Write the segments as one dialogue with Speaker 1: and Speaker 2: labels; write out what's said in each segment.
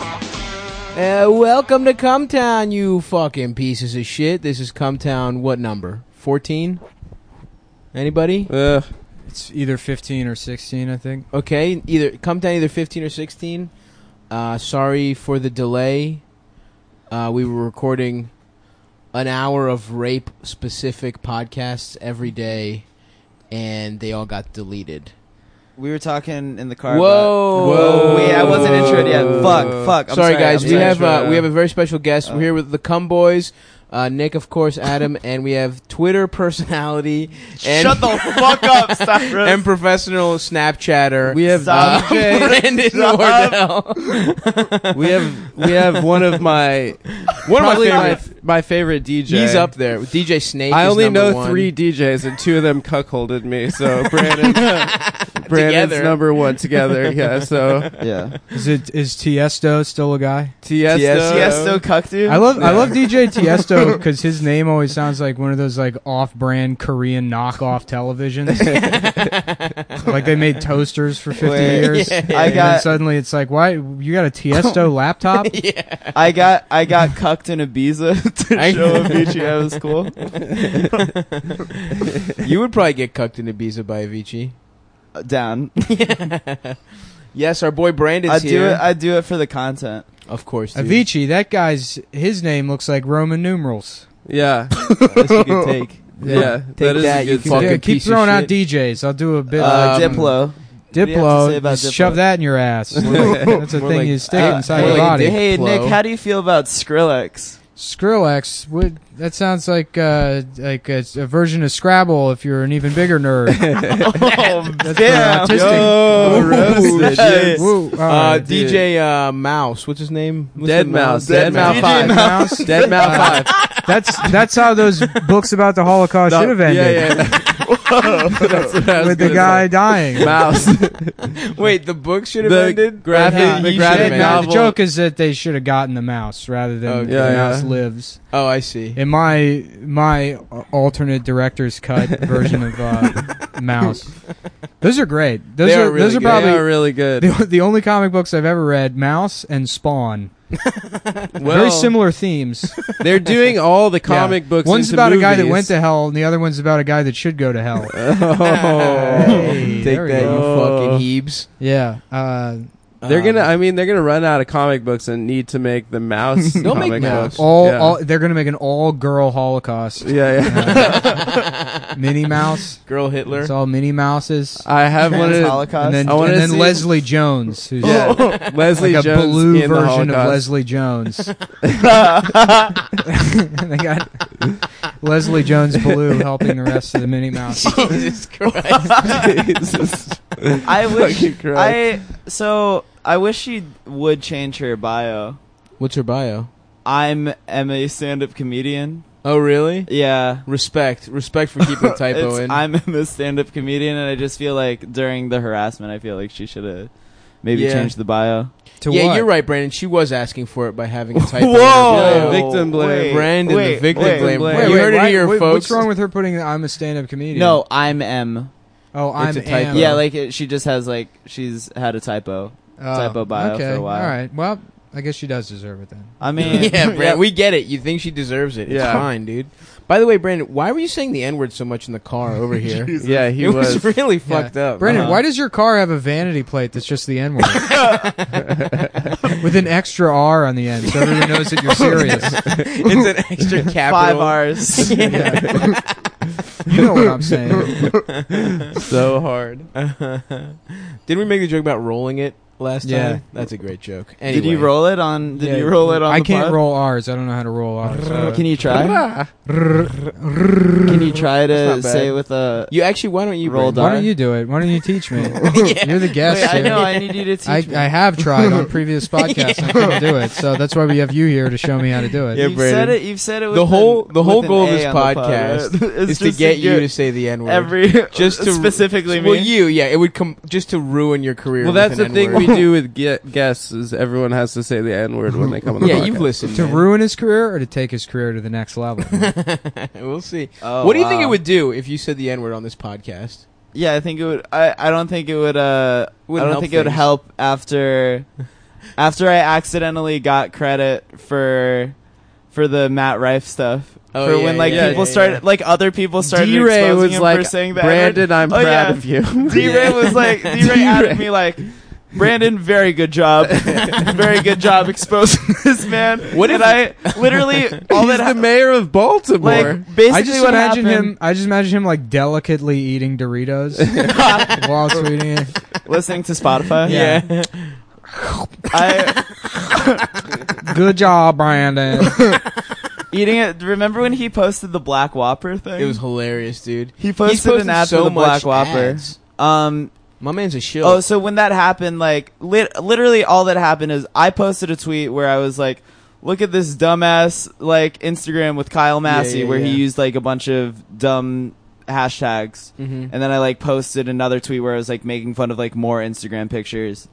Speaker 1: Uh, welcome to Cumtown, you fucking pieces of shit. This is Cumtown. What number? Fourteen? Anybody?
Speaker 2: Uh, it's either 15 or 16, I think.
Speaker 1: Okay, either Cumtown, either fifteen or sixteen. Uh, sorry for the delay. Uh, we were recording an hour of rape-specific podcasts every day, and they all got deleted.
Speaker 3: We were talking in the car.
Speaker 1: Whoa!
Speaker 3: about- Wait, I wasn't intro yet. Fuck, fuck. I'm
Speaker 1: sorry, guys.
Speaker 3: I'm
Speaker 1: we
Speaker 3: sorry.
Speaker 1: have uh,
Speaker 2: Sure.
Speaker 1: we have a very special guest. We're here with the Cum Boys, uh, Nick, of course, Adam, and we have Twitter personality and
Speaker 3: Shut the fuck up, Stavros.
Speaker 1: and professional Snapchatter.
Speaker 2: We have
Speaker 3: Stop.
Speaker 1: uh,
Speaker 2: DJ,
Speaker 1: Brandon
Speaker 3: Stop.
Speaker 1: Wardell.
Speaker 2: we have we have one of my
Speaker 1: One of my
Speaker 2: probably my,
Speaker 1: favorite.
Speaker 2: my favorite DJ.
Speaker 1: He's up there. DJ Snake.
Speaker 2: I
Speaker 1: is
Speaker 2: only
Speaker 1: number
Speaker 2: know
Speaker 1: one.
Speaker 2: three DJs, and two of them cuckolded me. So Brandon, Brandon's
Speaker 1: Together.
Speaker 2: number one together. Yeah. So
Speaker 3: yeah.
Speaker 4: Is it is Tiesto still a guy?
Speaker 2: Tiesto,
Speaker 3: Tiesto cucked you?
Speaker 4: I love I love DJ Tiesto because his name always sounds like one of those like off-brand Korean knockoff televisions. like they made toasters for fifty
Speaker 3: Wait,
Speaker 4: years.
Speaker 1: yeah.
Speaker 4: and
Speaker 3: I
Speaker 4: then
Speaker 3: got-
Speaker 4: suddenly it's like, why you got a Tiesto laptop?
Speaker 3: I got I got cucked in Ibiza to
Speaker 1: I-
Speaker 3: show Avicii I was cool.
Speaker 1: You would probably get cucked in Ibiza by Avicii.
Speaker 3: Uh, Down.
Speaker 1: yes, our boy Brandon's
Speaker 3: I
Speaker 1: here.
Speaker 3: do it. I do it for the content.
Speaker 1: of course, dude.
Speaker 4: Avicii, that guy's his name looks like Roman numerals.
Speaker 2: Yeah.
Speaker 3: That's a good take.
Speaker 2: Yeah.
Speaker 1: Take
Speaker 2: that is
Speaker 1: that,
Speaker 2: a
Speaker 1: you
Speaker 2: good
Speaker 1: fucking
Speaker 4: Yeah, keep
Speaker 1: piece of
Speaker 4: throwing out
Speaker 1: shit.
Speaker 4: DJs. I'll do a bit.
Speaker 3: Uh,
Speaker 4: um,
Speaker 3: Diplo. What do you have to say
Speaker 4: Diplo,
Speaker 3: about
Speaker 4: just
Speaker 3: Diplo?
Speaker 4: shove that in your ass. That's a
Speaker 2: More
Speaker 4: thing
Speaker 2: like-
Speaker 4: you stick
Speaker 3: Uh,
Speaker 4: inside
Speaker 3: hey,
Speaker 4: your
Speaker 1: like
Speaker 4: body.
Speaker 3: Hey
Speaker 1: Diplo.
Speaker 3: Nick, how do you feel about Skrillex?
Speaker 4: Skrillex. Would that sounds like uh, like a, a version of Scrabble if you're an even bigger nerd.
Speaker 3: oh
Speaker 4: That's
Speaker 3: damn,
Speaker 4: for autistic.
Speaker 2: Yo,
Speaker 4: Ooh,
Speaker 2: roasted.
Speaker 3: shit.
Speaker 4: Woo, all
Speaker 1: Uh,
Speaker 4: right.
Speaker 2: dude.
Speaker 1: DJ uh, Mouse. What's his name? What's
Speaker 2: Dead
Speaker 1: the
Speaker 2: Mouse,
Speaker 1: Dead
Speaker 2: Dead
Speaker 1: Mouse
Speaker 3: Mouse.
Speaker 1: Five.
Speaker 3: DJ
Speaker 4: Mouse.
Speaker 2: Dead Mouth
Speaker 4: Uh,
Speaker 2: Five.
Speaker 4: That's that's how those books about the Holocaust should have
Speaker 2: yeah,
Speaker 4: ended
Speaker 2: yeah. That's what I was
Speaker 4: with the
Speaker 2: gonna
Speaker 4: guy dying.
Speaker 2: say. Mouse.
Speaker 1: Wait, the book should have
Speaker 2: The
Speaker 1: ended.
Speaker 2: graphic-
Speaker 1: Or not?
Speaker 2: the
Speaker 1: You
Speaker 2: graphic
Speaker 1: should've
Speaker 4: Dead
Speaker 1: ended.
Speaker 4: Mouse-
Speaker 2: novel.
Speaker 4: The joke is that they should have gotten the mouse rather than
Speaker 1: Okay.
Speaker 4: the
Speaker 2: Yeah,
Speaker 4: mouse
Speaker 2: yeah.
Speaker 4: lives.
Speaker 1: Oh, I see.
Speaker 4: In my my alternate director's cut version of uh, Mouse, those are great. Those
Speaker 1: They are
Speaker 4: are, those
Speaker 1: really
Speaker 4: are
Speaker 1: good.
Speaker 4: probably
Speaker 2: they are really good.
Speaker 4: the, the only comic books I've ever read. Mouse and Spawn,
Speaker 2: well,
Speaker 4: very similar themes.
Speaker 2: They're doing all the comic
Speaker 4: Yeah.
Speaker 2: books.
Speaker 4: One's
Speaker 2: into
Speaker 4: about a guy that
Speaker 2: movies.
Speaker 4: went to hell, and the other one's about a guy that should go to hell.
Speaker 2: Oh.
Speaker 4: Hey,
Speaker 1: Take
Speaker 4: there we
Speaker 1: that, you
Speaker 4: go.
Speaker 1: fucking heebs.
Speaker 4: Yeah, uh,
Speaker 2: They're
Speaker 1: Um,
Speaker 2: gonna. I mean, they're gonna run out of comic books and need to make the mouse.
Speaker 1: They'll make
Speaker 2: comic
Speaker 1: mouse.
Speaker 2: books.
Speaker 4: all,
Speaker 2: yeah.
Speaker 4: all they're gonna make an all-girl Holocaust. Uh,
Speaker 2: yeah, yeah.
Speaker 4: Minnie Mouse.
Speaker 1: Girl Hitler.
Speaker 4: It's all Minnie Mouses.
Speaker 2: I have one.
Speaker 3: Trans
Speaker 2: Of,
Speaker 3: Holocaust.
Speaker 4: And then,
Speaker 2: Uh, I wanna
Speaker 4: and then
Speaker 2: see-
Speaker 4: Leslie Jones, who's
Speaker 2: yeah, Leslie
Speaker 4: like a
Speaker 2: Jones
Speaker 4: blue
Speaker 2: in the
Speaker 4: version of
Speaker 2: Holocaust.
Speaker 4: Leslie Jones. And they got Leslie Jones blue helping the rest of the Minnie Mouse.
Speaker 1: Jesus Christ.
Speaker 2: Jesus.
Speaker 3: I wish
Speaker 2: Fucking Christ.
Speaker 3: I so I wish she would change her bio.
Speaker 1: What's her bio?
Speaker 3: I'm am a stand-up comedian.
Speaker 1: Oh, really?
Speaker 3: Yeah.
Speaker 1: Respect. Respect for keeping a typo
Speaker 3: It's-
Speaker 1: in.
Speaker 3: I'm a stand-up comedian, and I just feel like during the harassment, I feel like she should have maybe
Speaker 1: Yeah.
Speaker 3: changed the bio.
Speaker 4: To
Speaker 1: yeah,
Speaker 4: what?
Speaker 1: you're right, Brandon. She was asking for it by having a typo. in her
Speaker 2: Whoa!
Speaker 1: bio.
Speaker 2: Vic- victim blame.
Speaker 1: Brandon, the victim blame.
Speaker 4: Wait,
Speaker 1: You
Speaker 4: wait,
Speaker 1: heard it
Speaker 4: why-
Speaker 1: here,
Speaker 4: wait,
Speaker 1: folks.
Speaker 4: What's wrong with her putting? I'm a stand-up comedian.
Speaker 3: No, I'm M.
Speaker 4: Oh, I'm
Speaker 1: a typo.
Speaker 4: am.
Speaker 3: Yeah, like it, she just has like she's had a typo. typo bio
Speaker 4: Oh, okay.
Speaker 3: for a while.
Speaker 4: All right. Well, I guess she does deserve it then.
Speaker 3: I mean,
Speaker 1: yeah, Brandon. We get it. You think she deserves it. It's
Speaker 2: Yeah.
Speaker 1: fine, dude. By the way, Brandon, why were you saying the N word so much in the car over here?
Speaker 2: Yeah, he
Speaker 1: it
Speaker 2: was.
Speaker 1: was, really
Speaker 4: Yeah.
Speaker 1: fucked up.
Speaker 4: Brandon,
Speaker 3: Uh-huh.
Speaker 4: why does your car have a vanity plate that's just the N word? with an extra R on the end, so everyone knows that you're
Speaker 3: Oh,
Speaker 4: serious.
Speaker 1: it's an extra capital.
Speaker 3: Five R's.
Speaker 4: You know what I'm saying?
Speaker 2: so hard.
Speaker 1: Didn't we make a joke about rolling it last
Speaker 4: Yeah.
Speaker 1: time? That's a great joke. Anyway.
Speaker 3: Did you roll it on? Did
Speaker 4: Yeah.
Speaker 3: you roll it on?
Speaker 4: I
Speaker 3: the
Speaker 4: can't
Speaker 3: pod? Uh,
Speaker 4: roll R's. I don't know how to roll R's.
Speaker 3: Can you try? Can you try
Speaker 1: That's
Speaker 3: to
Speaker 1: not bad.
Speaker 3: say with a?
Speaker 1: You actually, why don't you
Speaker 3: Roll
Speaker 1: Brandon?
Speaker 4: Why don't you do it? Why don't you teach me? You're the guest.
Speaker 3: Wait, I
Speaker 4: dude.
Speaker 3: know. I need you to teach
Speaker 4: I,
Speaker 3: me.
Speaker 4: I have tried on previous podcasts and I couldn't do it, so that's why we have you here to show me how to do it.
Speaker 1: Yeah,
Speaker 3: you've said
Speaker 1: Brandon.
Speaker 3: it. You've said it. With
Speaker 1: The whole
Speaker 3: an-
Speaker 1: the whole
Speaker 3: with an
Speaker 1: goal of
Speaker 3: A
Speaker 1: this
Speaker 3: on the pod, right?
Speaker 1: podcast
Speaker 3: It's
Speaker 1: is to
Speaker 3: just
Speaker 1: get you to say the N word
Speaker 3: every
Speaker 1: Just to-
Speaker 3: specifically
Speaker 1: Well,
Speaker 3: me.
Speaker 1: you, yeah, it would come just to ruin your career.
Speaker 2: Well,
Speaker 1: with
Speaker 2: that's the
Speaker 1: an
Speaker 2: thing
Speaker 1: N-word.
Speaker 2: we do with ge- guests is everyone has to say the N word when they come on the
Speaker 1: yeah,
Speaker 2: podcast.
Speaker 1: you've listened
Speaker 4: To
Speaker 1: man.
Speaker 4: ruin his career or to take his career to the next level?
Speaker 1: we'll see.
Speaker 3: Oh,
Speaker 1: what do you think
Speaker 3: wow.
Speaker 1: it would do if you said the N word on this podcast?
Speaker 3: Yeah, I think it would. I, I don't think it would. Uh,
Speaker 1: Wouldn't
Speaker 3: I
Speaker 1: help
Speaker 3: don't think it would
Speaker 1: things.
Speaker 3: help after after I accidentally got credit for for the Matt Rife stuff.
Speaker 1: Oh,
Speaker 3: for
Speaker 1: yeah,
Speaker 3: when like
Speaker 1: yeah,
Speaker 3: people
Speaker 1: yeah,
Speaker 3: started
Speaker 1: yeah.
Speaker 3: like other people started
Speaker 2: D-Ray
Speaker 3: exposing
Speaker 2: was
Speaker 3: him for
Speaker 2: like,
Speaker 3: saying that.
Speaker 2: Brandon, I'm
Speaker 3: Oh,
Speaker 2: proud
Speaker 3: yeah.
Speaker 2: of you.
Speaker 3: D Ray was like D Ray added me like Brandon, very good job, very good job exposing this man. What did I literally all
Speaker 2: He's
Speaker 3: that
Speaker 2: the
Speaker 3: hap-
Speaker 2: mayor of Baltimore.
Speaker 3: like basically
Speaker 4: I just
Speaker 3: what
Speaker 4: imagine
Speaker 3: happened-
Speaker 4: him. I just imagine him like delicately eating Doritos while tweeting it.
Speaker 3: listening to Spotify.
Speaker 4: Yeah.
Speaker 3: I.
Speaker 4: Good job, Brandon.
Speaker 3: Eating it. Remember when he posted the Black Whopper thing?
Speaker 1: it was hilarious, dude.
Speaker 3: he posted,
Speaker 1: He's posted
Speaker 3: an ad
Speaker 1: so
Speaker 3: for the
Speaker 1: much
Speaker 3: Black Whopper.
Speaker 1: ads.
Speaker 3: Um.
Speaker 1: My man's a shill.
Speaker 3: Oh, so when that happened, like lit- literally all that happened is I posted a tweet where I was like, "Look at this dumbass like Instagram with Kyle Massey,
Speaker 1: yeah,
Speaker 3: where
Speaker 1: yeah.
Speaker 3: he used like a bunch of dumb hashtags."
Speaker 1: Mhm.
Speaker 3: And then I like posted another tweet where I was like making fun of like more Instagram pictures.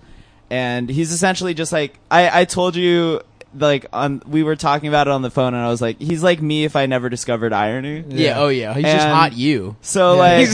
Speaker 3: And he's essentially just like I I told you like on we were talking about it on the phone and I was like he's like me if I never discovered irony.
Speaker 1: yeah. oh yeah, he's just
Speaker 3: And-
Speaker 1: hot. You,
Speaker 3: So
Speaker 4: Yeah.
Speaker 3: like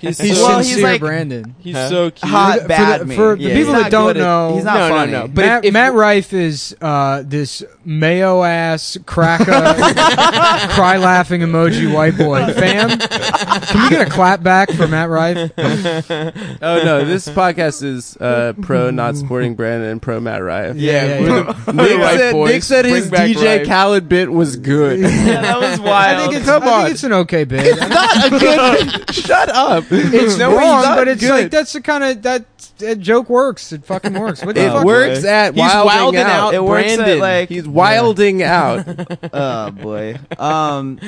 Speaker 4: He's-
Speaker 2: he's,
Speaker 4: He's
Speaker 3: Well,
Speaker 2: so,
Speaker 3: he's
Speaker 4: sincere,
Speaker 3: like-
Speaker 4: Brandon.
Speaker 2: he's
Speaker 1: Huh?
Speaker 2: so cute.
Speaker 3: hot
Speaker 4: For the-
Speaker 3: bad
Speaker 4: for the-
Speaker 3: me.
Speaker 4: for the
Speaker 3: Yeah,
Speaker 4: people
Speaker 3: he's
Speaker 4: that
Speaker 3: not
Speaker 4: don't
Speaker 3: good at-
Speaker 4: know-
Speaker 3: he's not
Speaker 1: No, no,
Speaker 3: funny.
Speaker 1: no,
Speaker 4: But
Speaker 1: But
Speaker 4: Matt,
Speaker 1: if- if-
Speaker 4: Matt Rife is uh, this mayo ass cracker, cry laughing emoji white boy. Fam, can we get a clap back for Matt Rife?
Speaker 2: Oh no, this podcast is uh, pro not supporting Brandon and pro Matt Rife.
Speaker 4: Yeah, yeah,
Speaker 1: we're
Speaker 4: yeah.
Speaker 1: the-
Speaker 2: Nick,
Speaker 1: we're the right
Speaker 2: said,
Speaker 1: boys.
Speaker 2: Nick said his
Speaker 1: Bring back
Speaker 2: DJ
Speaker 1: Rife.
Speaker 2: Khaled bit was good.
Speaker 3: yeah, that was wild.
Speaker 4: I think it's,
Speaker 2: Come
Speaker 4: I think
Speaker 2: on.
Speaker 4: it's an okay bit.
Speaker 2: Shut up.
Speaker 4: It's
Speaker 2: No,
Speaker 4: wrong,
Speaker 2: he's not
Speaker 4: but it's
Speaker 2: good.
Speaker 4: like that's the kind of that, that joke works. It fucking works. What the
Speaker 2: it
Speaker 4: fuck?
Speaker 2: works at
Speaker 1: He's
Speaker 2: wilding,
Speaker 1: wilding
Speaker 2: out.
Speaker 1: out
Speaker 2: It works at,
Speaker 3: Brandon.
Speaker 2: like he's wilding out.
Speaker 3: oh boy. Um.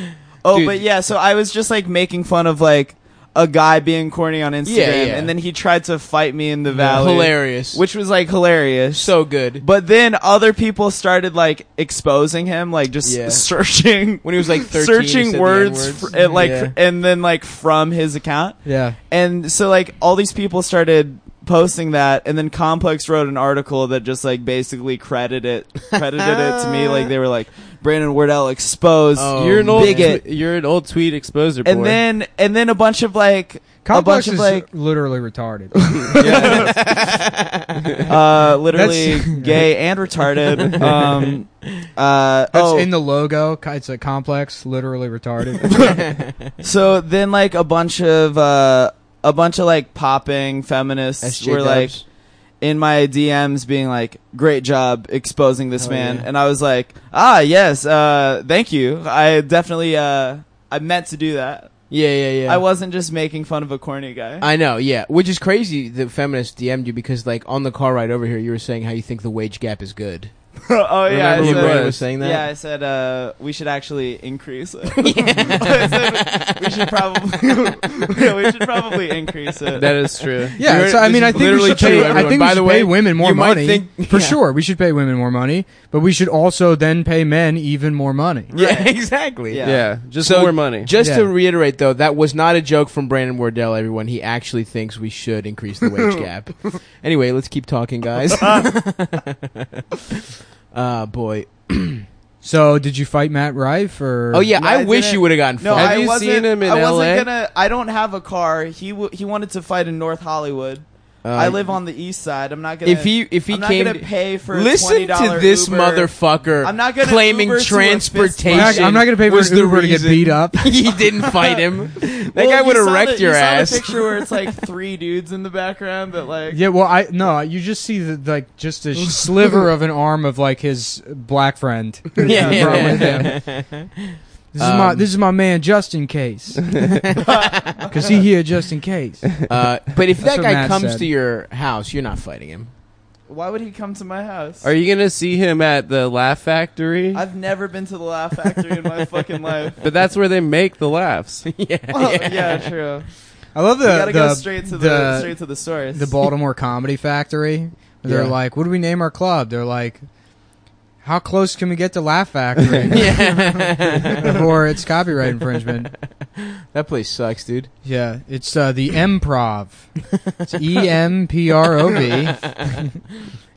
Speaker 3: Oh,
Speaker 1: Dude.
Speaker 3: but yeah. So I was just like making fun of like a guy being corny on Instagram,
Speaker 1: Yeah, yeah.
Speaker 3: and then he tried to fight me in the valley,
Speaker 1: hilarious,
Speaker 3: which was like hilarious.
Speaker 1: so good.
Speaker 3: but then other people started like exposing him, like just
Speaker 1: Yeah.
Speaker 3: searching.
Speaker 1: When he was like 13, he
Speaker 3: Searching
Speaker 1: said the
Speaker 3: words,
Speaker 1: N-words.
Speaker 3: fr- and, like,
Speaker 1: Yeah.
Speaker 3: fr- and then like from his account,
Speaker 4: Yeah.
Speaker 3: and so like all these people started posting that and then complex wrote an article that just like basically credited it credited it to me like they were like brandon wardell exposed
Speaker 1: Oh,
Speaker 2: you're an old
Speaker 3: bigot.
Speaker 2: tw- you're an old tweet exposer.
Speaker 3: and
Speaker 2: boy.
Speaker 3: then and then a bunch of like
Speaker 4: Complex
Speaker 3: a
Speaker 4: is
Speaker 3: bunch of like
Speaker 4: literally retarded.
Speaker 3: uh literally gay and retarded um uh
Speaker 4: That's
Speaker 3: oh,
Speaker 4: in the logo. It's a complex, literally retarded.
Speaker 3: so then like a bunch of uh a bunch of like popping feminists
Speaker 1: SJ
Speaker 3: were like
Speaker 1: dubs.
Speaker 3: in my DMs being like, "Great job exposing this
Speaker 1: Oh,
Speaker 3: man,"
Speaker 1: yeah.
Speaker 3: and I was like, "Ah, yes, uh, thank you. I definitely, uh, I meant to do that.
Speaker 1: yeah, yeah, yeah.
Speaker 3: I wasn't just making fun of a corny guy."
Speaker 1: I know, yeah. Which is crazy that feminists DM'd you because, like, on the car ride over here, you were saying how you think the wage gap is good.
Speaker 3: oh yeah,
Speaker 1: Remember
Speaker 3: I
Speaker 1: when
Speaker 3: said,
Speaker 1: Brandon was saying that?
Speaker 3: yeah, I said uh, we should actually increase it. I said, we should probably, yeah, we should probably increase it.
Speaker 2: that is true.
Speaker 4: Yeah,
Speaker 1: You're-
Speaker 4: so, I
Speaker 1: this
Speaker 4: mean,
Speaker 1: is
Speaker 4: I think we
Speaker 1: literally
Speaker 4: should
Speaker 1: true,
Speaker 4: pay, I
Speaker 1: everyone.
Speaker 4: think we
Speaker 1: By
Speaker 4: should
Speaker 1: the way,
Speaker 4: pay women more
Speaker 1: you might
Speaker 4: money
Speaker 1: think-
Speaker 4: for
Speaker 1: yeah.
Speaker 4: sure. We should pay women more money, but we should also then pay men even more money.
Speaker 1: Yeah, exactly.
Speaker 3: Yeah.
Speaker 2: Yeah, just
Speaker 1: So,
Speaker 2: more money.
Speaker 1: Just to
Speaker 4: Yeah.
Speaker 1: reiterate, though, that was not a joke from Brandon Wardell, everyone. He actually thinks we should increase the wage gap. Anyway, let's keep talking, guys. uh, boy.
Speaker 4: So, did you fight Matt Rife or?
Speaker 1: Oh, yeah,
Speaker 3: No,
Speaker 1: I,
Speaker 3: I
Speaker 1: wish
Speaker 3: didn't-
Speaker 1: you would have gotten
Speaker 3: No,
Speaker 1: fired.
Speaker 2: Have
Speaker 3: I
Speaker 2: you
Speaker 3: wasn't,
Speaker 2: seen him in
Speaker 3: I wasn't
Speaker 2: LA?
Speaker 3: gonna. I don't have a car. He w- he wanted to fight in North Hollywood.
Speaker 1: Uh,
Speaker 3: I live on the east side. I'm not gonna.
Speaker 1: If he if he
Speaker 3: I'm
Speaker 1: came,
Speaker 3: not
Speaker 1: to-
Speaker 3: gonna pay for a
Speaker 1: listen to
Speaker 3: $20
Speaker 1: this
Speaker 3: Uber.
Speaker 1: motherfucker.
Speaker 3: I'm not gonna
Speaker 1: claiming
Speaker 3: Uber to a fist fight.
Speaker 4: I'm
Speaker 1: transportation.
Speaker 4: not, I'm not going to pay for
Speaker 1: was
Speaker 4: an
Speaker 1: the
Speaker 4: Uber to get
Speaker 1: reason
Speaker 4: beat up.
Speaker 1: he didn't fight him.
Speaker 2: that guy would have wrecked your ass.
Speaker 3: picture where it's like three dudes in the background, but like
Speaker 4: Yeah, well, I no, you just see the, like just a sliver of an arm of like his black friend.
Speaker 1: Yeah, yeah,
Speaker 4: From with
Speaker 1: yeah.
Speaker 4: him. This is my
Speaker 1: Um,
Speaker 4: this is my man just in case, because he here just in case.
Speaker 1: Uh, but if
Speaker 4: That's
Speaker 1: that
Speaker 4: what
Speaker 1: guy
Speaker 4: Matt
Speaker 1: comes
Speaker 4: said.
Speaker 1: to your house, you're not fighting him.
Speaker 3: why would he come to my house?
Speaker 2: Are you gonna see him at the Laugh Factory?
Speaker 3: I've never been to the Laugh Factory in my fucking life.
Speaker 2: but that's where they make the laughs.
Speaker 3: Well, yeah. true.
Speaker 4: I love the
Speaker 3: You gotta
Speaker 4: the,
Speaker 3: go straight to the,
Speaker 4: the-
Speaker 3: straight to the source.
Speaker 4: the Baltimore Comedy Factory. They're
Speaker 1: Yeah.
Speaker 4: like, what do we name our club? They're like, how close can we get to Laugh Factory before it's copyright infringement?
Speaker 1: That place sucks, dude.
Speaker 4: Yeah, it's uh, the Improv. It's E M P R O V.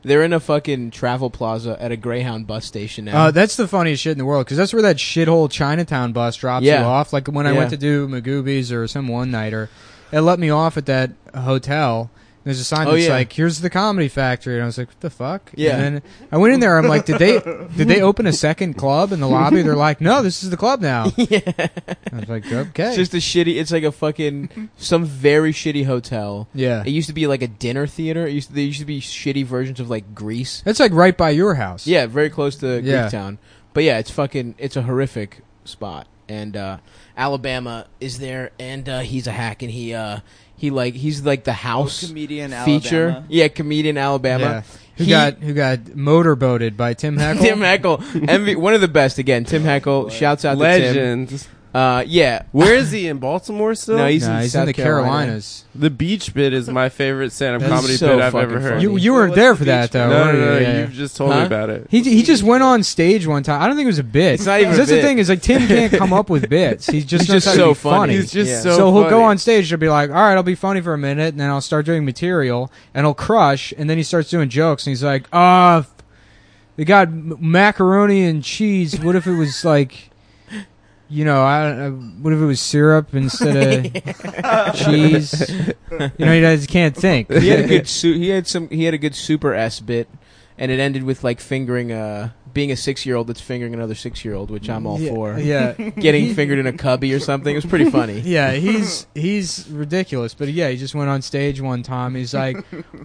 Speaker 1: They're in a fucking travel plaza at a Greyhound bus station now.
Speaker 4: Uh, that's the funniest shit in the world because that's where that shithole Chinatown bus drops
Speaker 1: Yeah.
Speaker 4: you off. Like when I
Speaker 1: Yeah.
Speaker 4: went to do Magoobies or some one nighter, it let me off at that hotel. There's a sign
Speaker 1: Oh,
Speaker 4: that's
Speaker 1: yeah.
Speaker 4: like, "Here's the Comedy Factory," and I was like, "What the fuck?"
Speaker 1: Yeah.
Speaker 4: And then I went in there. I'm like, "Did they did they open a second club in the lobby?" They're like, "No, this is the club now." Yeah. I was like, "Okay."
Speaker 1: It's just a shitty. It's like a fucking some very shitty hotel.
Speaker 4: yeah.
Speaker 1: It used to be like a dinner theater. It used to, there used to be shitty versions of like Greece.
Speaker 4: That's like right by your house.
Speaker 1: Yeah, very close to
Speaker 4: Yeah.
Speaker 1: Greektown. But yeah, it's fucking. It's a horrific spot. And uh, Alabama is there, and uh, he's a hack, and he uh, he like he's like the house
Speaker 3: comedian
Speaker 1: feature.
Speaker 3: Alabama.
Speaker 1: Yeah, comedian Alabama.
Speaker 4: Yeah. Who
Speaker 1: He-
Speaker 4: got who got motorboated by Tim Heckle?
Speaker 1: Tim Heckle, MV, one of the best again. Tim Heckle, shouts out to Tim.
Speaker 2: Legend.
Speaker 1: Uh, yeah,
Speaker 2: Where is he in Baltimore still?
Speaker 1: No, he's
Speaker 4: Nah,
Speaker 1: in
Speaker 4: he's
Speaker 1: South
Speaker 4: in the
Speaker 1: Carolina.
Speaker 4: Carolinas.
Speaker 2: the beach bit is my favorite stand-up
Speaker 4: That's
Speaker 2: comedy
Speaker 1: so
Speaker 2: bit I've
Speaker 1: fucking
Speaker 2: ever heard.
Speaker 1: funny.
Speaker 4: You, you weren't
Speaker 3: What's
Speaker 4: there
Speaker 3: the
Speaker 4: for that
Speaker 3: beach
Speaker 4: though.
Speaker 2: no, no,
Speaker 4: were you? Yeah,
Speaker 2: no,
Speaker 4: yeah.
Speaker 2: You've just told
Speaker 1: Huh?
Speaker 2: me about it.
Speaker 4: He, he just went on stage one time. I don't think it was a bit.
Speaker 1: It's not even a
Speaker 4: That's the
Speaker 1: bit.
Speaker 4: thing is like Tim can't come up with bits. He's just,
Speaker 1: He's
Speaker 4: knows
Speaker 1: just
Speaker 4: how to
Speaker 1: so
Speaker 4: be
Speaker 1: funny.
Speaker 4: funny.
Speaker 2: He's just
Speaker 1: Yeah.
Speaker 2: so.
Speaker 4: so he'll go
Speaker 2: funny.
Speaker 4: on stage. He'll be like, "All right, I'll be funny for a minute, and then I'll start doing material, and I'll crush." And then he starts doing jokes, and he's like, "Uh, f- they got m- macaroni and cheese. What if it was like, you know, I don't know, what if it was syrup instead of cheese? You know, he just can't think.
Speaker 1: he had a good su- he had some he had a good super s bit and it ended with like fingering uh being a six year old that's fingering another six year old which i'm all
Speaker 4: Yeah,
Speaker 1: for
Speaker 4: Yeah,
Speaker 1: getting fingered in a cubby or something it was pretty funny
Speaker 4: Yeah, he's he's ridiculous. But yeah, he just went on stage one time. He's like,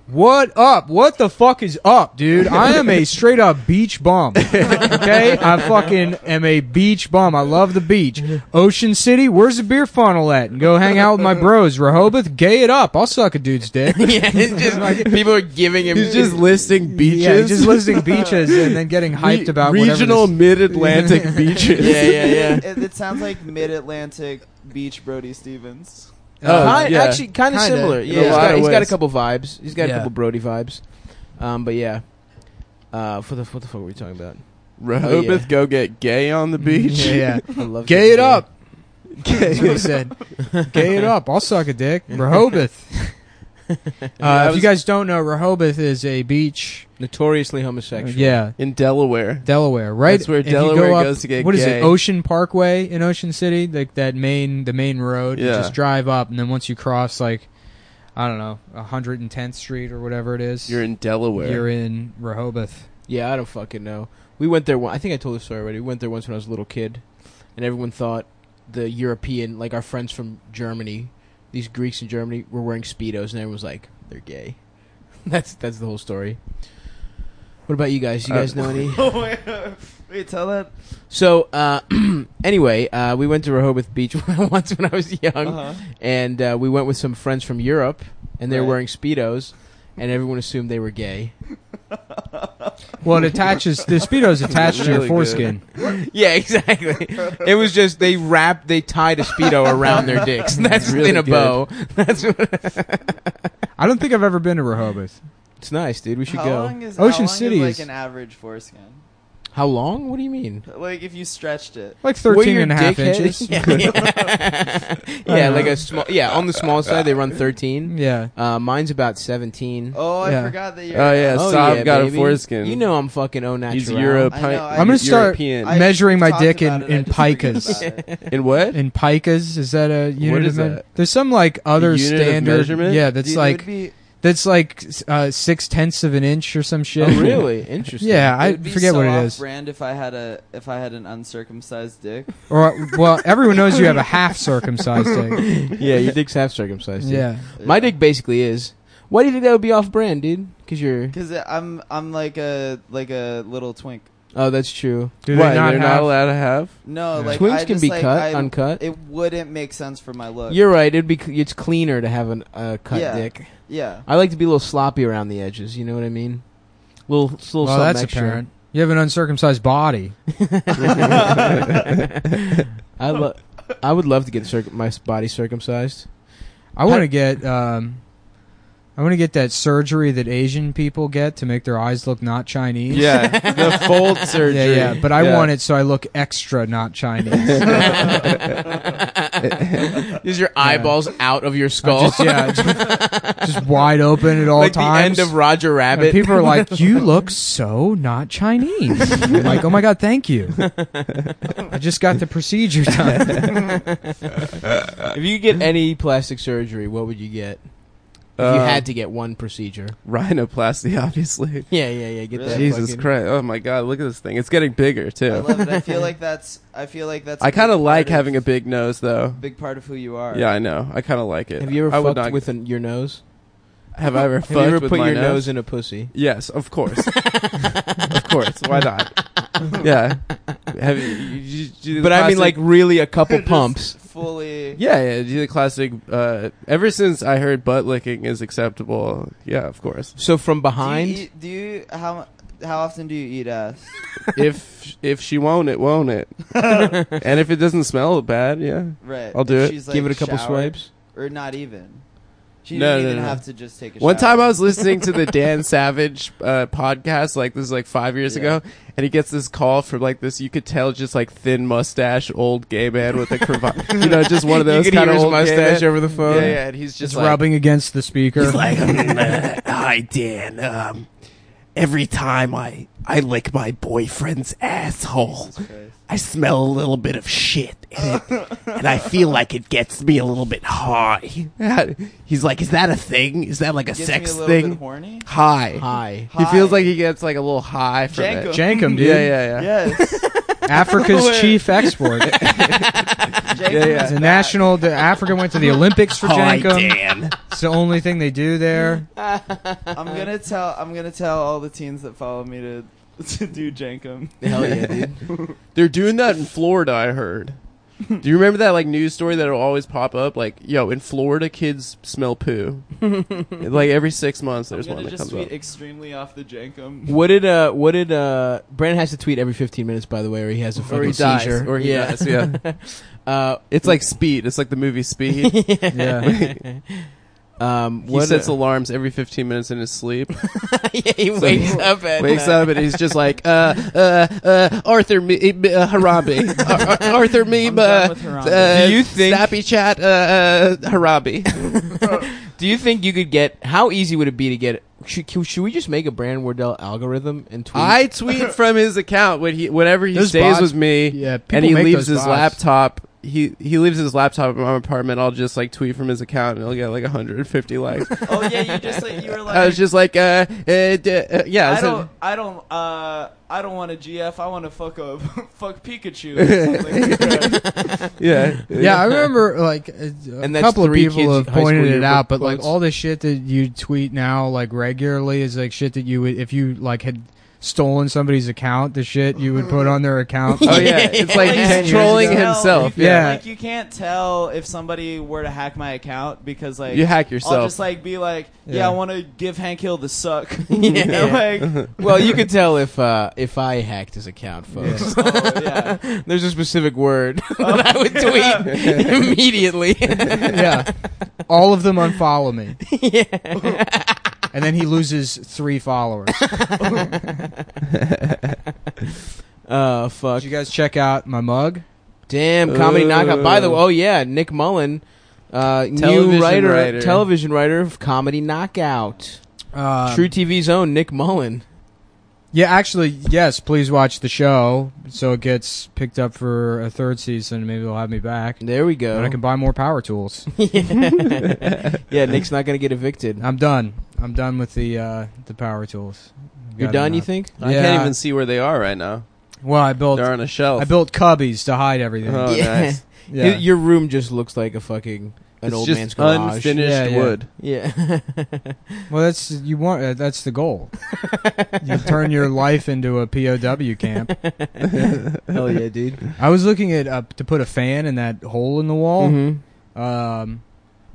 Speaker 4: "What up? What the fuck is up, dude? I am a straight up beach bum. Okay, I fucking am a beach bum. I love the beach. Ocean City, where's the beer funnel at? And go hang out with my bros. Rehoboth, gay it up. I'll suck a dude's dick.
Speaker 1: yeah it's just like people are giving him Oh,
Speaker 2: He's just listing beaches.
Speaker 4: Yeah, just listing beaches and then getting hyped
Speaker 2: Re-
Speaker 4: about whatever
Speaker 2: regional
Speaker 4: this-
Speaker 2: mid-Atlantic beaches.
Speaker 1: yeah yeah yeah
Speaker 3: It, it sounds like mid-Atlantic beach Brody Stevens.
Speaker 2: Oh,
Speaker 1: Kind-
Speaker 2: yeah.
Speaker 1: actually kind of
Speaker 4: Uh, Kinda,
Speaker 1: similar
Speaker 4: in
Speaker 1: yeah
Speaker 2: a
Speaker 1: he's
Speaker 2: lot
Speaker 1: got,
Speaker 2: of
Speaker 1: he's got a
Speaker 2: ways.
Speaker 1: couple vibes he's got a
Speaker 4: Yeah.
Speaker 1: couple brody vibes um but yeah uh for the what the fuck were we talking about
Speaker 2: Rehoboth,
Speaker 1: Oh, yeah. Mm-hmm.
Speaker 2: go get gay on the beach.
Speaker 4: Yeah, yeah.
Speaker 1: I love
Speaker 4: Gay it
Speaker 1: getting
Speaker 4: up. That's what he said. Gay it up. I'll suck a dick. Rehoboth. Uh, if you guys don't know, Rehoboth is a beach.
Speaker 1: notoriously homosexual
Speaker 4: Yeah,
Speaker 2: In Delaware.
Speaker 4: Delaware, right?
Speaker 2: That's where
Speaker 4: If you
Speaker 2: Delaware
Speaker 4: go up,
Speaker 2: goes to get
Speaker 4: What is
Speaker 2: gay.
Speaker 4: it? Ocean Parkway in Ocean City, like that main, the main road. You
Speaker 2: Yeah.
Speaker 4: just drive up, and then once you cross, like I don't know, 110th Street or whatever it is,
Speaker 2: You're in Delaware.
Speaker 4: you're in Rehoboth.
Speaker 1: Yeah, I don't fucking know. We went there. One, I think I told this story already. We went there once when I was a little kid, and everyone thought the European, like our friends from Germany, these Greeks in Germany, were wearing speedos, and everyone was like, "They're gay." that's that's the whole story. What about you guys? You guys know any?
Speaker 3: Oh wait, wait, tell that.
Speaker 1: So uh, anyway, uh, we went to Rehoboth Beach once when I was young,
Speaker 3: Uh-huh.
Speaker 1: and uh, we went with some friends from Europe, and they were
Speaker 3: Right.
Speaker 1: wearing speedos, and everyone assumed they were gay.
Speaker 4: Well, it attaches the speedo's attached to your
Speaker 2: Really good.
Speaker 4: foreskin.
Speaker 1: Yeah, exactly. It was just they wrapped, they tied a speedo around their dicks. That's
Speaker 2: Really
Speaker 1: in a
Speaker 2: good.
Speaker 1: bow. That's what,
Speaker 4: I don't think I've ever been to Rehoboth.
Speaker 1: it's nice, dude. We should
Speaker 3: how
Speaker 1: go.
Speaker 3: Long is,
Speaker 4: Ocean
Speaker 3: how long
Speaker 4: City
Speaker 3: is like
Speaker 4: is-
Speaker 3: an average foreskin.
Speaker 1: How long? What do you mean?
Speaker 3: Like if you stretched it.
Speaker 4: Like
Speaker 1: Were
Speaker 4: 13
Speaker 1: your
Speaker 4: and a half
Speaker 1: dick head-
Speaker 4: inches.
Speaker 1: Yeah, yeah. Yeah, like a small. Yeah, on the small side they run thirteen.
Speaker 4: yeah.
Speaker 1: Uh, mine's about seventeen.
Speaker 3: Oh, I
Speaker 4: Yeah.
Speaker 3: forgot that you're.
Speaker 2: Oh yeah,
Speaker 1: Oh,
Speaker 2: Saab
Speaker 1: yeah,
Speaker 2: got
Speaker 1: baby.
Speaker 2: a foreskin.
Speaker 1: You know I'm fucking oh natural.
Speaker 2: he's Europe.
Speaker 3: I know, I-
Speaker 4: I'm gonna start-
Speaker 2: European.
Speaker 3: I
Speaker 4: Measuring my
Speaker 3: talked
Speaker 4: dick in-
Speaker 3: about it, I
Speaker 4: in
Speaker 3: just forget
Speaker 4: pikas.
Speaker 3: about it.
Speaker 2: in what?
Speaker 4: in pikas is that a unit
Speaker 2: What
Speaker 4: of
Speaker 2: is
Speaker 4: me-
Speaker 2: that?
Speaker 4: there's some like other
Speaker 2: unit of
Speaker 4: standard
Speaker 2: measurement?
Speaker 4: yeah
Speaker 3: Dude,
Speaker 4: that's
Speaker 3: it would
Speaker 4: like
Speaker 3: be-
Speaker 4: that's like uh, six tenths of an inch or some shit.
Speaker 1: Oh, really? Interesting.
Speaker 4: Yeah, I
Speaker 3: It'd be
Speaker 4: forget
Speaker 3: so
Speaker 4: what it
Speaker 3: off
Speaker 4: is.
Speaker 3: Brand if I had a if I had an uncircumcised dick.
Speaker 4: Or well, everyone knows you have a half circumcised dick.
Speaker 1: yeah, your dick's half circumcised. dude.
Speaker 4: Yeah,
Speaker 1: My dick basically is. Why do you think that would be off brand, dude? Because you're.
Speaker 3: Because I'm I'm like a like a little twink.
Speaker 1: Oh, that's true.
Speaker 4: do
Speaker 2: Why,
Speaker 4: they not
Speaker 2: they're not
Speaker 4: have?
Speaker 2: allowed to have?
Speaker 3: No,
Speaker 4: Yeah.
Speaker 3: like
Speaker 1: Twinks
Speaker 3: I
Speaker 1: can
Speaker 3: just,
Speaker 1: be
Speaker 3: like,
Speaker 1: cut,
Speaker 3: I-
Speaker 1: uncut.
Speaker 3: It wouldn't make sense for my look.
Speaker 1: You're right. It'd be. c- It's cleaner to have an- a cut
Speaker 3: Yeah.
Speaker 1: dick.
Speaker 3: yeah.
Speaker 1: I like to be a little sloppy around the edges. You know what I mean? Little, little
Speaker 4: well,
Speaker 1: something
Speaker 4: that's
Speaker 1: extra.
Speaker 4: apparent. You have an uncircumcised body.
Speaker 1: I lo- I would love to get circ- my s- body circumcised.
Speaker 4: I want to get. Um, I want to get that surgery that Asian people get to make their eyes look not Chinese.
Speaker 2: Yeah, the fold surgery.
Speaker 4: Yeah, yeah, but I
Speaker 2: Yeah.
Speaker 4: want it so I look extra not Chinese.
Speaker 1: Is your eyeballs out of your
Speaker 4: I'm
Speaker 1: skull?
Speaker 4: just, yeah, just, just wide open at all
Speaker 1: like
Speaker 4: times.
Speaker 1: the end of Roger
Speaker 4: And
Speaker 1: Rabbit.
Speaker 4: people are like, "You look so not Chinese." I'm like, "Oh my god, thank you." I just got the procedure done.
Speaker 1: if you could get any plastic surgery, what would you get? If you
Speaker 2: Um,
Speaker 1: had to get one procedure.
Speaker 2: rhinoplasty, obviously.
Speaker 1: Yeah, yeah, yeah. Get
Speaker 3: Really?
Speaker 1: that.
Speaker 2: Jesus
Speaker 1: fucking-
Speaker 2: Christ! Oh my God! Look at this thing. It's getting bigger
Speaker 3: I
Speaker 2: too. I,
Speaker 3: love it. I feel like that's I feel like that's a
Speaker 2: kind
Speaker 3: big
Speaker 2: of like
Speaker 3: part of-
Speaker 2: having a big nose, though.
Speaker 3: big part of who you are.
Speaker 2: Yeah, I know. I kind of like it.
Speaker 1: Have you ever
Speaker 2: I would
Speaker 1: fucked
Speaker 2: not-
Speaker 1: with an, your nose?
Speaker 2: Have I ever
Speaker 1: Have you
Speaker 2: fucked
Speaker 1: ever
Speaker 2: with
Speaker 1: put
Speaker 2: my
Speaker 1: your nose?
Speaker 2: nose?
Speaker 1: in a pussy?
Speaker 2: Yes, of course. of course. Why not? Yeah. Have you, you, you do the
Speaker 1: But I mean,
Speaker 2: classic-
Speaker 1: like really a couple pumps.
Speaker 3: Fully.
Speaker 2: Yeah, yeah. Do the classic. Uh, ever since I heard butt licking is acceptable. Yeah, of course.
Speaker 1: So from
Speaker 3: Do you
Speaker 1: behind,
Speaker 3: eat- Do you, how how often do you eat ass?
Speaker 2: if if she won't, it won't it. and if it doesn't smell bad, yeah.
Speaker 3: Right.
Speaker 2: I'll do
Speaker 3: If
Speaker 2: it.
Speaker 3: she's,
Speaker 1: give
Speaker 3: like,
Speaker 1: it a couple
Speaker 3: showered,
Speaker 1: swipes.
Speaker 3: or not even. She
Speaker 2: No,
Speaker 3: didn't
Speaker 2: no,
Speaker 3: even
Speaker 2: no.
Speaker 3: have to just take a.
Speaker 2: One
Speaker 3: shower.
Speaker 2: time I was listening to the Dan Savage uh, podcast, like this is like five years
Speaker 3: Yeah.
Speaker 2: ago, and he gets this call from like this, you could tell just like thin mustache, old gay man with a cravat. you know, just one of those
Speaker 1: you could
Speaker 2: kind
Speaker 1: hear his
Speaker 2: of old gay
Speaker 1: mustache
Speaker 2: men.
Speaker 1: over the
Speaker 2: Yeah,
Speaker 1: phone.
Speaker 2: yeah, and he's just
Speaker 4: Just
Speaker 2: like,
Speaker 4: rubbing against the speaker.
Speaker 2: He's like, "Mm, uh, hi Dan. Um, every time I I lick my boyfriend's asshole,
Speaker 3: Jesus Christ.
Speaker 2: I smell a little bit of shit, and, it, and I feel like it gets me a little bit high. He's like, is that a thing? Is that like a
Speaker 3: Gets me
Speaker 2: sex
Speaker 3: a little
Speaker 2: thing?
Speaker 3: Bit horny.
Speaker 2: high.
Speaker 1: Hi.
Speaker 2: He feels
Speaker 3: High.
Speaker 2: like he gets like a little high from
Speaker 3: Jankum.
Speaker 2: it.
Speaker 4: Jankum, dude.
Speaker 2: Yeah, yeah, yeah.
Speaker 3: Yes.
Speaker 4: Africa's
Speaker 3: Wait.
Speaker 4: chief export.
Speaker 3: Jankum
Speaker 2: Yeah, yeah.
Speaker 3: is
Speaker 4: It's a
Speaker 3: back.
Speaker 4: national. The Africa went to the Olympics for
Speaker 2: Hi,
Speaker 4: Jankum.
Speaker 2: Dan.
Speaker 4: It's the only thing they do there.
Speaker 3: I'm gonna tell. I'm gonna tell all the teens that follow me to to do jankum.
Speaker 1: Hell yeah, dude.
Speaker 2: They're doing that in Florida, I heard. Do you remember that like news story that'll always pop up? Like, yo, in Florida, kids smell poo. like every six months,
Speaker 3: I'm
Speaker 2: there's one
Speaker 3: gonna
Speaker 2: that
Speaker 3: just
Speaker 2: comes
Speaker 3: tweet
Speaker 2: up.
Speaker 3: extremely off the jankum.
Speaker 1: What did uh? What did uh? Brandon has to tweet every 15 minutes, by the way, or he has a fucking
Speaker 2: Or he dies.
Speaker 1: seizure.
Speaker 2: Or he
Speaker 1: yeah.
Speaker 2: dies. Yeah.
Speaker 1: Uh,
Speaker 2: It's like Speed. It's like the movie Speed.
Speaker 4: Yeah.
Speaker 1: um,
Speaker 2: he
Speaker 1: what
Speaker 2: sets
Speaker 1: a-
Speaker 2: alarms every 15 minutes in his sleep.
Speaker 1: yeah, he
Speaker 2: So-
Speaker 1: wakes up at
Speaker 2: Wakes
Speaker 1: night.
Speaker 2: up and he's just like, uh, uh, uh, Arthur me- uh, Harambe, Ar- Ar- Arthur Meme,
Speaker 3: done
Speaker 2: uh,
Speaker 3: with Harambe.
Speaker 2: uh,
Speaker 1: Do you think-
Speaker 2: Snappy Chat, uh, uh, Harambe.
Speaker 1: Do you think you could get? How easy would it be to get? Should, should we just make a Brand Wardell algorithm and tweet?
Speaker 2: I tweet from his account when he, whenever he
Speaker 4: Those
Speaker 2: stays
Speaker 4: bots-
Speaker 2: with me,
Speaker 4: yeah,
Speaker 2: and
Speaker 4: people
Speaker 2: he
Speaker 4: make
Speaker 2: leaves
Speaker 4: those
Speaker 2: his
Speaker 4: bots.
Speaker 2: laptop. He he leaves his laptop in my apartment. I'll just like tweet from his account, and he'll get like 150 likes.
Speaker 3: oh yeah, you just like you were like.
Speaker 2: I was just like, uh, uh, d- uh yeah.
Speaker 3: I
Speaker 2: so-
Speaker 3: don't. I don't. Uh, I don't want a GF. I want to fuck a fuck Pikachu. Or something.
Speaker 2: yeah,
Speaker 4: Yeah, I remember like a, a
Speaker 1: And that's
Speaker 4: couple of
Speaker 1: three kids'
Speaker 4: people have
Speaker 1: high school
Speaker 4: pointed it
Speaker 1: yearbook
Speaker 4: out, but like
Speaker 1: quotes.
Speaker 4: all the shit that you tweet now, like regularly, is like shit that you would if you like had stolen somebody's account, the shit you would put on their account.
Speaker 2: Oh yeah, it's like
Speaker 3: Like,
Speaker 4: Ten years
Speaker 2: he's trolling
Speaker 4: ago.
Speaker 2: himself.
Speaker 3: You,
Speaker 4: Yeah.
Speaker 3: Like you can't tell if somebody were to hack my account because like
Speaker 2: You hack
Speaker 3: I'll
Speaker 2: yourself.
Speaker 3: just like be like, yeah,
Speaker 4: Yeah.
Speaker 3: I want to give Hank Hill the suck.
Speaker 1: Yeah.
Speaker 3: You know, like,
Speaker 1: well, you could tell if uh, if I hacked his account, folks.
Speaker 3: oh, yeah.
Speaker 1: There's a specific word
Speaker 2: Oh.
Speaker 1: that I would tweet immediately.
Speaker 4: yeah, all of them unfollow me. and then he loses three followers.
Speaker 1: uh, fuck.
Speaker 4: Did you guys check out my mug?
Speaker 1: Damn, comedy
Speaker 2: Uh.
Speaker 1: knockout. By the way, oh yeah, Nick Mullen, uh, new
Speaker 2: Television
Speaker 1: writer,
Speaker 2: writer.
Speaker 1: television writer of comedy knockout,
Speaker 4: Uh,
Speaker 1: True TV's own Nick Mullen.
Speaker 4: Yeah, actually, yes. Please watch the show so it gets picked up for a third season. Maybe they'll have me back,
Speaker 1: There we
Speaker 4: and I
Speaker 1: go.
Speaker 4: can buy more power tools.
Speaker 1: yeah, Nick's not gonna get evicted.
Speaker 4: I'm done. I'm done with the uh, the power tools. I've
Speaker 1: You're
Speaker 4: got
Speaker 1: done, you
Speaker 4: enough.
Speaker 1: think?
Speaker 2: I
Speaker 4: Yeah.
Speaker 2: can't even see where they are right now.
Speaker 4: Well, I built
Speaker 2: They're on a shelf.
Speaker 4: I built cubbies to hide everything.
Speaker 1: Uh-huh.
Speaker 2: Oh, nice.
Speaker 4: yeah.
Speaker 1: Y- Your room just looks like a fucking an
Speaker 2: it's
Speaker 1: old
Speaker 2: just
Speaker 1: man's garage.
Speaker 2: unfinished
Speaker 4: Yeah, yeah.
Speaker 2: wood.
Speaker 1: Yeah.
Speaker 4: well, that's you want. Uh, that's the goal. you turn your life into a POW camp.
Speaker 1: Hell yeah, dude.
Speaker 4: I was looking at uh, to put a fan in that hole in the wall,
Speaker 1: Mhm.
Speaker 4: um,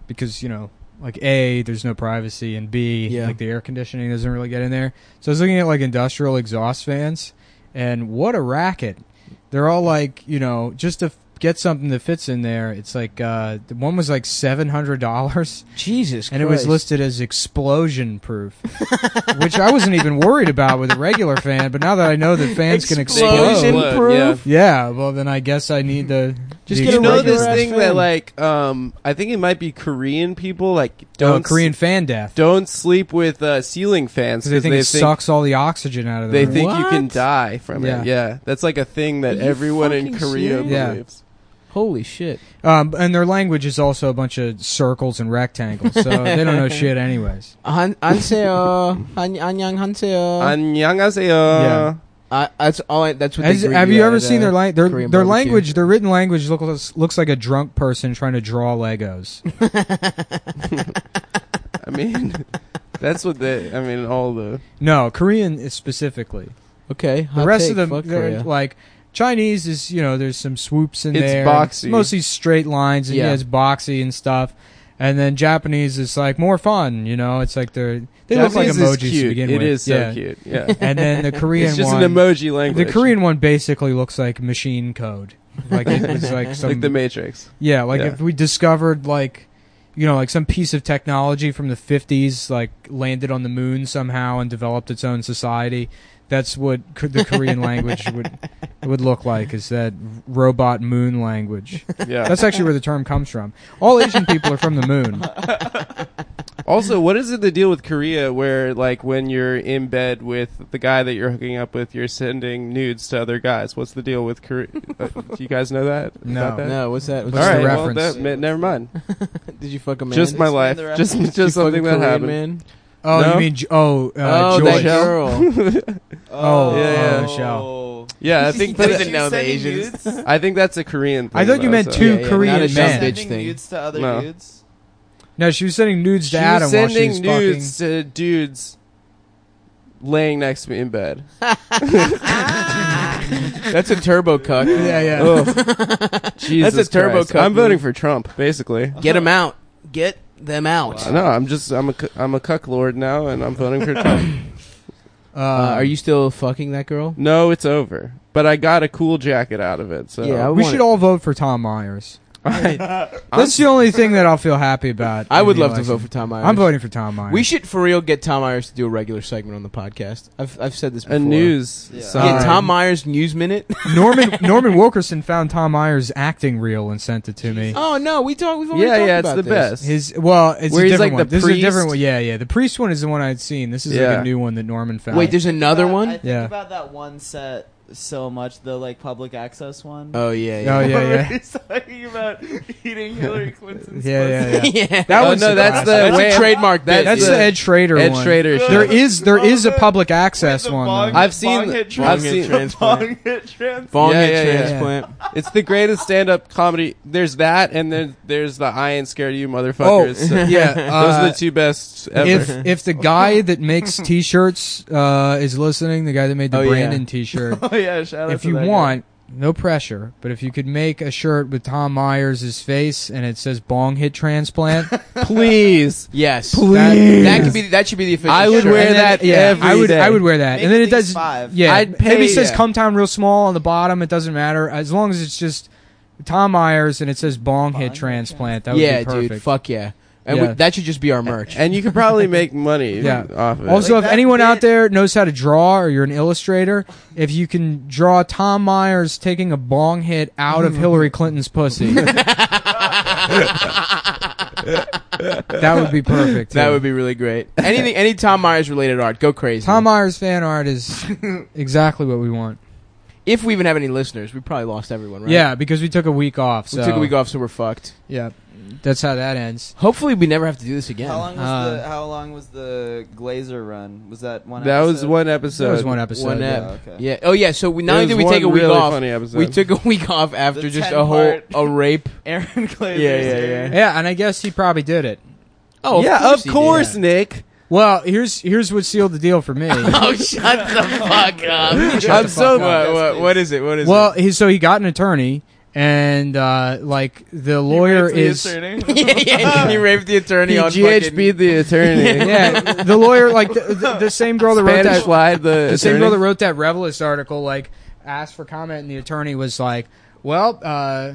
Speaker 4: because you know, like a there's no privacy, and b
Speaker 1: Yeah.
Speaker 4: like the air conditioning doesn't really get in there. So I was looking at like industrial exhaust fans, and what a racket! They're all like you know just to f- get something that fits in there. It's like uh, the one was like seven hundred dollars.
Speaker 1: Jesus
Speaker 4: and it was
Speaker 1: Christ.
Speaker 4: listed as explosion proof, which I wasn't even worried about with a regular fan. But now that I know that fans can
Speaker 1: Explosion
Speaker 4: explode,
Speaker 2: Explode,
Speaker 1: proof?
Speaker 4: yeah, well then I guess I need the
Speaker 1: Just
Speaker 4: the
Speaker 1: get
Speaker 2: You
Speaker 1: a
Speaker 2: know
Speaker 1: regular
Speaker 2: this
Speaker 1: ass
Speaker 2: thing
Speaker 1: fan.
Speaker 2: that like um I think it might be Korean people like
Speaker 4: oh,
Speaker 2: don't
Speaker 4: Korean fan death
Speaker 2: don't sleep with uh, ceiling fans
Speaker 4: because they
Speaker 2: because
Speaker 4: think it sucks all the oxygen out of the
Speaker 2: they
Speaker 4: room.
Speaker 2: think you can
Speaker 1: What?
Speaker 2: die from
Speaker 4: Yeah.
Speaker 2: it. Yeah, that's like a thing that
Speaker 1: Are you
Speaker 2: everyone in
Speaker 1: fucking
Speaker 2: Korea
Speaker 1: serious?
Speaker 4: Yeah.
Speaker 2: believes.
Speaker 1: Holy shit.
Speaker 4: Um, and their language is also a bunch of circles and rectangles, so they don't know shit anyways.
Speaker 1: 한 안세요. 안 안녕 한세요.
Speaker 2: 안녕하세요.
Speaker 4: Oh. Yeah.
Speaker 1: I- That's all. I, that's what.
Speaker 4: Has-
Speaker 1: they greet
Speaker 4: have
Speaker 1: you
Speaker 4: you
Speaker 1: at,
Speaker 4: ever seen
Speaker 1: uh,
Speaker 4: their li- their,
Speaker 1: Korean
Speaker 4: their
Speaker 1: barbecue.
Speaker 4: language? Their written language looks looks like a drunk person trying to draw Legos.
Speaker 2: I mean, that's what they. I mean, all the
Speaker 4: No, Korean is specifically.
Speaker 1: Okay.
Speaker 4: The
Speaker 1: hot
Speaker 4: rest
Speaker 1: take,
Speaker 4: of them,
Speaker 1: fuck
Speaker 4: they're
Speaker 1: Korea.
Speaker 4: like Chinese is you know there's some swoops in
Speaker 2: It's
Speaker 4: there.
Speaker 2: boxy.
Speaker 4: mostly straight lines and yeah.
Speaker 1: Yeah.
Speaker 4: it's boxy and stuff. And then Japanese is like more fun, you know. It's like they're they
Speaker 2: Japanese
Speaker 4: look
Speaker 2: is
Speaker 4: like emojis to
Speaker 2: cute.
Speaker 4: begin
Speaker 2: It
Speaker 4: with.
Speaker 2: is so
Speaker 4: yeah.
Speaker 2: cute. Yeah,
Speaker 4: And then the Korean
Speaker 2: it's just
Speaker 4: one,
Speaker 2: an emoji
Speaker 4: the
Speaker 2: language.
Speaker 4: Korean one basically looks like machine code, like it was like some
Speaker 2: like the Matrix.
Speaker 4: yeah, like
Speaker 2: Yeah.
Speaker 4: if we discovered like you know, like some piece of technology from the fifties, like landed on the moon somehow and developed its own society. That's what co- the Korean language would would look like. Is that robot moon language?
Speaker 2: Yeah.
Speaker 4: That's actually where the term comes from. All Asian people are from the moon.
Speaker 2: also, what is it the deal with Korea where like when you're in bed with the guy that you're hooking up with, you're sending nudes to other guys? What's the deal with Korea? uh, do you guys know that?
Speaker 4: No.
Speaker 2: About that?
Speaker 1: No, what's that? What's
Speaker 2: All
Speaker 4: the
Speaker 2: right,
Speaker 1: that?
Speaker 4: reference?
Speaker 2: well, that, ma- never mind.
Speaker 1: Did you fuck a man?
Speaker 2: Just my
Speaker 1: Did
Speaker 2: life.
Speaker 3: the reference.
Speaker 2: Just,
Speaker 1: you
Speaker 2: just
Speaker 1: fuck a
Speaker 2: something that
Speaker 1: Korean
Speaker 2: happened.
Speaker 1: Man?
Speaker 4: Oh,
Speaker 2: No?
Speaker 4: you mean J- oh uh,
Speaker 1: oh,
Speaker 4: Joy.
Speaker 1: that girl.
Speaker 4: Oh,
Speaker 2: yeah, yeah.
Speaker 4: Michelle.
Speaker 2: Yeah, I
Speaker 1: He
Speaker 2: think that's,
Speaker 1: doesn't know the Asians.
Speaker 2: I think that's a Korean. Thing,
Speaker 4: I thought you
Speaker 2: though,
Speaker 4: meant
Speaker 2: so-
Speaker 4: two
Speaker 1: Yeah, yeah,
Speaker 4: Korean
Speaker 1: not a
Speaker 4: men.
Speaker 1: shellfish.
Speaker 3: Sending
Speaker 1: thing.
Speaker 3: nudes to other
Speaker 2: No.
Speaker 3: dudes.
Speaker 4: No, she was sending nudes
Speaker 2: She
Speaker 4: to
Speaker 2: was
Speaker 4: Adam while she
Speaker 2: sending
Speaker 4: was fucking.
Speaker 2: nudes to dudes laying next to me in bed.
Speaker 1: That's a turbo cuck.
Speaker 4: Yeah, yeah.
Speaker 2: Ugh. Jesus
Speaker 1: That's a turbo
Speaker 2: Christ.
Speaker 1: cuck
Speaker 2: I'm voting
Speaker 1: move.
Speaker 2: for Trump, basically.
Speaker 1: Get them out. Get them out.
Speaker 3: Wow.
Speaker 2: No, I'm just I'm a cu- I'm a cuck lord now, and I'm voting for Trump.
Speaker 4: Uh,
Speaker 1: Uh, are you still fucking that girl?
Speaker 2: no, it's over. But I got a cool jacket out of it. So
Speaker 1: Yeah, I
Speaker 4: We
Speaker 1: want
Speaker 4: should
Speaker 1: it.
Speaker 4: all vote for Tom Myers.
Speaker 2: I,
Speaker 4: That's the only thing that I'll feel happy about.
Speaker 1: I
Speaker 4: in
Speaker 1: would
Speaker 4: the
Speaker 1: love
Speaker 4: election.
Speaker 1: to vote for Tom Myers.
Speaker 4: I'm voting for Tom Myers.
Speaker 1: We should for real get Tom Myers to do a regular segment on the podcast. I've I've said this before.
Speaker 2: a news.
Speaker 3: Yeah.
Speaker 2: sign.
Speaker 1: Yeah,
Speaker 4: Alright.
Speaker 1: Tom Myers news minute.
Speaker 4: Norman Norman Wilkerson found Tom Myers acting reel and sent it to me.
Speaker 1: oh no, we talk. We've already
Speaker 2: yeah,
Speaker 1: talked
Speaker 2: yeah, it's
Speaker 1: about
Speaker 2: the
Speaker 1: this.
Speaker 2: best.
Speaker 4: His well, it's
Speaker 2: Where
Speaker 4: a
Speaker 2: he's
Speaker 4: different
Speaker 2: like
Speaker 4: one.
Speaker 2: the
Speaker 4: This is a different
Speaker 2: priest.
Speaker 4: one. Yeah, yeah. The priest one is the one I'd seen. This is like
Speaker 2: Yeah.
Speaker 4: a new one that Norman found.
Speaker 1: Wait, there's another
Speaker 3: About-
Speaker 1: one.
Speaker 3: I think
Speaker 4: Yeah.
Speaker 3: about that one set so much. The like public access one.
Speaker 1: oh yeah,
Speaker 4: Oh,
Speaker 1: yeah.
Speaker 4: yeah, yeah.
Speaker 3: He's talking about eating Hillary Clinton's.
Speaker 4: yeah, yeah, yeah.
Speaker 1: yeah.
Speaker 4: That
Speaker 2: Oh,
Speaker 4: one's
Speaker 2: no,
Speaker 4: the
Speaker 2: that's
Speaker 4: classic.
Speaker 2: the
Speaker 1: That's
Speaker 2: way-
Speaker 1: a trademark.
Speaker 2: that's
Speaker 4: That's
Speaker 1: bit.
Speaker 4: the Ed Schrader
Speaker 2: Ed
Speaker 4: one.
Speaker 2: Schrader.
Speaker 3: Good.
Speaker 2: shit.
Speaker 4: There is there is a public access
Speaker 3: The
Speaker 4: one.
Speaker 3: bong-
Speaker 4: though.
Speaker 2: I've seen-
Speaker 3: bong hit trans-
Speaker 2: I've seen-
Speaker 3: bong hit trans-
Speaker 1: Bong
Speaker 2: Yeah,
Speaker 1: head
Speaker 2: yeah, yeah.
Speaker 1: transplant.
Speaker 2: It's the greatest stand-up comedy. There's that, and then there's the I ain't scared of you,
Speaker 4: Oh,
Speaker 2: motherfuckers. So-
Speaker 4: yeah.
Speaker 2: Those are
Speaker 4: uh,
Speaker 2: the two best ever.
Speaker 4: if if the guy that makes t-shirts uh, is listening, the guy that made the
Speaker 1: Oh, yeah.
Speaker 4: Brandon t-shirt,
Speaker 3: Oh yeah, shout out
Speaker 4: if
Speaker 3: to
Speaker 4: you
Speaker 3: that guy.
Speaker 4: want, no pressure, but if you could make a shirt with Tom Myers' face and it says bong hit transplant,
Speaker 2: Please.
Speaker 1: Yes,
Speaker 4: Please.
Speaker 1: That, that could be. That should be the official.
Speaker 2: I would
Speaker 1: shirt.
Speaker 2: wear
Speaker 4: And then-
Speaker 2: that
Speaker 4: yeah,
Speaker 2: every
Speaker 4: I would
Speaker 2: day.
Speaker 4: I would wear that.
Speaker 3: Make
Speaker 4: and then
Speaker 3: at
Speaker 4: it
Speaker 3: least
Speaker 4: does
Speaker 3: five.
Speaker 4: Yeah.
Speaker 2: I'd pay-
Speaker 4: maybe it says
Speaker 2: yeah.
Speaker 4: come town real small on the bottom, it doesn't matter. As long as it's just Tom Myers and it says bong,
Speaker 3: Bong
Speaker 4: hit
Speaker 3: hit
Speaker 4: transplant, that would
Speaker 1: Yeah,
Speaker 4: be perfect.
Speaker 1: dude. Fuck yeah. And
Speaker 4: Yeah.
Speaker 1: We, that should just be our merch.
Speaker 2: And you could probably make money
Speaker 4: Yeah.
Speaker 2: off of it.
Speaker 4: Also,
Speaker 3: Like
Speaker 4: if
Speaker 3: that
Speaker 4: anyone
Speaker 3: bit-
Speaker 4: out there knows how to draw or you're an illustrator, if you can draw Tom Myers taking a bong hit out of Hillary Clinton's pussy, That would be perfect.
Speaker 1: That
Speaker 4: too.
Speaker 1: would be really great. Anything, any Tom Myers related art, go crazy.
Speaker 4: Tom Myers fan art is exactly what we want.
Speaker 1: if we even have any listeners, we probably lost everyone, right?
Speaker 4: Yeah, because we took a week off.
Speaker 1: We
Speaker 4: So
Speaker 1: took a week off, so we're fucked.
Speaker 4: Yeah, that's how that ends.
Speaker 1: Hopefully, we never have to do this again.
Speaker 3: How long was
Speaker 4: Uh,
Speaker 3: the How long was the Glazer run? Was that one?
Speaker 2: that was
Speaker 3: episode?
Speaker 2: one episode.
Speaker 4: That was one episode.
Speaker 1: one
Speaker 4: yeah.
Speaker 1: ep-
Speaker 3: Yeah, okay.
Speaker 1: Yeah. Oh yeah. So we, not
Speaker 2: There
Speaker 1: only did
Speaker 2: was
Speaker 1: we take
Speaker 2: one
Speaker 1: a week
Speaker 2: really
Speaker 1: off,
Speaker 2: funny episode.
Speaker 1: we took a week off after
Speaker 3: The
Speaker 1: just
Speaker 3: 10
Speaker 1: a whole
Speaker 3: part.
Speaker 1: a rape.
Speaker 3: Aaron Glazer.
Speaker 1: Yeah, yeah, yeah.
Speaker 4: Yeah, and I guess he probably did it.
Speaker 1: Oh
Speaker 2: yeah,
Speaker 1: he
Speaker 2: of
Speaker 1: did.
Speaker 2: course, Nick.
Speaker 4: Well, here's here's what sealed the deal for me.
Speaker 1: Oh shut the fuck up!
Speaker 4: Shut
Speaker 1: I'm
Speaker 4: the
Speaker 1: so
Speaker 4: fuck up.
Speaker 1: what,
Speaker 3: Yes,
Speaker 1: what,
Speaker 3: please.
Speaker 1: what is it? What is
Speaker 4: well,
Speaker 1: it?
Speaker 4: he, so he got an attorney, and uh, like the lawyer is
Speaker 1: yeah, yeah, he raped the attorney
Speaker 2: He
Speaker 1: on
Speaker 2: GHB the attorney.
Speaker 4: yeah, the lawyer like the, the, the same girl that wrote
Speaker 2: Spanish
Speaker 4: that
Speaker 2: fly the
Speaker 4: the same
Speaker 2: attorney.
Speaker 4: girl that wrote that Revelist article like asked for comment, and the attorney was like, "Well, uh,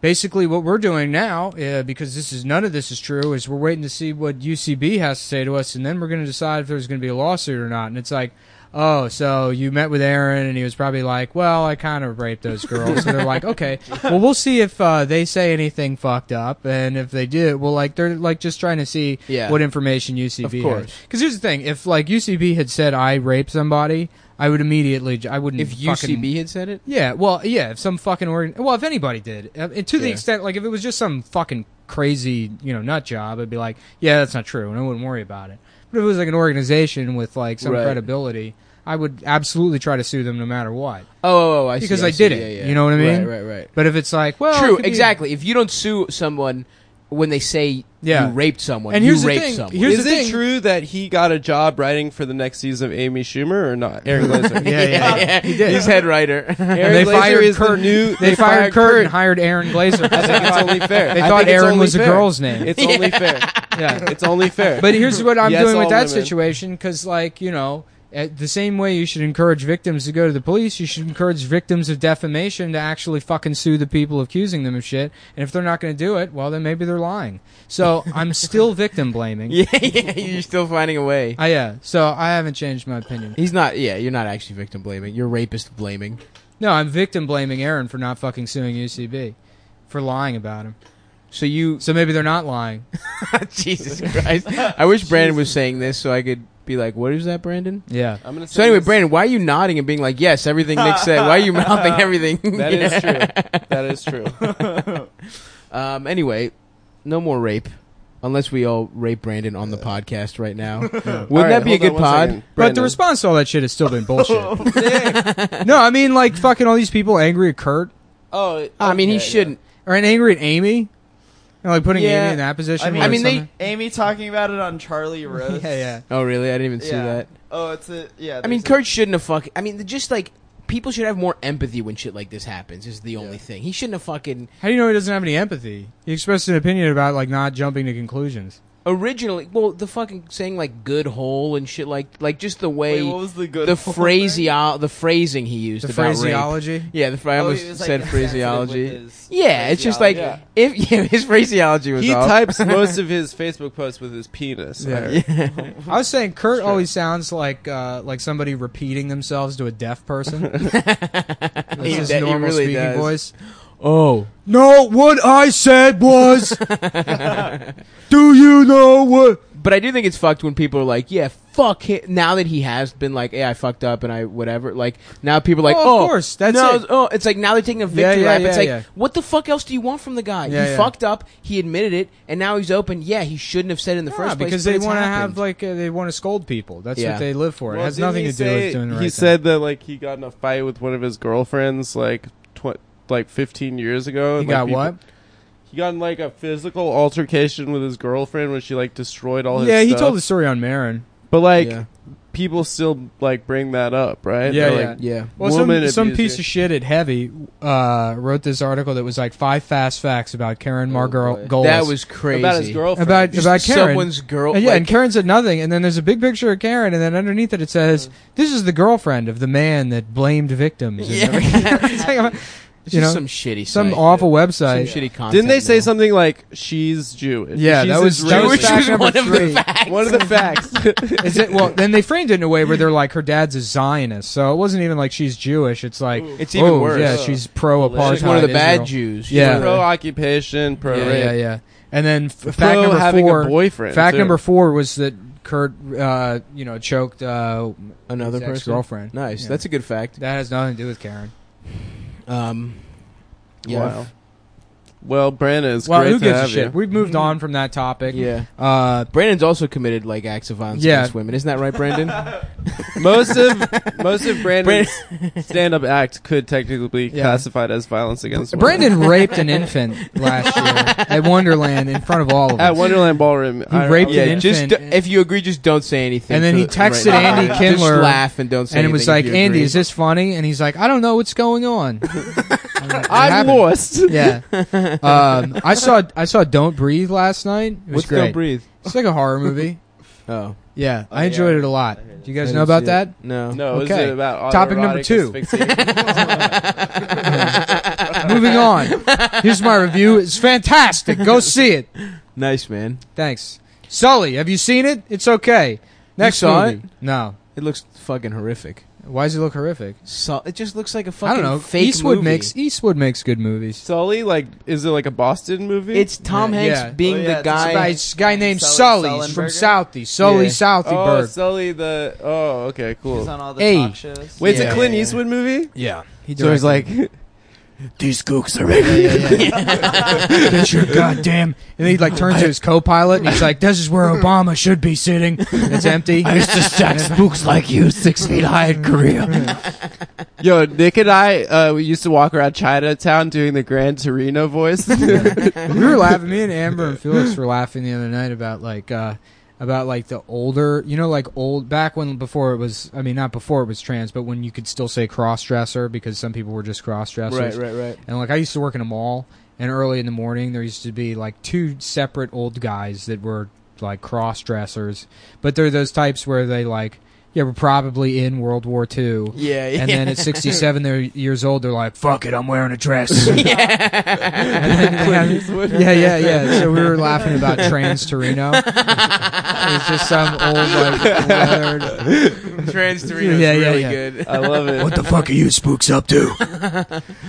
Speaker 4: basically, what we're doing now, uh, because this is none of this is true, is we're waiting to see what UCB has to say to us, and then we're going to decide if there's going to be a lawsuit or not." And it's like. Oh, so you met with Aaron, and he was probably like, "Well, I kind of raped those girls." and they're like, "Okay, well, we'll see if uh, they say anything fucking fucked up, and if they do, well, like they're like just trying to see
Speaker 1: Yeah.
Speaker 4: what information UCB
Speaker 1: Of course.
Speaker 4: has." Because here's the thing: if like UCB had said I raped somebody, I would immediately. I wouldn't.
Speaker 1: If
Speaker 4: fucking-
Speaker 1: UCB had said it,
Speaker 4: Yeah. Well, yeah. If some fucking organ. Well, if anybody did, uh, and to the
Speaker 1: Yeah.
Speaker 4: extent like if it was just some fucking crazy you know nut job, I'd be like, yeah, that's not true, and I wouldn't worry about it. But if it was like an organization with like some
Speaker 1: Right.
Speaker 4: credibility, I would absolutely try to sue them no matter what.
Speaker 1: oh, oh, oh, I see,
Speaker 4: Because I
Speaker 1: see.
Speaker 4: did it,
Speaker 1: Yeah, yeah.
Speaker 4: you know what I mean?
Speaker 1: Right, right, right.
Speaker 4: But if it's like, well, Oh, it
Speaker 1: True,
Speaker 4: could be-
Speaker 1: exactly. If you don't sue someone when they say
Speaker 4: Yeah.
Speaker 1: you raped someone,
Speaker 4: And
Speaker 1: you
Speaker 4: here's the
Speaker 1: raped
Speaker 4: thing,
Speaker 1: someone.
Speaker 4: here's
Speaker 2: is
Speaker 4: the
Speaker 2: it
Speaker 4: thing-
Speaker 2: true that he got a job writing for the next season of Amy Schumer or not? Aaron Glazer.
Speaker 4: Yeah, yeah, yeah.
Speaker 1: he did. He's head writer.
Speaker 4: And
Speaker 2: Aaron
Speaker 4: they
Speaker 2: Glazer
Speaker 4: fired
Speaker 2: is the
Speaker 4: Kurt.
Speaker 2: new-
Speaker 4: they, fired Kurt, and hired Aaron Glazer.
Speaker 2: I think it's only fair.
Speaker 4: They
Speaker 2: I
Speaker 4: thought
Speaker 2: think it's
Speaker 4: Aaron
Speaker 2: only
Speaker 4: was a
Speaker 2: fair.
Speaker 4: girl's name.
Speaker 2: It's only fair.
Speaker 4: yeah.
Speaker 2: It's only fair.
Speaker 4: But here's what I'm
Speaker 2: Yes,
Speaker 4: doing with
Speaker 2: all
Speaker 4: that
Speaker 2: women.
Speaker 4: situation because, like, you know, at the same way you should encourage victims to go to the police, you should encourage victims of defamation to actually fucking sue the people accusing them of shit. And if they're not going to do it, well, then maybe they're lying. So I'm still victim blaming.
Speaker 1: yeah, yeah, you're still finding a way.
Speaker 4: I, yeah. So I haven't changed my opinion.
Speaker 1: He's not. Yeah, you're not actually victim blaming. You're rapist blaming.
Speaker 4: No, I'm victim blaming Aaron for not fucking suing UCB for lying about him.
Speaker 1: So you,
Speaker 4: So maybe they're not lying.
Speaker 1: Jesus Christ! I wish Brandon was saying this so I could be like, "What is that, Brandon?"
Speaker 4: Yeah.
Speaker 2: I'm gonna say
Speaker 1: So anyway,
Speaker 2: this.
Speaker 1: Brandon, why are you nodding and being like, "Yes, everything Nick said"? Why are you mouthing everything?
Speaker 2: That is true. That is true.
Speaker 1: Um. Anyway, no more rape, unless we all rape Brandon on the podcast right now. Wouldn't
Speaker 2: All right,
Speaker 1: that be a
Speaker 2: hold on
Speaker 1: good
Speaker 2: one
Speaker 1: pod?
Speaker 2: second.
Speaker 4: But the
Speaker 2: Brandon. Oh,
Speaker 4: response to all that shit has still been bullshit. no, I mean, like, fucking all these people angry at Kurt
Speaker 2: Oh,
Speaker 1: I mean, he
Speaker 2: okay, yeah.
Speaker 1: shouldn't.
Speaker 4: or angry at Amy. You know, like, putting
Speaker 1: Yeah.
Speaker 4: Amy in that position.
Speaker 3: I mean,
Speaker 4: where
Speaker 1: I mean,
Speaker 4: it's
Speaker 1: they-
Speaker 4: something-
Speaker 3: Amy talking about it on Charlie Rose.
Speaker 4: Yeah, yeah.
Speaker 1: Oh, really? I didn't even see
Speaker 3: Yeah.
Speaker 1: that.
Speaker 3: Oh, it's a yeah.
Speaker 1: I mean,
Speaker 3: there's
Speaker 1: Kurt shouldn't have fucking. I mean, just like people should have more empathy when shit like this happens. Is the only thing he shouldn't have fucking
Speaker 4: How do you know he doesn't have any empathy? He expressed an opinion about, like, not jumping to conclusions.
Speaker 1: originally. Well, the fucking saying like "good hole" and shit like like just the
Speaker 3: a-
Speaker 1: way
Speaker 3: Wait, what was the good
Speaker 1: the
Speaker 3: whole
Speaker 1: phraseol the phrasing he used
Speaker 4: The
Speaker 1: about rape.
Speaker 4: phraseology?
Speaker 1: Yeah, the phr- I
Speaker 3: thing? Oh,
Speaker 1: almost
Speaker 3: he was, like,
Speaker 1: said
Speaker 3: insensitive with
Speaker 1: phraseology.
Speaker 3: his
Speaker 1: Yeah, it's just like
Speaker 3: phraseology.
Speaker 1: if yeah, his phraseology was
Speaker 2: He
Speaker 1: off.
Speaker 2: types most of his Facebook posts with his penis.
Speaker 4: Yeah.
Speaker 2: I-
Speaker 4: I was saying Kurt always sounds like uh, like somebody repeating themselves to a deaf person. That's
Speaker 1: He
Speaker 4: his
Speaker 1: de- he
Speaker 4: normal
Speaker 1: really
Speaker 4: speaking
Speaker 1: does.
Speaker 4: voice.
Speaker 1: Oh,
Speaker 4: No, what I said was. do you know what?
Speaker 1: but I do think it's fucked when people are like, "Yeah, fuck him." Now that he has been like, "Yeah, I fucked up and I whatever," like now people are like,
Speaker 4: Oh,
Speaker 1: "Oh,
Speaker 4: of course, that's
Speaker 1: no,
Speaker 4: it."
Speaker 1: Oh, it's like now they're taking a
Speaker 4: Yeah,
Speaker 1: victory
Speaker 4: yeah,
Speaker 1: lap.
Speaker 4: yeah,
Speaker 1: it's like,
Speaker 4: yeah.
Speaker 1: what the fuck else do you want from the guy?
Speaker 4: Yeah,
Speaker 1: he
Speaker 4: yeah.
Speaker 1: fucked up. He admitted it, and now he's open. Yeah, he shouldn't have said it in the
Speaker 4: Yeah,
Speaker 1: first place
Speaker 4: because
Speaker 1: but
Speaker 4: they
Speaker 1: it's
Speaker 4: want to
Speaker 1: happened.
Speaker 4: have like uh, they want to scold people. That's
Speaker 1: Yeah.
Speaker 4: what they live for.
Speaker 2: Well,
Speaker 4: it has
Speaker 2: didn't
Speaker 4: nothing
Speaker 2: he
Speaker 4: to do
Speaker 2: say-
Speaker 4: with doing the right
Speaker 2: He
Speaker 4: thing.
Speaker 2: said that like he got in a fight with one of his girlfriends like tw- like 15 years ago.
Speaker 4: he
Speaker 2: and, like,
Speaker 4: got
Speaker 2: people-
Speaker 4: what?
Speaker 2: He got in like a physical altercation with his girlfriend when she like destroyed all his.
Speaker 4: Yeah, he
Speaker 2: stuff.
Speaker 4: told the story on Marin.
Speaker 2: But like
Speaker 1: Yeah.
Speaker 2: people still like bring that up, right?
Speaker 4: Yeah,
Speaker 2: They're
Speaker 4: yeah.
Speaker 2: like,
Speaker 1: yeah.
Speaker 4: Well,
Speaker 2: Woman
Speaker 4: some, some
Speaker 2: abuser.
Speaker 4: piece of shit at Heavy uh, wrote this article that was like five fast facts about Karen Margot Golis.
Speaker 1: Oh, That was crazy.
Speaker 2: Oh, about his girlfriend.
Speaker 4: about
Speaker 1: Just
Speaker 4: about Karen.
Speaker 1: someone's girl.
Speaker 4: And yeah,
Speaker 1: like-
Speaker 4: and Karen said nothing. And then there's a big picture of Karen, and then underneath it it
Speaker 1: Mm.
Speaker 4: says, "This is the girlfriend of the man that blamed victims." and everything."
Speaker 1: yeah.
Speaker 4: It's like,
Speaker 1: It's
Speaker 4: you
Speaker 1: just
Speaker 4: know,
Speaker 1: some shitty,
Speaker 4: some
Speaker 1: site.
Speaker 4: awful
Speaker 1: some
Speaker 4: website.
Speaker 1: shitty content.
Speaker 2: Didn't they say
Speaker 1: though.
Speaker 2: something like she's Jewish?
Speaker 4: Yeah,
Speaker 2: She's
Speaker 4: that was that
Speaker 2: Israeli.
Speaker 4: was
Speaker 1: Jewish
Speaker 4: fact
Speaker 1: was
Speaker 4: number
Speaker 1: one of the
Speaker 4: three.
Speaker 2: One of the facts.
Speaker 4: Is it, well, then they framed it in a way where they're like, her dad's a Zionist, so it wasn't even like she's Jewish. It's like,
Speaker 1: It's even
Speaker 4: oh,
Speaker 1: worse.
Speaker 4: Yeah, she's pro apartheid.
Speaker 1: She's one of the bad Jews. She's
Speaker 4: Yeah.
Speaker 1: one of the-
Speaker 2: pro occupation, pro
Speaker 4: Yeah,
Speaker 2: rape.
Speaker 4: yeah, yeah. And then f- fact
Speaker 2: Pro
Speaker 4: number
Speaker 2: having
Speaker 4: four.
Speaker 2: a boyfriend.
Speaker 4: fact
Speaker 2: too.
Speaker 4: number four was that Kurt, uh, you know, choked uh,
Speaker 1: Another
Speaker 4: his
Speaker 1: person.
Speaker 4: girlfriend.
Speaker 1: Nice.
Speaker 4: Yeah.
Speaker 1: That's a good fact.
Speaker 4: That has nothing to do with Karen.
Speaker 1: Um, yeah.
Speaker 2: Wow. Well, Brandon, it's
Speaker 4: well,
Speaker 2: great
Speaker 4: who
Speaker 2: to
Speaker 4: gives a
Speaker 2: have
Speaker 4: shit?
Speaker 2: you.
Speaker 4: We've moved on from that topic.
Speaker 1: Yeah.
Speaker 4: Uh,
Speaker 1: Brandon's also committed like acts of violence
Speaker 4: Yeah.
Speaker 1: against women. Isn't that right, Brandon?
Speaker 2: most of most of Brandon's stand-up act could technically be
Speaker 4: Yeah.
Speaker 2: classified as violence against women.
Speaker 4: Brandon raped an infant last year at Wonderland in front of all of us.
Speaker 2: at Wonderland Ballroom. uh,
Speaker 4: He raped
Speaker 1: yeah,
Speaker 4: an
Speaker 1: just
Speaker 4: infant.
Speaker 1: d- if you agree, just don't say anything.
Speaker 4: And then
Speaker 1: to
Speaker 4: he
Speaker 1: the-
Speaker 4: texted Andy
Speaker 1: now.
Speaker 4: Kindler,
Speaker 1: just laugh and don't say.
Speaker 4: and it was
Speaker 1: anything
Speaker 4: like,
Speaker 1: if you
Speaker 4: Andy,
Speaker 1: agree."
Speaker 4: is this funny? And he's like, I don't know what's going on. I'm like, "What
Speaker 2: I'm
Speaker 4: happened?"
Speaker 2: lost.
Speaker 4: Yeah. Um, I saw I saw Don't Breathe last night. It was
Speaker 1: What's
Speaker 4: great.
Speaker 1: don't breathe?
Speaker 4: It's like a horror movie.
Speaker 1: Oh,
Speaker 4: Yeah, I
Speaker 3: yeah.
Speaker 4: enjoyed it a lot. Do you guys
Speaker 1: I
Speaker 4: know
Speaker 1: didn't
Speaker 4: about
Speaker 1: see
Speaker 4: that?
Speaker 1: no,
Speaker 2: No, it was
Speaker 4: Okay.
Speaker 2: about
Speaker 4: Topic number
Speaker 2: autoerotic
Speaker 4: two.
Speaker 2: asphyxiation.
Speaker 4: Moving on. Here's my review. It's fantastic. Go see it.
Speaker 1: nice man.
Speaker 4: Thanks. Sully, have you seen it? It's okay. Next
Speaker 1: saw
Speaker 4: movie. No.
Speaker 1: It looks fucking horrific.
Speaker 4: Why does it look horrific?
Speaker 1: So it just looks like a
Speaker 4: I
Speaker 1: fucking
Speaker 4: don't know.
Speaker 1: fake
Speaker 4: Eastwood
Speaker 1: movie.
Speaker 4: makes Eastwood makes good movies.
Speaker 2: Sully, like, is it like a Boston movie?
Speaker 1: It's Tom
Speaker 4: Yeah,
Speaker 1: Hanks
Speaker 4: yeah.
Speaker 1: being
Speaker 3: Oh, yeah,
Speaker 1: the
Speaker 3: it's
Speaker 4: It's
Speaker 1: guy.
Speaker 4: by this guy named
Speaker 3: Sully
Speaker 4: Sully. He's from
Speaker 3: Sullenberger?
Speaker 4: Southie. Sully
Speaker 1: Yeah.
Speaker 2: oh,
Speaker 4: Southyberg.
Speaker 2: Sully the. Oh, okay, cool.
Speaker 3: He's on all the
Speaker 4: Hey.
Speaker 3: talk shows.
Speaker 2: Wait, is
Speaker 4: Yeah.
Speaker 2: it Clint Eastwood movie?
Speaker 4: yeah. He
Speaker 2: So he's like,
Speaker 1: These gooks are ready.
Speaker 4: Get your goddamn. And then he like turns to his co-pilot and he's like, "This is where Obama should be sitting." And it's empty. I used to stack spooks like you six feet high in Korea.
Speaker 2: yo, Nick and I, uh, we used to walk around Chinatown doing the Grand Torino voice.
Speaker 4: we were laughing. Me and Amber and Felix were laughing the other night about like. uh about like the older, you know, like old back when before it was, I mean, not before it was trans, but when you could still say cross dresser because some people were just cross dressers.
Speaker 1: Right, right, right.
Speaker 4: And like I used to work in a mall, and early in the morning there used to be like two separate old guys that were like cross dressers, but they're those types where they like yeah were probably in World War II.
Speaker 1: Yeah, yeah.
Speaker 4: And then at 67 they're years old, they're like, fuck it, I'm wearing a dress. yeah. yeah, yeah, yeah. So we were laughing about trans Torino. It's just some old, like, weathered.
Speaker 1: Trans
Speaker 4: Torino's Yeah, yeah, really yeah.
Speaker 1: good.
Speaker 2: I love it.
Speaker 4: the fuck are you spooks up to?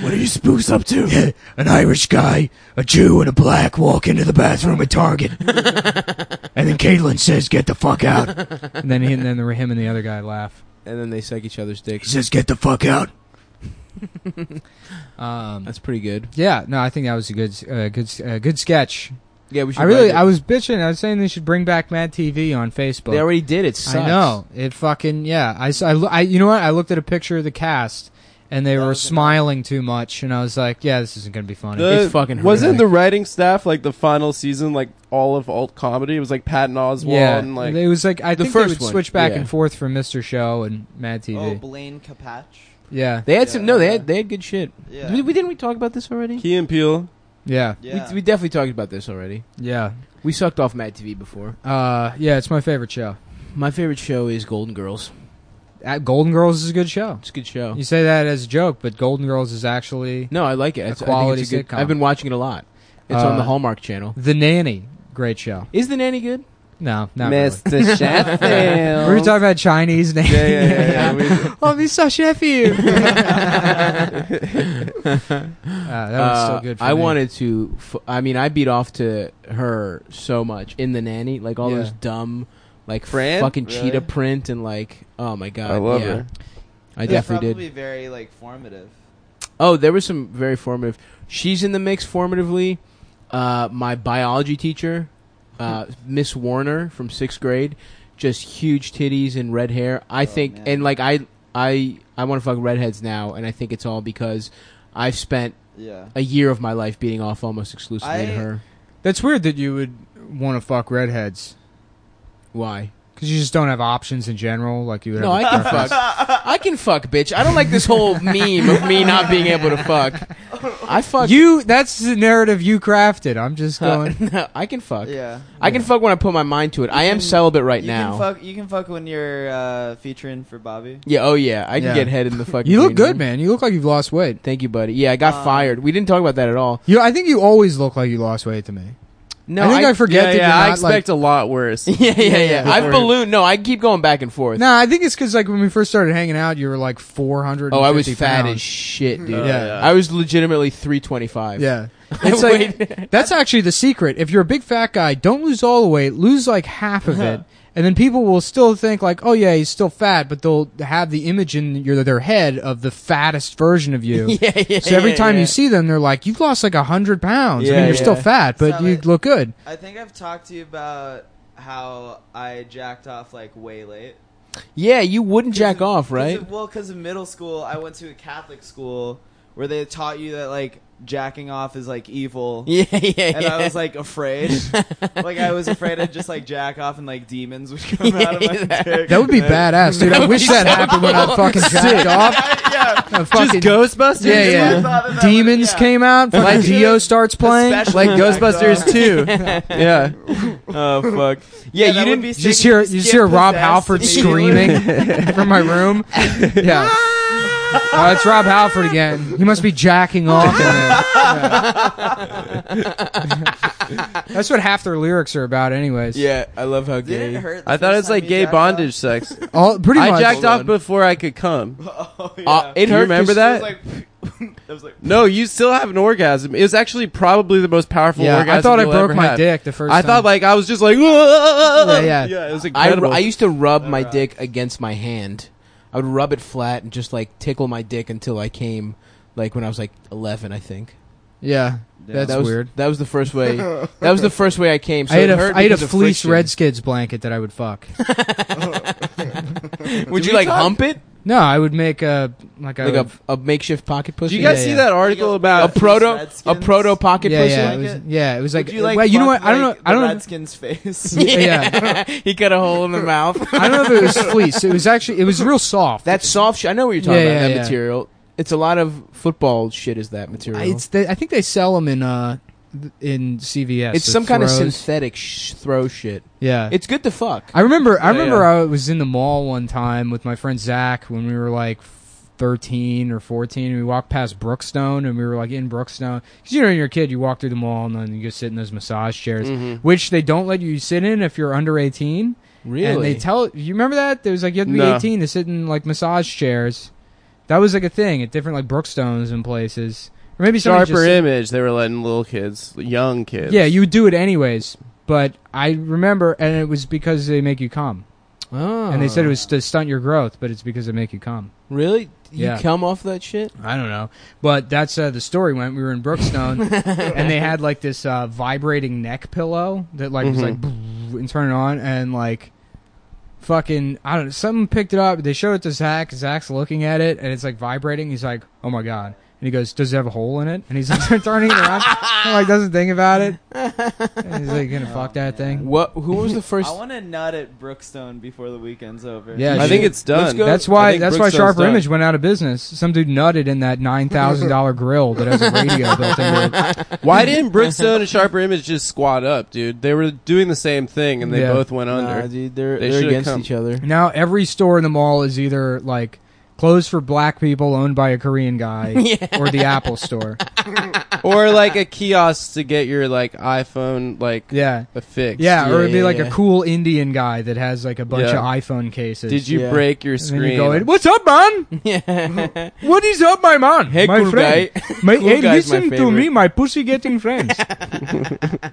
Speaker 5: What are you spooks up to?
Speaker 4: An Irish guy,
Speaker 5: A Jew and a black walk into the bathroom at Target. and then Caitlin says, Get the fuck out.
Speaker 4: And then, he, and then there were him and the other guy laugh.
Speaker 1: And then they suck each other's
Speaker 5: He
Speaker 1: dicks.
Speaker 5: says, Get the fuck out.
Speaker 4: Um,
Speaker 1: That's pretty good.
Speaker 4: Yeah, no, I think that was a good, uh, good, uh, good sketch.
Speaker 1: Yeah, we should.
Speaker 4: I really,
Speaker 1: write it.
Speaker 4: I was bitching. I was saying they should bring back Mad TV on Facebook.
Speaker 1: they already did. It sucks.
Speaker 4: I know it fucking yeah. I, s- I lo- I- you know what? I looked at a picture of the cast, and they were smiling too much, and I was like, yeah, this isn't gonna be funny.
Speaker 2: The-
Speaker 1: It's fucking
Speaker 2: Wasn't
Speaker 1: horrific.
Speaker 2: the writing staff like the final season, like all of alt comedy? It was like Patton Oswalt
Speaker 4: yeah,
Speaker 2: and like
Speaker 4: it was like I
Speaker 1: The
Speaker 4: think they
Speaker 1: first
Speaker 4: would
Speaker 1: one,
Speaker 4: switch back
Speaker 1: yeah.
Speaker 4: and forth from Mr. Show and Mad
Speaker 3: Oh,
Speaker 4: TV.
Speaker 3: Blaine Capatch.
Speaker 4: yeah,
Speaker 1: They had
Speaker 3: Yeah.
Speaker 1: some. No, they had they had good shit.
Speaker 3: Yeah.
Speaker 1: We, we- didn't we talk about this already?
Speaker 2: Key and Peele.
Speaker 4: yeah,
Speaker 3: Yeah.
Speaker 1: We, we definitely talked about this already.
Speaker 4: yeah,
Speaker 1: We sucked off Matt TV before.
Speaker 4: uh, yeah. It's my favorite show.
Speaker 1: My favorite show is Golden Girls.
Speaker 4: Uh, Golden Girls is a good show.
Speaker 1: It's a good show.
Speaker 4: You say that as a joke, but Golden Girls is actually
Speaker 1: No, I like it. It's, I think
Speaker 4: quality
Speaker 1: it's a good,
Speaker 4: sitcom.
Speaker 1: I've been watching it a lot. It's on
Speaker 4: Uh,
Speaker 1: the Hallmark Channel.
Speaker 4: The Nanny. Great show.
Speaker 1: Is the nanny good?
Speaker 4: No, not really.
Speaker 2: Mr. Sheffield.
Speaker 4: We were talking about Chinese names.
Speaker 2: Yeah, yeah, yeah. yeah. We-
Speaker 4: oh, Mr. Sheffield. Ah, that was so
Speaker 1: Uh,
Speaker 4: good. For
Speaker 1: I
Speaker 4: me.
Speaker 1: wanted to. F- I mean, I beat off to her so much in the nanny, like all
Speaker 4: Yeah.
Speaker 1: those dumb, like
Speaker 2: Fran?
Speaker 1: fucking
Speaker 2: Really?
Speaker 1: cheetah print and like. Oh my god,
Speaker 2: I love
Speaker 1: yeah.
Speaker 2: her.
Speaker 1: I definitely did.
Speaker 3: probably very like formative.
Speaker 1: Oh, there was some very formative. She's in the mix formatively. Uh, my biology teacher, uh, Miss Warner from sixth grade, just huge titties and red hair. I
Speaker 3: Oh,
Speaker 1: think,
Speaker 3: man.
Speaker 1: and like I, I, I want to fuck redheads now, and I think it's all because I've spent
Speaker 3: Yeah.
Speaker 1: a year of my life beating off almost exclusively
Speaker 3: I-
Speaker 1: to her.
Speaker 4: That's weird that you would want to fuck redheads
Speaker 1: Why?
Speaker 4: because you just don't have options in general. Like you would.
Speaker 1: No, I
Speaker 4: have a
Speaker 1: can
Speaker 4: preference.
Speaker 1: fuck. I can fuck, bitch. I don't like this whole meme of me not being able to fuck. I fuck
Speaker 4: You. That's the narrative you crafted. I'm just going.
Speaker 1: I can fuck.
Speaker 3: Yeah.
Speaker 1: I can fuck when I put my mind to it. I am
Speaker 3: can-
Speaker 1: celibate right
Speaker 3: you
Speaker 1: now.
Speaker 3: Can fuck, you can fuck when you're uh, featuring for Bobby.
Speaker 1: Yeah, oh yeah, I can
Speaker 4: Yeah.
Speaker 1: get head in the fucking.
Speaker 4: you look
Speaker 1: green
Speaker 4: good,
Speaker 1: room.
Speaker 4: man. You look like you've lost weight.
Speaker 1: Thank you, buddy. Yeah, I got
Speaker 3: Um,
Speaker 1: fired. We didn't talk about that at all.
Speaker 4: You. I think you always look like you lost weight to me.
Speaker 1: No,
Speaker 4: I think I, forget
Speaker 2: yeah,
Speaker 4: that
Speaker 2: yeah,
Speaker 4: you're
Speaker 2: I
Speaker 4: not, like-
Speaker 2: expect a lot worse.
Speaker 3: yeah, yeah,
Speaker 1: Yeah,
Speaker 3: yeah.
Speaker 1: I've ballooned. No, I keep going back and forth.
Speaker 4: No, I think it's because like when we first started hanging out, you were like four hundred.
Speaker 1: oh, I was fat as shit, dude.
Speaker 2: Oh,
Speaker 4: Yeah.
Speaker 2: yeah.
Speaker 1: I was legitimately 325.
Speaker 4: Yeah, it's like that's actually the secret. If you're a big fat guy, don't lose all the weight. Lose like half of it, and then people will still think like, "Oh yeah, he's still fat," but they'll have the image in your their head of the fattest version of you.
Speaker 3: yeah, yeah.
Speaker 4: So every
Speaker 3: yeah,
Speaker 4: time
Speaker 3: yeah.
Speaker 4: you see them, they're like, "You've lost like a hundred pounds." I
Speaker 3: Yeah,
Speaker 4: mean, you're still
Speaker 3: yeah.
Speaker 4: fat, but
Speaker 3: Stop
Speaker 4: you
Speaker 3: it.
Speaker 4: look good.
Speaker 3: I think I've talked to you about how I jacked off like way late.
Speaker 1: Yeah, you wouldn't
Speaker 3: 'Cause
Speaker 1: jack
Speaker 3: of-
Speaker 1: off,
Speaker 3: 'cause
Speaker 1: right?
Speaker 3: of- well, because in middle school, I went to a Catholic school where they taught you that like jacking off is like evil.
Speaker 1: Yeah, yeah,
Speaker 3: And I was like afraid, like I was afraid I'd just like jack off and like demons would come out of my dick.
Speaker 4: That would be badass, dude. I wish that happened when I fucking jacked off.
Speaker 3: yeah,
Speaker 4: I fucking-
Speaker 2: Ghostbusters.
Speaker 4: Yeah,
Speaker 3: Dude, I
Speaker 4: yeah.
Speaker 3: thought that that
Speaker 4: Demons
Speaker 3: would- yeah.
Speaker 4: came out. Fucking
Speaker 3: Like-
Speaker 4: Dio starts playing.
Speaker 3: Especially
Speaker 2: Like
Speaker 3: when I got-
Speaker 4: uh,
Speaker 2: Ghostbusters too. yeah. Oh fuck.
Speaker 3: Yeah,
Speaker 2: you
Speaker 3: that would
Speaker 2: didn't-
Speaker 3: be
Speaker 4: You
Speaker 3: sick
Speaker 4: just
Speaker 3: if
Speaker 4: hear you just
Speaker 3: skip
Speaker 4: hear Rob
Speaker 3: possessed
Speaker 4: Halford
Speaker 3: immediately.
Speaker 4: screaming from my room. Yeah. Oh, it's Rob Halford again. He must be jacking off. in there. Yeah. That's what half their lyrics are about, anyways.
Speaker 1: yeah, I love how
Speaker 3: Did it
Speaker 1: gay.
Speaker 3: hurt the
Speaker 2: I
Speaker 3: first
Speaker 2: thought it was
Speaker 3: time
Speaker 2: like
Speaker 3: you
Speaker 2: gay
Speaker 3: jacked
Speaker 2: bondage sex.
Speaker 4: All, pretty
Speaker 2: I
Speaker 4: much.
Speaker 2: jacked
Speaker 1: Hold
Speaker 2: off
Speaker 1: on.
Speaker 2: before I could come.
Speaker 3: off? Oh, yeah.
Speaker 1: Uh, it
Speaker 2: Do you
Speaker 1: hurt
Speaker 2: remember
Speaker 1: 'cause-
Speaker 2: that?
Speaker 3: It was like, it was like
Speaker 2: No, you still have an orgasm. It was actually probably the most powerful
Speaker 4: yeah,
Speaker 2: orgasm.
Speaker 4: I thought I
Speaker 2: you'll
Speaker 4: broke
Speaker 2: ever
Speaker 4: my
Speaker 2: have.
Speaker 4: dick the first
Speaker 2: I
Speaker 4: time.
Speaker 2: thought like I was just like,
Speaker 4: Yeah,
Speaker 2: yeah,
Speaker 4: yeah.
Speaker 2: it was
Speaker 1: I,
Speaker 2: incredible.
Speaker 1: I used to rub my
Speaker 3: right.
Speaker 1: dick against my hand. I would rub it flat and just like tickle my dick until I came, like when I was like 11, I think.
Speaker 4: yeah, that's
Speaker 1: that was,
Speaker 4: weird.
Speaker 1: That was the first way. that was the first way I came. So
Speaker 4: I had
Speaker 1: it
Speaker 4: a,
Speaker 1: hurt
Speaker 4: I had a
Speaker 1: because of
Speaker 4: fleece
Speaker 1: friction.
Speaker 4: Redskins blanket that I would fuck.
Speaker 1: Would you like hump it
Speaker 4: No, I would make a like a,
Speaker 1: like a, a makeshift pocket
Speaker 2: Did
Speaker 1: pussy?
Speaker 2: you guys
Speaker 4: Yeah,
Speaker 2: see
Speaker 4: yeah.
Speaker 2: that article
Speaker 1: a
Speaker 2: about?
Speaker 1: proto a
Speaker 3: Redskins?
Speaker 1: proto pocket
Speaker 4: yeah,
Speaker 1: pussy?
Speaker 4: yeah, it
Speaker 3: like
Speaker 4: was,
Speaker 3: it?
Speaker 4: yeah. It was like
Speaker 3: Would you like?
Speaker 4: well, you know
Speaker 3: fuck,
Speaker 4: what? I don't know.
Speaker 3: like,
Speaker 4: I don't
Speaker 3: the
Speaker 4: know.
Speaker 3: Redskins face.
Speaker 4: Oh, Yeah.
Speaker 1: he cut a hole in the mouth.
Speaker 4: I don't know if it was fleece. It was actually it was real soft.
Speaker 1: That soft shit. I know what you're talking
Speaker 4: Yeah,
Speaker 1: about.
Speaker 4: yeah,
Speaker 1: that
Speaker 4: yeah.
Speaker 1: material. It's a lot of football shit. Is that
Speaker 4: I-
Speaker 1: material?
Speaker 4: It's they, I think they sell them in uh th- in CVS.
Speaker 1: it's
Speaker 4: the
Speaker 1: some kind of
Speaker 4: throws.
Speaker 1: synthetic sh- throw shit.
Speaker 4: Yeah.
Speaker 1: It's good to fuck.
Speaker 4: I remember. I
Speaker 2: Yeah,
Speaker 4: remember.
Speaker 2: yeah.
Speaker 4: I was in the mall one time with my friend Zach when we were like. 13 or 14 and we walked past brookstone and we were like in brookstone because you know when you're a kid you walk through the mall and then you go sit in those massage chairs
Speaker 2: Mm-hmm.
Speaker 4: which they don't let you sit in if you're under 18
Speaker 1: Really?
Speaker 4: And they tell you remember that there was like you had to be
Speaker 2: No.
Speaker 4: eighteen to sit in like massage chairs. That was like a thing at different like Brookstones and places, or maybe somebody
Speaker 2: Sharper
Speaker 4: just-
Speaker 2: image. They were letting little kids, young kids.
Speaker 4: Yeah, you would do it anyways. But I remember, and it was because they make you come,
Speaker 1: oh.
Speaker 4: and they said it was to stunt your growth, but it's because they make you come.
Speaker 1: really. You
Speaker 4: Yeah.
Speaker 1: come off that shit?
Speaker 4: I don't know, but that's uh, the story went. We were in Brookstone, and they had like this uh, vibrating neck pillow that like was like and turn it on, and like fucking I don't know. Someone picked it up. They showed it to Zach. Zach's looking at it, and it's like vibrating. He's like, "Oh my god!" And he goes, "Does it have a hole in it?" And he's like, turning it around, and, like doesn't think about it. And he's like, "Gonna fuck that thing."
Speaker 1: What? Who was the first?
Speaker 3: I want to nut at Brookstone before the weekend's over.
Speaker 4: Yeah,
Speaker 2: I think it's
Speaker 1: Let's
Speaker 2: done.
Speaker 1: go-
Speaker 4: That's
Speaker 2: I
Speaker 4: why.
Speaker 2: think
Speaker 4: That's why
Speaker 2: Brookstone's
Speaker 4: Sharper
Speaker 2: done.
Speaker 4: Image went out of business. Some dude nutted in that nine thousand dollar grill that has a radio built into it.
Speaker 2: Why didn't Brookstone and Sharper Image just squat up, dude? They were doing the same thing, and they
Speaker 4: Yeah.
Speaker 2: both went
Speaker 1: Nah,
Speaker 2: under.
Speaker 1: dude, they're they
Speaker 2: They
Speaker 1: are
Speaker 2: should've
Speaker 1: against
Speaker 2: come.
Speaker 1: each other.
Speaker 4: Now every store in the mall is either like closed for black people owned by a Korean guy or the Apple store.
Speaker 2: or like a kiosk to get your like iPhone like
Speaker 4: Yeah.
Speaker 2: a fix.
Speaker 4: Yeah, or it'd be
Speaker 1: yeah,
Speaker 4: like a
Speaker 1: yeah.
Speaker 4: cool Indian guy that has like a bunch
Speaker 2: Yeah.
Speaker 4: of iPhone cases.
Speaker 2: Did you
Speaker 1: Yeah.
Speaker 2: break your
Speaker 4: and then
Speaker 2: screen?
Speaker 4: you go in, What's up, man?
Speaker 1: Yeah.
Speaker 4: What is up, my man?
Speaker 1: Hey,
Speaker 4: my
Speaker 1: cool
Speaker 4: friend.
Speaker 1: guy.
Speaker 4: My,
Speaker 1: Cool
Speaker 4: hey,
Speaker 1: guy's my
Speaker 4: listen to
Speaker 1: favorite."
Speaker 4: me, my pussy getting friends.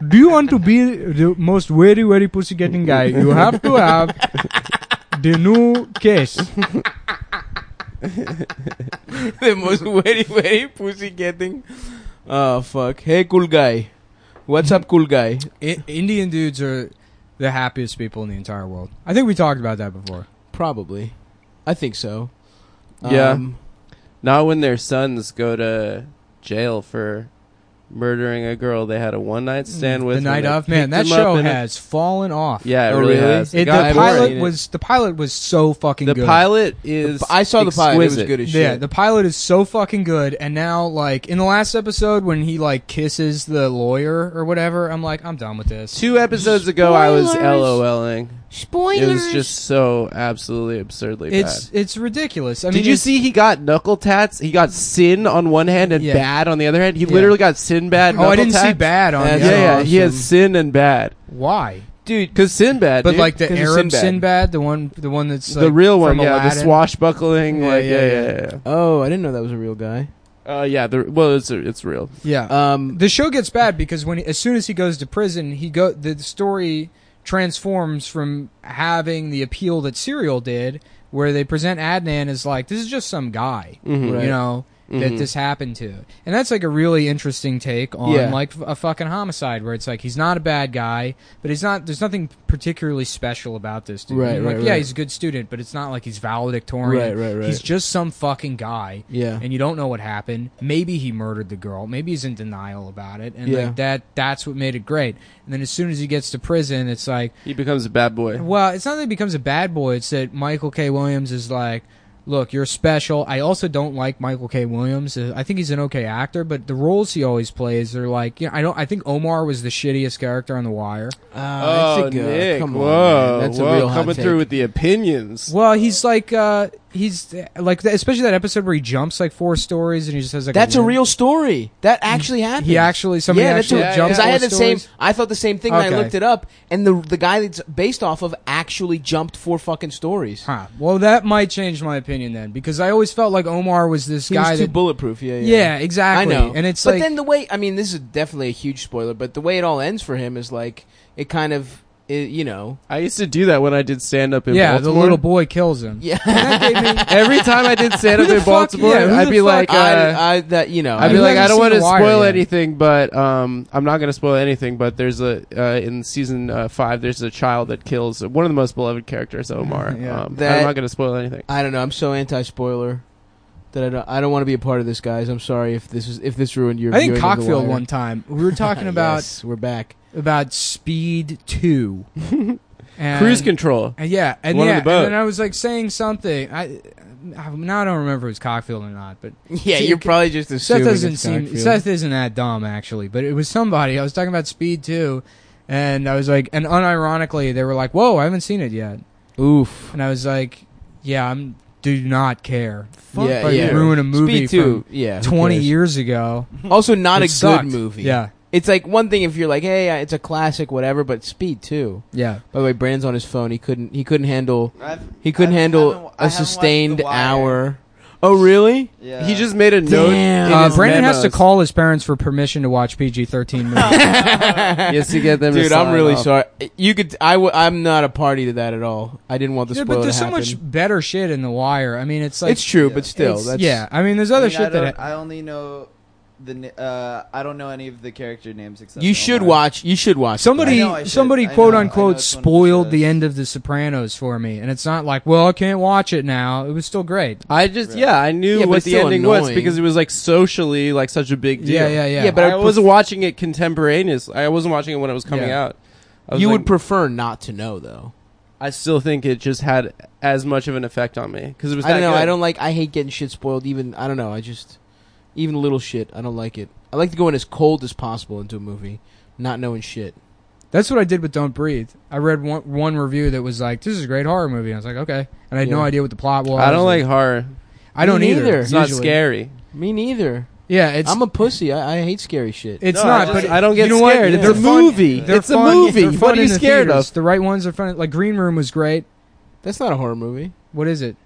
Speaker 4: Do you want to be the most very, very pussy getting guy? You have to have the new case.
Speaker 1: the most very very pussy getting. Oh fuck! Hey, cool guy. What's up, cool guy?
Speaker 4: I- Indian dudes are the happiest people in the entire world. I think we talked about that before.
Speaker 1: Probably, I think so. Um,
Speaker 2: Yeah. Not when their sons go to jail for murdering a girl they had a one night stand with.
Speaker 4: Mm, the
Speaker 2: when
Speaker 4: night
Speaker 2: they
Speaker 4: of, man, that
Speaker 2: picked 'em up
Speaker 4: show
Speaker 2: in a-
Speaker 4: has fallen off.
Speaker 2: yeah, it
Speaker 1: Oh,
Speaker 2: really,
Speaker 1: really?
Speaker 2: has.
Speaker 4: It-
Speaker 2: got
Speaker 4: the
Speaker 1: I've
Speaker 2: boring.
Speaker 4: pilot
Speaker 1: seen it.
Speaker 4: was the pilot was so fucking
Speaker 2: the
Speaker 4: good.
Speaker 2: pilot is.
Speaker 1: I saw the pilot. It was
Speaker 2: exquisite.
Speaker 1: good as shit.
Speaker 4: yeah, the pilot is so fucking good. And now, like in the last episode, when he like kisses the lawyer or whatever, I'm like, I'm done with this.
Speaker 2: Two episodes ago, I was
Speaker 1: Spoilers.
Speaker 2: LOLing.
Speaker 1: Spoilers.
Speaker 2: It was just so absolutely absurdly
Speaker 4: It's
Speaker 2: bad.
Speaker 4: it's ridiculous. I mean,
Speaker 2: Did you
Speaker 4: it's-
Speaker 2: see he got knuckle tats? He got sin on one hand and
Speaker 4: Yeah.
Speaker 2: bad on the other hand. He
Speaker 4: Yeah.
Speaker 2: literally got sin bad.
Speaker 4: Oh, I
Speaker 2: knuckle
Speaker 4: didn't see
Speaker 2: tats.
Speaker 4: bad on.
Speaker 2: Yeah,
Speaker 4: the
Speaker 1: That's
Speaker 4: other
Speaker 2: yeah,
Speaker 4: one.
Speaker 2: he has sin and bad,
Speaker 4: Why?
Speaker 2: dude. Because Sinbad,
Speaker 4: But
Speaker 2: dude,
Speaker 4: like the
Speaker 2: 'cause of
Speaker 4: Arab Sinbad. the one, the one that's
Speaker 2: the
Speaker 4: like,
Speaker 2: real one,
Speaker 4: from
Speaker 2: yeah,
Speaker 4: Aladdin.
Speaker 2: the swashbuckling,
Speaker 4: Yeah,
Speaker 2: like
Speaker 4: yeah,
Speaker 2: yeah, yeah,
Speaker 4: yeah.
Speaker 2: yeah.
Speaker 1: Oh, I didn't know that was a real guy.
Speaker 2: Uh, yeah, the, well, it's it's real.
Speaker 4: Yeah,
Speaker 1: Um,
Speaker 4: the show gets bad because when as soon as he goes to prison, he go the story transforms from having the appeal that Serial did, where they present Adnan as like this is just some guy,
Speaker 2: Mhm.
Speaker 1: Mm-hmm. Right. Mm-hmm.
Speaker 4: you know. That
Speaker 2: Mhm.
Speaker 4: this happened to, and that's like a really interesting take on
Speaker 2: Yeah.
Speaker 4: like f- a fucking homicide, where it's like he's not a bad guy, but he's not. There's nothing particularly special about this dude.
Speaker 1: Right,
Speaker 4: You're like,
Speaker 1: right,
Speaker 4: yeah,
Speaker 1: right.
Speaker 4: he's a good student, but it's not like he's valedictorian.
Speaker 1: Right, right, right.
Speaker 4: He's just some fucking guy
Speaker 1: yeah.
Speaker 4: and you don't know what happened. Maybe he murdered the girl. Maybe he's in denial about it, and
Speaker 1: Yeah.
Speaker 4: like that that's what made it great. And then as soon as he gets to prison, it's like,
Speaker 2: He becomes a bad boy.
Speaker 4: well, it's not that he becomes a bad boy. It's that Michael K. Williams is like, look, you're special. I also don't like Michael K. Williams. Uh, I think he's an okay actor, but the roles he always plays are like, you know, I don't. I think Omar was the shittiest character on The Wire.
Speaker 1: Ah,
Speaker 2: Oh,
Speaker 1: that's a go.
Speaker 2: Nick!
Speaker 1: Come on,
Speaker 2: whoa,
Speaker 1: man. that's
Speaker 2: whoa,
Speaker 1: a real hot
Speaker 2: coming
Speaker 1: take.
Speaker 2: through with the opinions.
Speaker 4: Well, he's like, uh, he's uh, like, that- especially that episode where he jumps like four stories and he just has like.
Speaker 1: That's a
Speaker 4: limp.
Speaker 1: real story. That actually happened.
Speaker 4: He actually somebody
Speaker 1: yeah, that's
Speaker 4: actually
Speaker 1: what,
Speaker 4: jumped.
Speaker 1: because I had
Speaker 4: four
Speaker 1: the same.
Speaker 4: stories.
Speaker 1: I thought the same thing when
Speaker 4: Okay.
Speaker 1: I looked it up, and the the guy that's based off of actually jumped four fucking stories.
Speaker 4: Huh. Well, that might change my opinion then, because I always felt like Omar was this
Speaker 1: He
Speaker 4: guy
Speaker 1: was too
Speaker 4: that.
Speaker 1: bulletproof. Yeah, yeah.
Speaker 4: yeah, exactly.
Speaker 1: I know.
Speaker 4: and it's
Speaker 1: but
Speaker 4: like
Speaker 1: then the way I mean, this is definitely a huge spoiler, but the way it all ends for him is like it kind of, it, you know,
Speaker 2: I used to do that when I did stand up in
Speaker 4: yeah, the
Speaker 2: Baltimore.
Speaker 4: little boy kills him.
Speaker 1: yeah.
Speaker 4: That gave me-
Speaker 2: Every time I did stand up
Speaker 4: Who the
Speaker 2: in
Speaker 4: fuck-
Speaker 2: Baltimore,
Speaker 4: yeah, who
Speaker 2: I'd
Speaker 4: the
Speaker 2: be
Speaker 4: fuck-
Speaker 2: like, uh,
Speaker 1: I, I that you know,
Speaker 2: I'd
Speaker 4: I
Speaker 2: be
Speaker 4: mean,
Speaker 2: like,
Speaker 4: you
Speaker 2: I
Speaker 4: haven't
Speaker 2: don't want
Speaker 4: seen
Speaker 2: to
Speaker 4: The Wire
Speaker 2: spoil
Speaker 4: yet.
Speaker 2: anything, but um, I'm not going to spoil anything. But there's a uh, in season uh, five, there's a child that kills one of the most beloved characters, Omar.
Speaker 4: Yeah.
Speaker 2: um,
Speaker 1: That-
Speaker 2: I'm not going to spoil anything.
Speaker 1: I don't know. I'm so anti spoiler that I don't. I don't want to be a part of this, guys. I'm sorry if this is if this ruined your.
Speaker 4: I think
Speaker 1: viewing of The
Speaker 4: Cockfield
Speaker 1: Wire.
Speaker 4: one time we were talking about
Speaker 1: Yes, we're back.
Speaker 4: about Speed Two, and,
Speaker 2: Cruise control.
Speaker 4: and yeah, and
Speaker 2: One on
Speaker 4: yeah,
Speaker 2: the boat.
Speaker 4: and then I was like saying something. I, I now I don't remember if it was Cockfield or not, but
Speaker 1: Yeah,
Speaker 4: See,
Speaker 1: you're
Speaker 4: c-
Speaker 1: probably just assuming.
Speaker 4: Seth doesn't
Speaker 1: it's
Speaker 4: seem
Speaker 1: Cockfield.
Speaker 4: Seth isn't that dumb actually, but it was somebody. I was talking about Speed Two, and I was like, and unironically, they were like, "Whoa, I haven't seen it yet,"
Speaker 1: Oof.
Speaker 4: and I was like, "Yeah, I'm do not care. Fuck,
Speaker 1: Yeah,
Speaker 4: if I
Speaker 1: yeah.
Speaker 4: ruin a movie
Speaker 1: Speed two. Yeah.
Speaker 4: from
Speaker 1: who
Speaker 4: twenty
Speaker 1: cares?
Speaker 4: years ago.
Speaker 1: Also, not
Speaker 4: It
Speaker 1: a
Speaker 4: sucked.
Speaker 1: good movie.
Speaker 4: Yeah,
Speaker 1: It's like one thing if you're like, hey, uh, it's a classic, whatever. But Speed two.
Speaker 4: yeah.
Speaker 1: By the way, Brand's on his phone. He couldn't. He couldn't handle.
Speaker 3: I've-
Speaker 1: He couldn't
Speaker 3: I haven't- I
Speaker 1: handle
Speaker 3: haven't
Speaker 1: a
Speaker 3: watched The
Speaker 1: sustained
Speaker 3: Wire.
Speaker 1: hour. Oh, really?
Speaker 3: Yeah.
Speaker 2: He just made a note.
Speaker 1: Damn.
Speaker 2: in
Speaker 4: Uh,
Speaker 2: his
Speaker 4: Brandon has
Speaker 2: memos.
Speaker 4: to call his parents for permission to watch PG thirteen movies.
Speaker 2: Yes, to get them. to
Speaker 1: Dude, I'm
Speaker 2: sign
Speaker 1: really
Speaker 2: off.
Speaker 1: sorry. You could. I. W- I'm not a party to that at all. I didn't want the
Speaker 4: yeah,
Speaker 1: spoiler
Speaker 4: but there's
Speaker 1: to
Speaker 4: so
Speaker 1: happen.
Speaker 4: much better shit in The Wire. I mean, it's like
Speaker 1: it's true, but still,
Speaker 4: it's-
Speaker 1: that's
Speaker 4: yeah. I mean, there's
Speaker 3: I
Speaker 4: other
Speaker 3: mean, I
Speaker 4: shit that
Speaker 3: don't- I only know the. ni- Uh, I don't know any of the character names except.
Speaker 1: You should
Speaker 3: Omar.
Speaker 1: watch. You should watch.
Speaker 4: Somebody,
Speaker 3: I know I should.
Speaker 4: somebody,
Speaker 3: I
Speaker 4: quote
Speaker 3: know. I know
Speaker 4: unquote,
Speaker 3: it's one of
Speaker 4: spoiled
Speaker 3: the-
Speaker 4: the end of The Sopranos for me, and it's not like, well, I can't watch it now. It was still great.
Speaker 2: I just
Speaker 3: Right.
Speaker 2: yeah, I knew
Speaker 1: Yeah, but
Speaker 2: what
Speaker 1: it's
Speaker 2: the
Speaker 1: still
Speaker 2: ending was
Speaker 1: annoying.
Speaker 2: because it was like socially like such a big deal.
Speaker 4: Yeah, yeah,
Speaker 1: Yeah,
Speaker 4: yeah.
Speaker 2: But
Speaker 1: but
Speaker 2: I,
Speaker 1: I pref-
Speaker 2: wasn't watching it contemporaneous. I wasn't watching it when it was coming
Speaker 4: Yeah.
Speaker 2: out. I was
Speaker 1: you
Speaker 2: like-
Speaker 1: would prefer not to know, though.
Speaker 2: I still think it just had as much of an effect on me because it was.
Speaker 1: I don't
Speaker 2: that
Speaker 1: know.
Speaker 2: good.
Speaker 1: I don't like. I hate getting shit spoiled. Even I don't know. I just even little shit. I don't like it. I like to go in as cold as possible into a movie, not knowing shit.
Speaker 4: that's what I did with Don't Breathe. I read one, one review that was like, "This is a great horror movie." I was like, "Okay," and I had no
Speaker 1: Yeah.
Speaker 4: idea what the plot was.
Speaker 2: I don't like horror.
Speaker 4: I don't
Speaker 1: Me
Speaker 4: either.
Speaker 1: neither.
Speaker 2: It's not
Speaker 4: usually.
Speaker 2: scary.
Speaker 1: Me neither.
Speaker 4: Yeah, it's.
Speaker 1: I'm a pussy. I, I hate scary shit.
Speaker 4: it's
Speaker 2: No, I
Speaker 4: not.
Speaker 2: just-
Speaker 4: but
Speaker 2: I don't get
Speaker 4: you know what?
Speaker 2: scared. It's
Speaker 4: They're
Speaker 2: a
Speaker 4: fun-
Speaker 2: movie.
Speaker 4: they're
Speaker 2: It's a
Speaker 4: fun-
Speaker 2: movie.
Speaker 4: they're
Speaker 2: What
Speaker 4: fun
Speaker 2: are you
Speaker 4: in the
Speaker 2: scared
Speaker 4: theaters.
Speaker 2: of?
Speaker 4: The right ones are fun. Like Green Room was great.
Speaker 1: That's not a horror movie.
Speaker 4: What is it?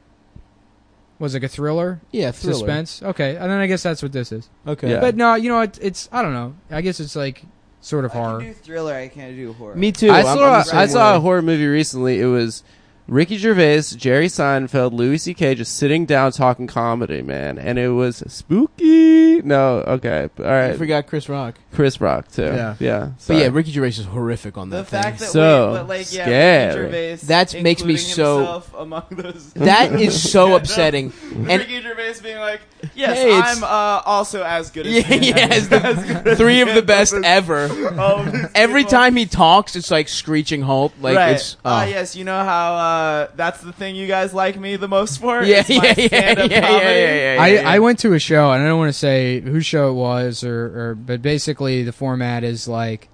Speaker 4: Was it like a thriller?
Speaker 1: Yeah, thriller.
Speaker 4: Suspense. Okay, and then I guess that's what this is.
Speaker 1: Okay.
Speaker 2: Yeah.
Speaker 4: But no, you know, it, it's I don't know. I guess it's like sort of
Speaker 3: I can
Speaker 4: horror.
Speaker 3: do thriller. I can't do horror.
Speaker 1: Me too.
Speaker 2: I
Speaker 1: I'm-
Speaker 2: saw
Speaker 1: I'm the same
Speaker 2: I saw
Speaker 1: way.
Speaker 2: a horror movie recently. It was Ricky Gervais, Jerry Seinfeld, Louis C.K. just sitting down talking comedy, man, and it was spooky. No, okay, all
Speaker 1: I
Speaker 2: right.
Speaker 1: forgot Chris Rock.
Speaker 2: Chris Rock too.
Speaker 4: Yeah.
Speaker 2: Yeah,
Speaker 1: But
Speaker 2: sorry.
Speaker 1: yeah, Ricky Gervais is horrific on that.
Speaker 3: The
Speaker 1: thing.
Speaker 3: fact that
Speaker 2: So
Speaker 3: wait, but like yeah,
Speaker 2: scary.
Speaker 3: Ricky Gervais
Speaker 1: That's- makes me
Speaker 3: including
Speaker 1: so-
Speaker 3: himself among those.
Speaker 1: that is so upsetting. And
Speaker 3: Ricky Gervais being like, yes,
Speaker 1: Hey, it's-
Speaker 3: I'm uh, also as good as
Speaker 1: Yeah,
Speaker 3: him.
Speaker 1: yeah, as the-
Speaker 3: As good as Um,
Speaker 1: three of
Speaker 3: him.
Speaker 1: the best ever.
Speaker 3: All of these
Speaker 1: Every
Speaker 3: people.
Speaker 1: time he talks, it's like screeching halt. Like
Speaker 3: right.
Speaker 1: it's.
Speaker 3: Ah,
Speaker 1: oh.
Speaker 3: yes, you know how uh, that's the thing you guys like me the most for?
Speaker 1: Yeah,
Speaker 3: It's my
Speaker 1: yeah, yeah,
Speaker 3: stand-up
Speaker 1: yeah, yeah,
Speaker 3: comedy.
Speaker 1: yeah, yeah, yeah.
Speaker 4: I, I went to a show and I don't want to say whose show it was or, or but basically the format is like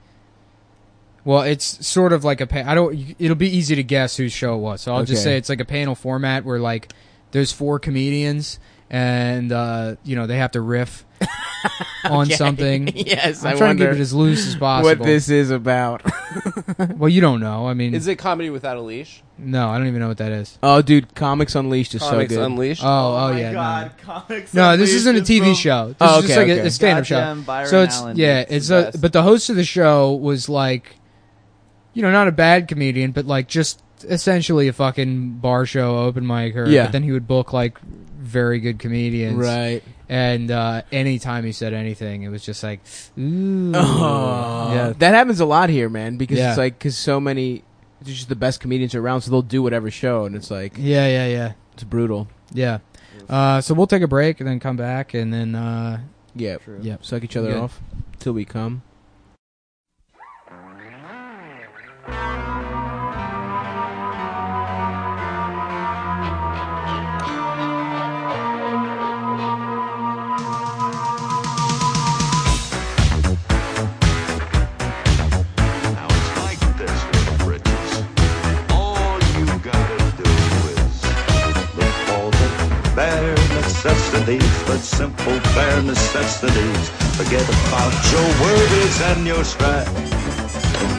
Speaker 4: Well, it's sort of like a pa- I don't. It'll be easy to guess whose show it was, so I'll just
Speaker 1: Okay.
Speaker 4: say it's like a panel format where like there's four comedians and uh, you know they have to riff on something.
Speaker 1: yes,
Speaker 4: I'm trying to keep it as loose as possible.
Speaker 1: what this is about.
Speaker 4: well, you don't know. I mean,
Speaker 2: Is it comedy without a leash?
Speaker 4: no, I don't even know what that is.
Speaker 1: Oh, dude, Comics Unleashed is
Speaker 2: Comics
Speaker 1: so good.
Speaker 2: Unleashed.
Speaker 4: Oh, oh, yeah. no,
Speaker 3: God, comics.
Speaker 4: No, no
Speaker 3: Unleashed
Speaker 4: this isn't a
Speaker 3: is
Speaker 4: TV
Speaker 3: the
Speaker 4: show. This
Speaker 1: Oh,
Speaker 4: is just
Speaker 1: okay,
Speaker 4: like a,
Speaker 1: okay.
Speaker 4: a stand-up
Speaker 3: Goddamn
Speaker 4: show.
Speaker 3: Byron
Speaker 4: so it's
Speaker 3: Allen,
Speaker 4: yeah,
Speaker 3: dude.
Speaker 4: it's
Speaker 3: the
Speaker 4: a
Speaker 3: best.
Speaker 4: but the host of the show was like, you know, not a bad comedian, but like just essentially a fucking bar show open mic. Or,
Speaker 1: Yeah.
Speaker 4: But then he would book like very good comedians.
Speaker 1: Right.
Speaker 4: And uh, anytime he said anything, it was just like, ooh,
Speaker 1: Oh,
Speaker 4: yeah.
Speaker 1: that happens a lot here, man. Because
Speaker 4: Yeah.
Speaker 1: it's like because so many, it's just the best comedians around, so they'll do whatever show, and it's like
Speaker 4: yeah, yeah, yeah,
Speaker 1: it's brutal.
Speaker 4: yeah. Uh, so we'll take a break and then come back and then uh,
Speaker 1: Yeah,
Speaker 3: True.
Speaker 4: yeah.
Speaker 1: suck each other
Speaker 4: Good.
Speaker 1: off till we come.
Speaker 6: Now it's like this with bridges. All you gotta do is look for the bare necessities, the simple bare necessities. Forget about your worries and your strife.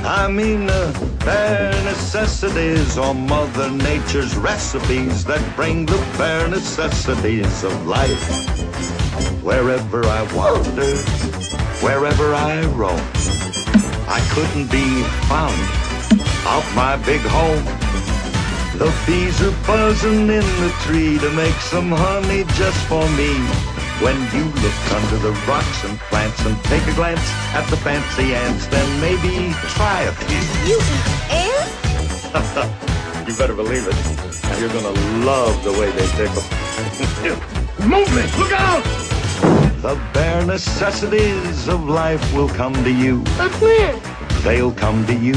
Speaker 6: I mean the bare necessities or Mother Nature's recipes that bring the bare necessities of life. Wherever I wander, wherever I roam. I couldn't be found out my big home. The bees are buzzing in the tree to make some honey just for me. When you look under the rocks and plants and take a glance at the fancy ants, then maybe try a few.
Speaker 7: You eat ants?
Speaker 6: You better believe it. You're gonna love the way they tickle. Movement! Look out! The bare necessities of life will come to you. they'll come to you.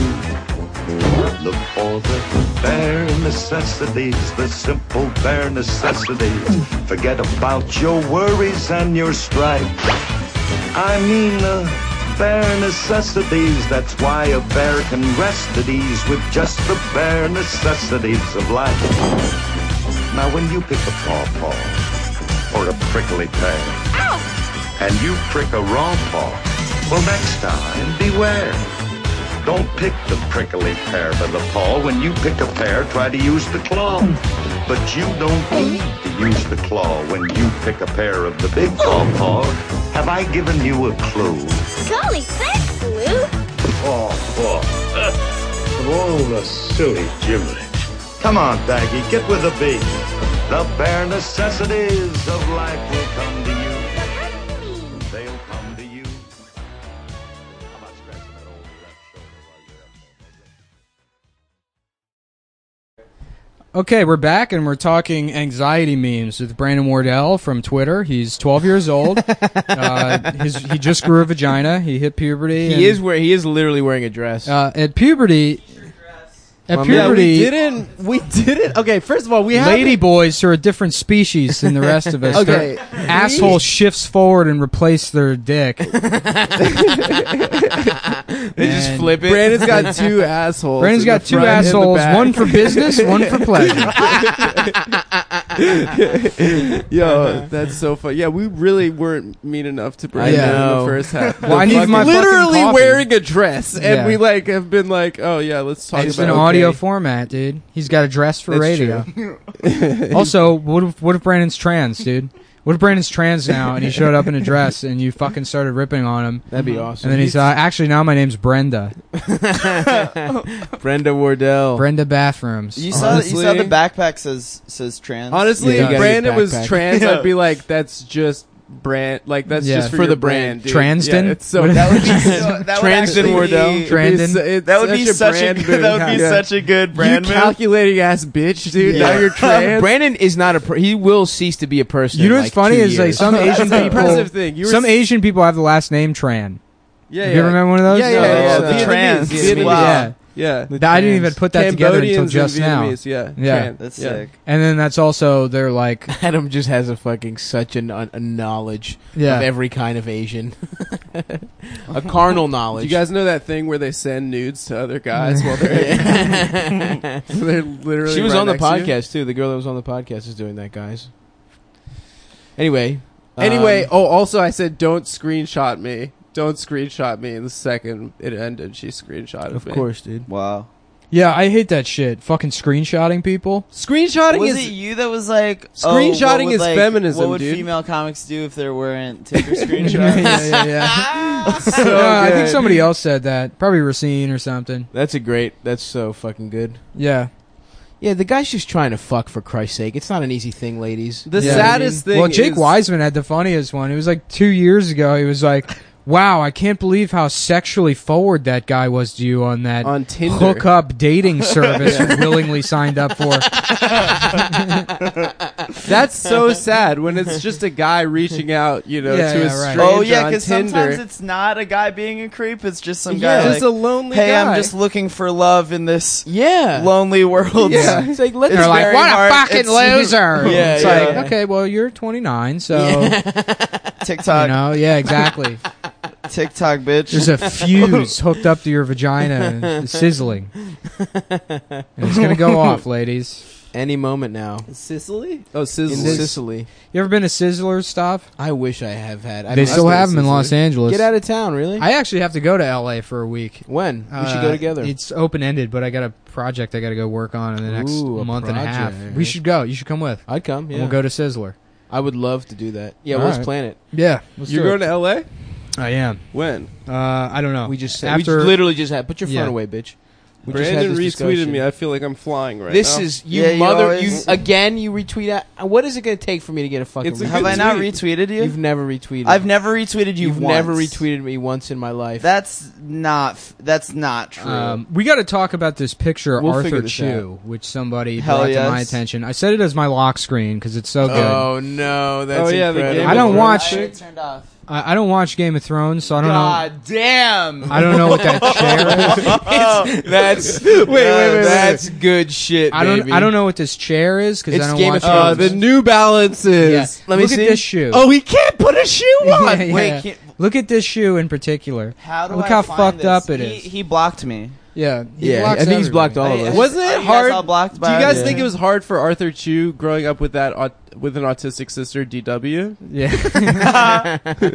Speaker 6: Look for the bare necessities, the simple bare necessities. Forget about your worries and your strife. I mean the bare necessities. That's why a bear can rest at ease with just the bare necessities of life. Now, when you pick a paw paw or a prickly pear, and you prick a raw paw, well, next time, beware. Don't pick the prickly pear by the paw. When you pick a pear, try to use the claw. But you don't need to use the claw when you pick a pear of the big paw paw. Have I given you a clue?
Speaker 7: Golly, thanks, Lou.
Speaker 6: Oh, boy. Oh, the silly gimlet. Come on, Baggy, get with the beat. The bare necessities of life will come to you. They'll come to you. How about scratching that old left shoulder while you're up there?
Speaker 4: Okay, we're back and we're talking anxiety memes with Brandon Wardell from Twitter. He's 12 years old. uh, his, he just grew a vagina. He hit puberty. and,
Speaker 1: He is where he is literally wearing a dress.
Speaker 4: uh, at puberty. At
Speaker 1: Well, yeah, we
Speaker 4: puberty,
Speaker 3: didn't. We didn't. Okay, first of all, we have
Speaker 4: lady boys are a different species than the rest of us.
Speaker 3: Okay.
Speaker 4: Their asshole shifts forward and replace their dick.
Speaker 1: they just
Speaker 4: and-
Speaker 1: flip it.
Speaker 2: Brandon's got two assholes.
Speaker 4: Brandon's
Speaker 2: in
Speaker 4: got
Speaker 2: the
Speaker 4: two
Speaker 2: front and the
Speaker 4: assholes,
Speaker 2: back.
Speaker 4: one for business, one for pleasure.
Speaker 2: Yo, that's so fun. Yeah, we really weren't mean enough to bring
Speaker 1: I
Speaker 2: that in the
Speaker 1: know.
Speaker 2: first half.
Speaker 4: Well, I need my fucking
Speaker 2: literally
Speaker 4: coffee.
Speaker 2: wearing a dress, and
Speaker 4: Yeah.
Speaker 2: we like have been like, oh yeah, let's talk
Speaker 4: It's
Speaker 2: about
Speaker 4: an
Speaker 2: okay.
Speaker 4: audio format, dude. He's got a dress for
Speaker 2: That's
Speaker 4: radio. also, what if what if Brandon's trans, dude? What if Brandon's trans now and he showed up in a dress and you fucking started ripping on him?
Speaker 1: That'd be awesome.
Speaker 4: And then he's uh, actually now my name's Brenda.
Speaker 1: Brenda
Speaker 2: Oh.
Speaker 1: Wardell.
Speaker 4: Brenda Bathrooms.
Speaker 3: You saw, you saw the
Speaker 2: Honestly.
Speaker 3: backpack says says trans.
Speaker 2: Honestly,
Speaker 4: Yeah.
Speaker 2: if Brandon was
Speaker 1: Backpack.
Speaker 2: trans,
Speaker 3: Yeah.
Speaker 2: I'd be like, that's just brand, like that's
Speaker 4: Yeah.
Speaker 2: just for,
Speaker 1: For the
Speaker 2: your brand, dude.
Speaker 4: Transden?
Speaker 2: Yeah, it's so
Speaker 4: What-
Speaker 3: that would be so, that would
Speaker 1: Transden
Speaker 3: actually be-
Speaker 1: Wardell.
Speaker 2: It'd be
Speaker 4: Brandon.
Speaker 2: so- it's
Speaker 3: That would be such a,
Speaker 2: brand
Speaker 3: good, that would
Speaker 2: move.
Speaker 3: be
Speaker 2: Yeah.
Speaker 3: such a good brand
Speaker 2: you
Speaker 3: move.
Speaker 2: calculating ass bitch, dude.
Speaker 3: Yeah.
Speaker 2: Now you're trans.
Speaker 1: Um, Brandon is not a. Per- he will cease to be a person.
Speaker 4: You know
Speaker 1: in,
Speaker 4: what's
Speaker 1: like,
Speaker 4: funny
Speaker 1: two
Speaker 4: is like
Speaker 1: years.
Speaker 4: some Asian
Speaker 2: That's an
Speaker 4: people.
Speaker 2: impressive thing. You were
Speaker 4: Some
Speaker 2: s-
Speaker 4: Asian people have the last name Tran.
Speaker 2: Yeah,
Speaker 4: You remember one of those? uh,
Speaker 2: Yeah, uh, yeah, yeah.
Speaker 3: Oh, the
Speaker 2: Vietnamese,
Speaker 3: trans.
Speaker 2: Vietnamese.
Speaker 3: Wow.
Speaker 4: Yeah.
Speaker 2: Yeah.
Speaker 4: That I didn't even put that together until
Speaker 2: Cambodians and
Speaker 4: just now.
Speaker 2: Vietnamese, Yeah.
Speaker 4: Yeah.
Speaker 2: Tran-
Speaker 3: That's
Speaker 2: yeah.
Speaker 3: sick.
Speaker 4: And then that's also they're like
Speaker 1: Adam just has a fucking such an, a knowledge
Speaker 4: yeah.
Speaker 1: of every kind of Asian, a carnal knowledge.
Speaker 2: Do you guys know that thing where they send nudes to other guys while they're, they're literally?
Speaker 1: she was
Speaker 2: right
Speaker 1: on the
Speaker 2: next to you?
Speaker 1: podcast too. The girl that was on the podcast is doing that, guys. Anyway,
Speaker 2: Anyway,
Speaker 1: um,
Speaker 2: oh, also I said don't screenshot me. Don't screenshot me. And the second it ended, she screenshotted
Speaker 1: of
Speaker 2: me.
Speaker 1: course, dude.
Speaker 3: Wow.
Speaker 4: Yeah, I hate that shit. Fucking screenshotting people.
Speaker 2: Screenshotting
Speaker 3: Was
Speaker 2: is
Speaker 3: it you that was like oh,
Speaker 2: Screenshotting
Speaker 3: what would,
Speaker 2: is
Speaker 3: like-
Speaker 2: feminism,
Speaker 3: What would
Speaker 2: dude.
Speaker 3: female comics do if there weren't Tinder
Speaker 4: yeah,
Speaker 3: screenshots?
Speaker 4: yeah, yeah, yeah.
Speaker 2: so
Speaker 4: No, I think
Speaker 2: good.
Speaker 4: somebody else said that. Probably Racine or something.
Speaker 1: That's a great. That's so fucking good.
Speaker 4: Yeah.
Speaker 1: Yeah, the guy's just trying to fuck for Christ's sake. It's not an easy thing, ladies.
Speaker 2: The
Speaker 4: Yeah.
Speaker 2: saddest thing.
Speaker 4: Well, Jake
Speaker 2: is,
Speaker 4: Wiseman had the funniest one. It was like two years ago. He was like, "Wow, I can't believe how sexually forward that guy was to you on that
Speaker 2: on Tinder.
Speaker 4: hookup dating service you willingly signed up for."
Speaker 2: That's so sad when it's just a guy reaching out, you know,
Speaker 4: Yeah,
Speaker 2: to
Speaker 4: yeah,
Speaker 2: a
Speaker 4: right.
Speaker 2: stranger
Speaker 3: Oh yeah,
Speaker 2: on
Speaker 3: because
Speaker 2: Tinder.
Speaker 3: sometimes it's not a guy being a creep; it's just some
Speaker 2: yeah,
Speaker 3: guy.
Speaker 2: just
Speaker 3: like,
Speaker 2: a lonely
Speaker 3: hey,
Speaker 2: guy.
Speaker 3: I'm just looking for love in this
Speaker 1: Yeah.
Speaker 3: lonely world.
Speaker 2: Yeah.
Speaker 1: It's like let
Speaker 4: They're like,
Speaker 3: very
Speaker 4: "What
Speaker 3: hard.
Speaker 4: a fucking
Speaker 3: It's-
Speaker 4: loser!"
Speaker 3: Yeah,
Speaker 4: it's
Speaker 3: yeah.
Speaker 4: like, okay, well, you're 29, so
Speaker 3: TikTok,
Speaker 4: you know, yeah, exactly.
Speaker 3: TikTok, bitch.
Speaker 4: There's a fuse hooked up to your vagina, sizzling, and it's gonna go off, ladies.
Speaker 1: any moment now.
Speaker 3: Sicily.
Speaker 2: oh,
Speaker 1: In
Speaker 2: sizzle.
Speaker 1: Sicily,
Speaker 4: You ever been to Sizzlers, stuff?
Speaker 1: I wish I have had. I
Speaker 4: They
Speaker 1: mean,
Speaker 4: still
Speaker 1: I-
Speaker 4: have them in Los Angeles.
Speaker 1: Get out of town, really?
Speaker 4: I actually have to go to LA for a week.
Speaker 1: when we should
Speaker 4: Uh,
Speaker 1: go together.
Speaker 4: It's open ended, but I got a project I got to go work on in the next
Speaker 1: Ooh, a
Speaker 4: month and a half.
Speaker 1: project.
Speaker 4: We should go. You should come with.
Speaker 1: I'd come. Yeah,
Speaker 4: And we'll go to Sizzler.
Speaker 1: I would love to do that. Yeah,
Speaker 4: All
Speaker 1: well, let's
Speaker 4: right.
Speaker 1: plan it.
Speaker 4: Yeah,
Speaker 2: You're going to L.A.
Speaker 4: I am.
Speaker 2: When?
Speaker 4: Uh, I don't know.
Speaker 1: Oh. We just said,
Speaker 4: after
Speaker 1: we literally just had. Put your
Speaker 4: Yeah.
Speaker 1: phone away, bitch. We just had
Speaker 2: Brandon
Speaker 1: this
Speaker 2: retweeted
Speaker 1: discussion.
Speaker 2: me. Oh. I feel like I'm flying right
Speaker 1: this
Speaker 2: now.
Speaker 1: is you,
Speaker 3: Yeah, you
Speaker 1: mother. You,
Speaker 3: always-
Speaker 1: again. You retweet. At, what is it going to take for me to get a fucking?
Speaker 2: It's a
Speaker 1: retweet?
Speaker 3: Have
Speaker 2: good
Speaker 3: I not
Speaker 2: tweet.
Speaker 3: retweeted you?
Speaker 1: You've never retweeted.
Speaker 3: I've never retweeted you.
Speaker 1: You've
Speaker 3: once.
Speaker 1: never retweeted me once in my life.
Speaker 3: That's not. f- That's not true.
Speaker 4: Um, we got to talk about this picture of
Speaker 1: We'll figure
Speaker 4: Arthur
Speaker 1: this
Speaker 4: Chu, which somebody
Speaker 3: Hell
Speaker 4: brought to
Speaker 3: yes.
Speaker 4: my attention. I set it as my lock screen because it's so good.
Speaker 1: oh no, that's
Speaker 2: Oh, yeah, the
Speaker 1: incredible.
Speaker 2: game
Speaker 4: I don't
Speaker 2: of
Speaker 4: watch-
Speaker 3: I
Speaker 2: Thrones.
Speaker 3: turned off.
Speaker 4: I, I don't watch Game of Thrones, so I don't know.
Speaker 3: God damn.
Speaker 4: I don't know what that chair. Is.
Speaker 1: That's wait, wait,
Speaker 3: wait, wait.
Speaker 1: That's good shit.
Speaker 4: I don't.
Speaker 1: baby.
Speaker 4: I don't know what this chair is because
Speaker 1: It's
Speaker 4: I don't
Speaker 1: Game
Speaker 4: watch.
Speaker 1: of
Speaker 2: Uh,
Speaker 1: Thrones. Oh,
Speaker 4: it.
Speaker 2: the New Balances.
Speaker 4: Yeah.
Speaker 1: Let me
Speaker 4: Look
Speaker 1: see.
Speaker 4: at this shoe.
Speaker 2: Oh, he can't put a shoe on.
Speaker 4: Yeah, yeah.
Speaker 3: Wait, can,
Speaker 4: Look at this shoe in particular.
Speaker 3: how do
Speaker 4: Look
Speaker 3: I
Speaker 4: how
Speaker 3: find
Speaker 4: fucked
Speaker 3: this?
Speaker 4: up it
Speaker 3: he,
Speaker 4: is.
Speaker 3: He blocked me.
Speaker 4: Yeah, he
Speaker 1: yeah, I
Speaker 4: blocks
Speaker 1: think he's blocked all of
Speaker 3: I-
Speaker 1: us.
Speaker 3: What-
Speaker 2: Wasn't
Speaker 3: Are Oh, you
Speaker 2: it
Speaker 3: guys
Speaker 2: hard?
Speaker 3: all blocked
Speaker 2: Do
Speaker 3: by-
Speaker 2: you guys
Speaker 3: Yeah.
Speaker 2: think it was hard for Arthur Chu growing up with that aut- with an autistic sister, DW?
Speaker 4: Yeah.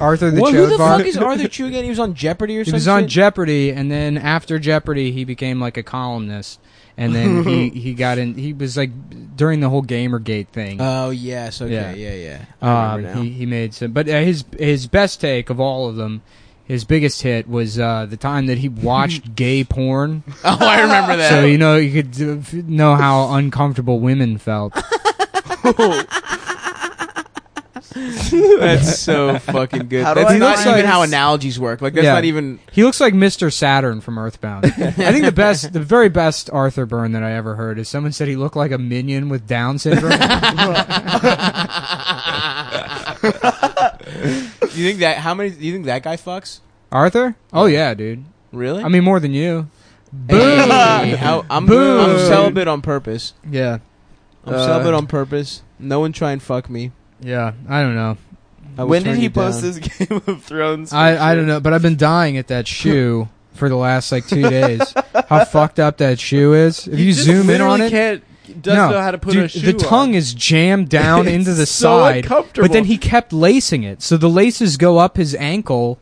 Speaker 4: Arthur the
Speaker 1: What- who the
Speaker 4: Chode Bar.
Speaker 1: fuck is Arthur Chu again? He was on Jeopardy or
Speaker 4: He
Speaker 1: something.
Speaker 4: was on Jeopardy, and then after Jeopardy, he became like a columnist, and then he he got in. He was like during the whole GamerGate thing.
Speaker 1: Oh yes, okay,
Speaker 4: Yeah.
Speaker 1: yeah, yeah. yeah. I
Speaker 4: um,
Speaker 1: remember now.
Speaker 4: he he made some, but uh, his his best take of all of them. His biggest hit was uh, the time that he watched gay porn,
Speaker 1: oh, I remember that.
Speaker 4: so you know you could uh, f- know how uncomfortable women felt.
Speaker 1: That's so fucking good.
Speaker 3: How do
Speaker 1: that's
Speaker 3: I
Speaker 1: not
Speaker 3: find
Speaker 1: even
Speaker 3: this?
Speaker 1: how analogies work. Like that's
Speaker 4: Yeah.
Speaker 1: not even.
Speaker 4: He looks like Mr. Saturn from Earthbound. I think the best, the very best Arthur Byrne that I ever heard is someone said he looked like a minion with Down syndrome.
Speaker 1: You think that? How many? Do you think that guy fucks?
Speaker 4: Arthur? Oh yeah, dude.
Speaker 1: Really?
Speaker 4: I mean more than you.
Speaker 1: Hey, how, I'm,
Speaker 4: Boo.
Speaker 1: I'm celibate on purpose.
Speaker 4: Yeah.
Speaker 1: I'm
Speaker 2: Uh,
Speaker 1: celibate on purpose. No one try and fuck me.
Speaker 4: Yeah, I don't know.
Speaker 1: I was
Speaker 3: when did
Speaker 1: turning
Speaker 3: he post
Speaker 1: down.
Speaker 3: his Game of Thrones?
Speaker 4: I, I
Speaker 3: picture?
Speaker 4: don't know, but I've been dying at that shoe for the last like two days. How fucked up that shoe is. If
Speaker 2: He
Speaker 4: you
Speaker 2: just
Speaker 4: zoom in on
Speaker 2: literally
Speaker 4: it,
Speaker 2: Can't, doesn't
Speaker 4: no,
Speaker 2: know how to put
Speaker 4: dude,
Speaker 2: a shoe.
Speaker 4: the tongue
Speaker 2: on.
Speaker 4: is jammed down into the
Speaker 2: It's so
Speaker 4: side.
Speaker 2: uncomfortable.
Speaker 4: But then he kept lacing it, so the laces go up his ankle,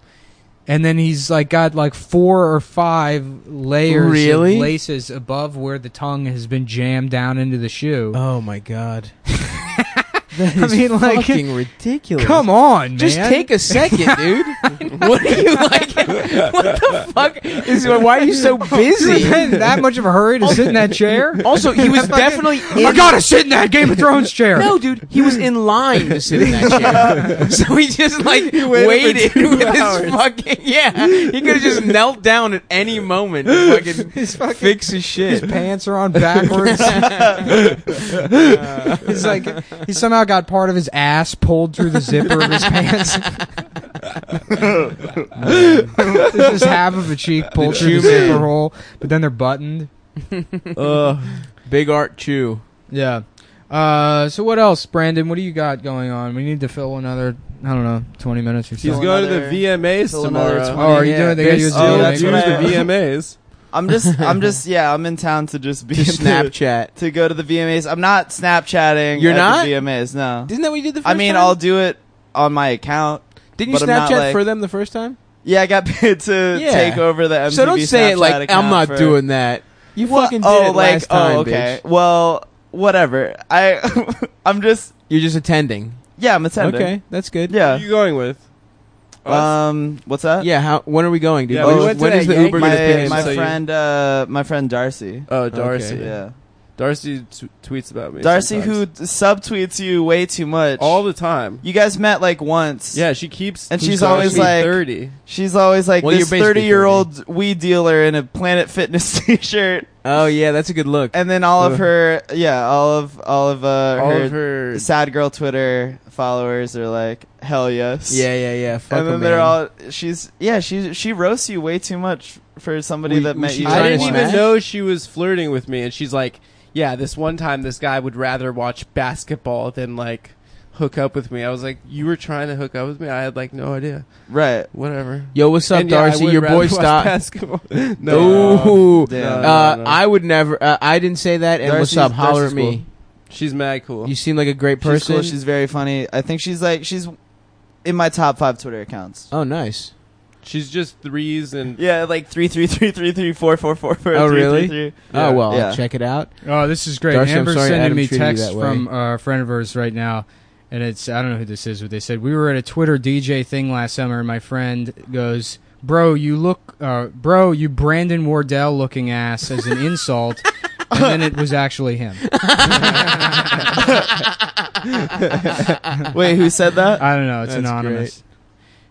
Speaker 4: and then he's like got like four or five layers
Speaker 1: Really?
Speaker 4: of laces above where the tongue has been jammed down into the shoe.
Speaker 1: Oh my god.
Speaker 4: I mean, like,
Speaker 1: fucking ridiculous.
Speaker 4: come on,
Speaker 1: Just
Speaker 4: man.
Speaker 1: take a second, dude. what are you like? What the fuck? Is, why are you so
Speaker 4: You're
Speaker 1: busy?
Speaker 4: in that much of a hurry to sit in that chair?
Speaker 1: Also, he was definitely.
Speaker 4: I
Speaker 3: Oh
Speaker 1: In,
Speaker 4: gotta sit in that Game of Thrones chair.
Speaker 1: no, dude, he was in line to sit in that chair. so he just like waited, with his fucking yeah. He could have just knelt down at any moment and fucking, fix his shit.
Speaker 4: His pants are on backwards. he's like, he somehow got part of his ass pulled through the zipper of his pants. This is half of a cheek pulled through the zipper hole, but then they're buttoned.
Speaker 1: Big Art Chew.
Speaker 4: Yeah. Uh, so what else, Brandon? What do you got going on? We need to fill another. I don't know, twenty minutes or so.
Speaker 2: He's going to the VMAs
Speaker 3: Fill another
Speaker 2: tomorrow.
Speaker 4: oh, are you
Speaker 1: Yeah.
Speaker 4: doing? They
Speaker 2: They
Speaker 4: got you a
Speaker 2: still
Speaker 4: deal.
Speaker 3: Oh, that's
Speaker 2: do
Speaker 4: maybe?
Speaker 3: what I-
Speaker 2: the VMAs.
Speaker 3: I'm just, I'm just, yeah, I'm in town to just be
Speaker 1: Just Snapchat.
Speaker 3: to go to the VMAs. I'm not Snapchatting.
Speaker 1: You're
Speaker 3: at
Speaker 1: not?
Speaker 3: the VMAs. No,
Speaker 1: Didn't that what you did the first
Speaker 3: I mean
Speaker 1: time?
Speaker 3: I'll do it on my account.
Speaker 1: Didn't you
Speaker 3: but I'm not,
Speaker 1: Snapchat
Speaker 3: like-
Speaker 1: for them the first time?
Speaker 3: Yeah, I got paid to
Speaker 1: Yeah.
Speaker 3: take over the MTV.
Speaker 1: so don't say it
Speaker 3: Snapchat
Speaker 1: like I'm
Speaker 3: account
Speaker 1: not
Speaker 3: for-
Speaker 1: doing that. You
Speaker 3: Well,
Speaker 1: fucking did
Speaker 3: oh,
Speaker 1: it
Speaker 3: like,
Speaker 1: last time,
Speaker 3: Oh, okay.
Speaker 1: bitch.
Speaker 3: Well, whatever. I, I'm just,
Speaker 1: You're just attending.
Speaker 3: yeah, I'm attending.
Speaker 1: Okay, that's good.
Speaker 2: Who are
Speaker 3: Yeah.
Speaker 2: you going with? Us?
Speaker 3: Um, what's that?
Speaker 1: Yeah, how when are we going, dude?
Speaker 2: Yeah,
Speaker 1: When is-
Speaker 3: we
Speaker 2: went to
Speaker 1: when
Speaker 2: that
Speaker 1: is the
Speaker 2: Yankee
Speaker 1: Uber gonna pick
Speaker 3: my
Speaker 1: us
Speaker 3: my
Speaker 1: up?
Speaker 2: so you-
Speaker 3: friend, uh, my friend Darcy.
Speaker 2: oh, Darcy.
Speaker 3: Yeah,
Speaker 2: Darcy t- tweets about me.
Speaker 3: Darcy,
Speaker 2: sometimes.
Speaker 3: who d- subtweets you way too much.
Speaker 2: all the time.
Speaker 3: you guys met like once.
Speaker 2: Yeah, she keeps.
Speaker 3: And she's
Speaker 2: calling
Speaker 3: always
Speaker 2: me
Speaker 3: like-
Speaker 2: thirty.
Speaker 3: She's always like
Speaker 1: Well,
Speaker 3: this
Speaker 1: you're basically
Speaker 3: 30 year old weed dealer in a Planet Fitness t shirt.
Speaker 1: Oh yeah, that's a good look.
Speaker 3: And then all of
Speaker 2: Ugh.
Speaker 3: her, yeah, all of, all of, uh,
Speaker 2: All
Speaker 3: her,
Speaker 2: of her.
Speaker 3: sad girl Twitter followers are like, hell yes.
Speaker 1: Yeah, yeah, yeah. Fuck
Speaker 3: And
Speaker 1: a
Speaker 3: then they're
Speaker 1: man.
Speaker 3: all, she's, yeah, she, she roasts you way too much for somebody
Speaker 1: We-
Speaker 3: that
Speaker 1: we
Speaker 3: met
Speaker 1: should
Speaker 3: you.
Speaker 1: try
Speaker 2: I
Speaker 1: trying
Speaker 2: didn't
Speaker 1: to
Speaker 2: even
Speaker 1: smash?
Speaker 2: know she was flirting with me, and she's like, "Yeah, this one time, this guy would rather watch basketball than like hook up with me." I was like, "You were trying to hook up with me? I had like no idea.
Speaker 3: Right.
Speaker 2: Whatever."
Speaker 1: Yo, what's up,
Speaker 2: And yeah, I
Speaker 1: Darcy?
Speaker 2: would
Speaker 1: Your
Speaker 2: rather
Speaker 1: boy
Speaker 2: watch
Speaker 1: stopped.
Speaker 2: basketball.
Speaker 1: No.
Speaker 3: Damn. No,
Speaker 1: Uh, I would never. Uh, I didn't say that. And what's
Speaker 3: Darcy's-
Speaker 1: up? Holler
Speaker 3: Darcy's
Speaker 1: at me.
Speaker 2: she's mad cool.
Speaker 1: You seem like a great
Speaker 3: She's
Speaker 1: person.
Speaker 3: cool. She's very funny. I think she's like, she's in my top five Twitter accounts.
Speaker 1: oh, nice.
Speaker 2: She's just threes and
Speaker 3: Yeah, like three, three, three, three, three, four, four, four, four.
Speaker 1: Oh,
Speaker 3: three,
Speaker 1: really?
Speaker 3: three, three.
Speaker 1: Oh well, I'll
Speaker 3: Yeah.
Speaker 1: check it out.
Speaker 4: Oh, this is great.
Speaker 1: Darcy, I'm
Speaker 4: Amber's
Speaker 1: sorry
Speaker 4: sending
Speaker 1: Adam
Speaker 4: me
Speaker 1: treated you
Speaker 4: text
Speaker 1: that way.
Speaker 4: from uh, a friend of hers right now, and it's I don't know who this is, but they said we were at a Twitter DJ thing last summer, and my friend goes, "Bro, you look, uh, bro, you Brandon Wardell looking ass" as an insult. And then it was actually him.
Speaker 3: Wait, who said that?
Speaker 4: I don't know. It's
Speaker 2: That's
Speaker 4: anonymous.
Speaker 3: great.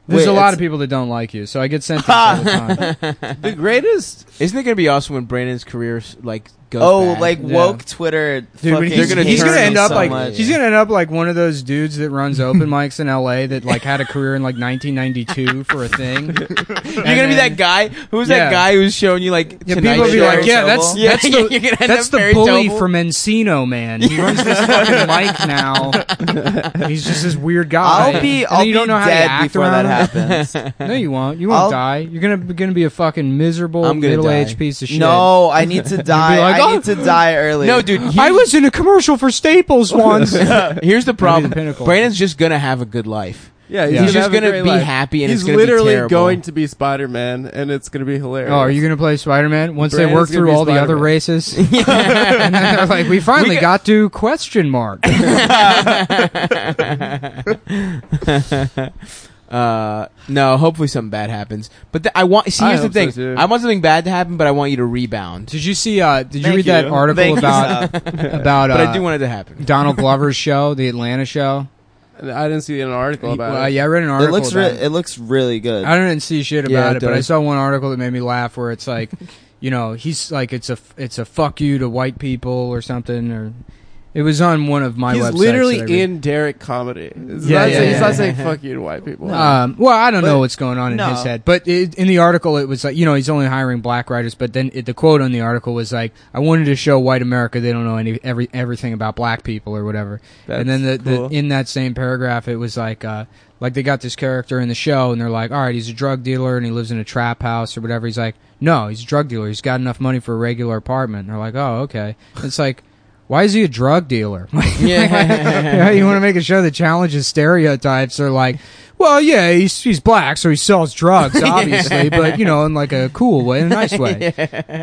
Speaker 4: There's
Speaker 3: Wait,
Speaker 4: a lot
Speaker 3: it's-
Speaker 4: of people that don't like you, so I get sent these all the time.
Speaker 2: the greatest.
Speaker 1: Isn't it gonna be awesome when Brandon's career like goes?
Speaker 3: Oh,
Speaker 1: bad?
Speaker 3: like
Speaker 4: Yeah.
Speaker 3: woke Twitter.
Speaker 4: Dude, when
Speaker 3: fucking
Speaker 4: he's
Speaker 1: gonna
Speaker 4: he's
Speaker 1: turn
Speaker 4: gonna end
Speaker 3: me
Speaker 4: up
Speaker 3: so
Speaker 4: like
Speaker 3: much.
Speaker 4: he's gonna end up like one of those dudes that runs open mics in L.A. that like had a career in like 1992 for a thing. You're
Speaker 1: You're gonna be that guy. Who's
Speaker 4: Yeah.
Speaker 1: that guy who's showing you like?
Speaker 4: Yeah,
Speaker 1: Tonight
Speaker 4: people will be
Speaker 1: Show?
Speaker 4: like, yeah, that's
Speaker 3: Yeah,
Speaker 4: that's
Speaker 1: yeah,
Speaker 4: the
Speaker 1: you're gonna end
Speaker 4: that's
Speaker 1: up
Speaker 4: the
Speaker 1: Barry
Speaker 4: bully
Speaker 1: Doble.
Speaker 4: from Encino, man. He runs this fucking mic now. He's just this weird guy.
Speaker 3: I'll be.
Speaker 4: And
Speaker 3: I'll
Speaker 4: then you don't
Speaker 3: be
Speaker 4: know how to
Speaker 3: dead
Speaker 4: act
Speaker 3: before
Speaker 4: around
Speaker 3: that happens.
Speaker 4: him. No, you won't. You won't
Speaker 3: I'll-
Speaker 4: die. You're gonna gonna be a fucking miserable
Speaker 1: I'm gonna
Speaker 4: middle aged
Speaker 1: die.
Speaker 4: piece of shit.
Speaker 3: no, I need to die.
Speaker 4: like,
Speaker 3: I
Speaker 4: "Oh."
Speaker 3: need to die early.
Speaker 1: No, dude. he-
Speaker 4: I was in a commercial for Staples once.
Speaker 1: here's the problem.
Speaker 4: pinnacle.
Speaker 1: Brandon's just gonna have a good life.
Speaker 2: Yeah,
Speaker 4: He's
Speaker 1: just
Speaker 2: have a
Speaker 1: gonna
Speaker 2: great
Speaker 1: be
Speaker 2: life.
Speaker 1: happy and
Speaker 2: he's
Speaker 1: it's gonna be
Speaker 2: literally
Speaker 1: terrible.
Speaker 2: going to be Spider Man, and it's gonna be hilarious.
Speaker 4: Oh, are you gonna play Spider Man once they
Speaker 2: Brandon's
Speaker 4: work
Speaker 2: gonna
Speaker 4: through
Speaker 2: be
Speaker 4: all the other
Speaker 2: Spider-Man.
Speaker 4: races? and then they're like, we finally
Speaker 1: We
Speaker 4: got to question mark.
Speaker 1: Uh, no. Hopefully, something bad happens. But th- I want. See,
Speaker 2: I
Speaker 1: here's the
Speaker 2: hope so,
Speaker 1: thing.
Speaker 2: too.
Speaker 1: I want something bad to happen, but I want you to rebound.
Speaker 4: Did you see? Uh, did you
Speaker 3: Thank
Speaker 4: read that article
Speaker 3: Thank you,
Speaker 4: about
Speaker 3: Sal.
Speaker 4: about? Uh,
Speaker 1: But I do want it to happen.
Speaker 4: Donald Glover's show, the Atlanta show.
Speaker 2: I didn't see an article about
Speaker 4: Well,
Speaker 2: it.
Speaker 4: yeah, I read an
Speaker 3: it
Speaker 4: article.
Speaker 3: looks.
Speaker 4: about
Speaker 3: Re- it looks really good.
Speaker 4: I didn't see shit about
Speaker 1: Yeah, it
Speaker 4: it, but I
Speaker 1: does.
Speaker 4: saw one article that made me laugh where it's like, you know, he's like it's a it's a fuck you to white people or something or it was on one of my
Speaker 2: he's
Speaker 4: websites that I
Speaker 2: literally
Speaker 4: read.
Speaker 2: in Derek comedy. It's
Speaker 4: Yeah,
Speaker 2: not
Speaker 4: yeah,
Speaker 2: saying,
Speaker 4: yeah.
Speaker 2: he's not saying fuck you to white people.
Speaker 4: Um, well, I don't know
Speaker 3: But-
Speaker 4: what's going on in
Speaker 3: no.
Speaker 4: his head, but it, in the article, it was like you know he's only hiring black writers. But then it, the quote on the article was like, "I wanted to show white America they don't know any every everything about black people or whatever." and then the,
Speaker 2: That's cool.
Speaker 4: the in that same paragraph, it was like uh, like they got this character in the show, and they're like, "All right, he's a drug dealer and he lives in a trap house or whatever." He's like, "No, he's a drug dealer. He's got enough money for a regular apartment." And they're like, "Oh, okay." It's like. Why is he a drug dealer? yeah, you want to make a show that challenges stereotypes or like, well, yeah, he's he's black, so he sells drugs, obviously, but you know, in like a cool way, in a nice way.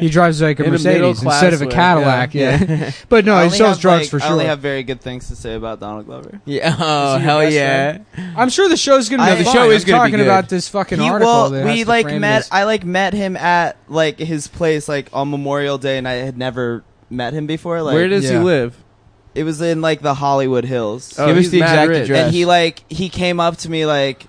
Speaker 4: He drives like a
Speaker 2: In a
Speaker 4: Mercedes
Speaker 2: middle-class
Speaker 4: instead of a
Speaker 2: way,
Speaker 4: Cadillac. Yeah, but no,
Speaker 3: I
Speaker 4: he
Speaker 3: only
Speaker 4: sells
Speaker 3: have,
Speaker 4: drugs
Speaker 3: like-
Speaker 4: for
Speaker 3: I only
Speaker 4: sure.
Speaker 3: have very good things to say about Donald Glover.
Speaker 1: Yeah. Oh,
Speaker 3: your
Speaker 1: hell
Speaker 3: best
Speaker 1: yeah.
Speaker 3: friend?
Speaker 4: I'm sure the show's gonna.
Speaker 3: I-
Speaker 4: be
Speaker 3: The
Speaker 4: fine.
Speaker 1: show is gonna
Speaker 4: I'm
Speaker 1: be
Speaker 4: talking
Speaker 1: good.
Speaker 4: about this fucking
Speaker 3: He,
Speaker 4: article.
Speaker 3: well,
Speaker 4: that has
Speaker 3: we
Speaker 4: to
Speaker 3: like
Speaker 4: frame
Speaker 3: met.
Speaker 4: this.
Speaker 3: I like met him at like his place, like on Memorial Day, and I had never met him before. Like
Speaker 2: Where does he
Speaker 4: Yeah.
Speaker 2: live?
Speaker 3: it was in like the Hollywood Hills.
Speaker 2: Oh,
Speaker 1: Give us
Speaker 2: he's
Speaker 1: the
Speaker 2: mad
Speaker 1: exact
Speaker 2: rich.
Speaker 1: address.
Speaker 3: and he like he came up to me like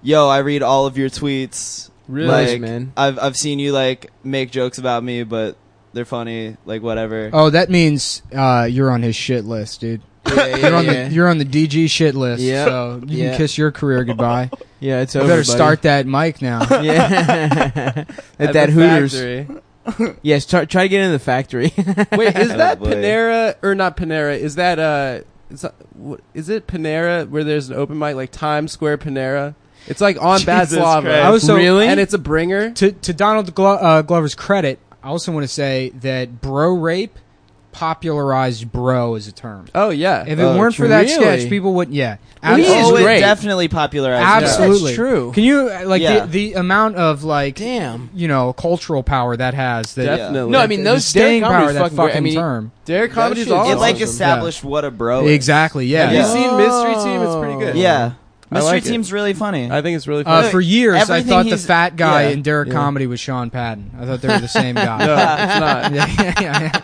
Speaker 3: yo i read all of your tweets
Speaker 2: Really?
Speaker 1: Nice,
Speaker 3: like
Speaker 1: man.
Speaker 3: i've i've seen you like make jokes about me but they're funny like whatever
Speaker 4: Oh, that means uh, you're on his shit list, dude.
Speaker 1: Yeah, yeah,
Speaker 4: You're on
Speaker 1: yeah.
Speaker 4: the you're on the DG shit list.
Speaker 1: Yeah.
Speaker 4: So you
Speaker 1: Yeah.
Speaker 4: can kiss your career goodbye.
Speaker 1: yeah, it's
Speaker 4: I
Speaker 1: over.
Speaker 4: better
Speaker 1: buddy.
Speaker 4: start that mic now.
Speaker 1: Yeah, at that
Speaker 2: the
Speaker 1: Hooters.
Speaker 2: factory.
Speaker 1: Yeah, start, try to get in the factory.
Speaker 2: Wait, is that
Speaker 3: boy.
Speaker 2: Panera or not Panera? Is that uh, is, what, is it Panera where there's an open mic like Times Square Panera? It's like on Bad
Speaker 3: Jesus
Speaker 2: Slava.
Speaker 3: Christ.
Speaker 4: I was so-
Speaker 1: Really?
Speaker 2: and it's a bringer.
Speaker 4: to to Donald Glo- uh, Glover's credit, I also want to say that bro rape popularized bro as a term.
Speaker 2: Oh yeah,
Speaker 4: If it
Speaker 3: Oh,
Speaker 4: weren't for that
Speaker 1: really?
Speaker 4: sketch, people would yeah.
Speaker 1: Well, he is
Speaker 3: oh,
Speaker 1: great.
Speaker 3: It definitely popularized. it.
Speaker 4: Absolutely
Speaker 1: That's true.
Speaker 4: Can you uh, like
Speaker 3: Yeah.
Speaker 4: the, the amount of like
Speaker 1: Damn.
Speaker 4: you know cultural power that has that
Speaker 3: Definitely.
Speaker 1: No, I mean
Speaker 4: the
Speaker 1: those
Speaker 4: staying
Speaker 1: Derek
Speaker 4: power
Speaker 1: Comedy's
Speaker 4: that
Speaker 1: fucking,
Speaker 4: fucking,
Speaker 1: great. I mean,
Speaker 4: term.
Speaker 2: Derek
Speaker 1: That
Speaker 2: comedy's
Speaker 1: shit is
Speaker 2: awesome.
Speaker 3: It like
Speaker 1: awesome.
Speaker 3: established what a bro is.
Speaker 4: Exactly. Yeah.
Speaker 2: Have you
Speaker 3: Yeah.
Speaker 2: seen Mystery Team? It's pretty good.
Speaker 3: Yeah.
Speaker 2: I
Speaker 3: Mystery
Speaker 2: like it.
Speaker 3: Team's really funny.
Speaker 2: I think it's really
Speaker 4: Uh,
Speaker 2: fun.
Speaker 4: for years, I
Speaker 3: everything
Speaker 4: thought the
Speaker 3: he's-
Speaker 4: fat guy
Speaker 3: yeah.
Speaker 4: in Derek
Speaker 2: Yeah.
Speaker 4: Comedy was Sean Patton. I thought they were the same guy.
Speaker 2: no, it's not.
Speaker 4: yeah, yeah, yeah.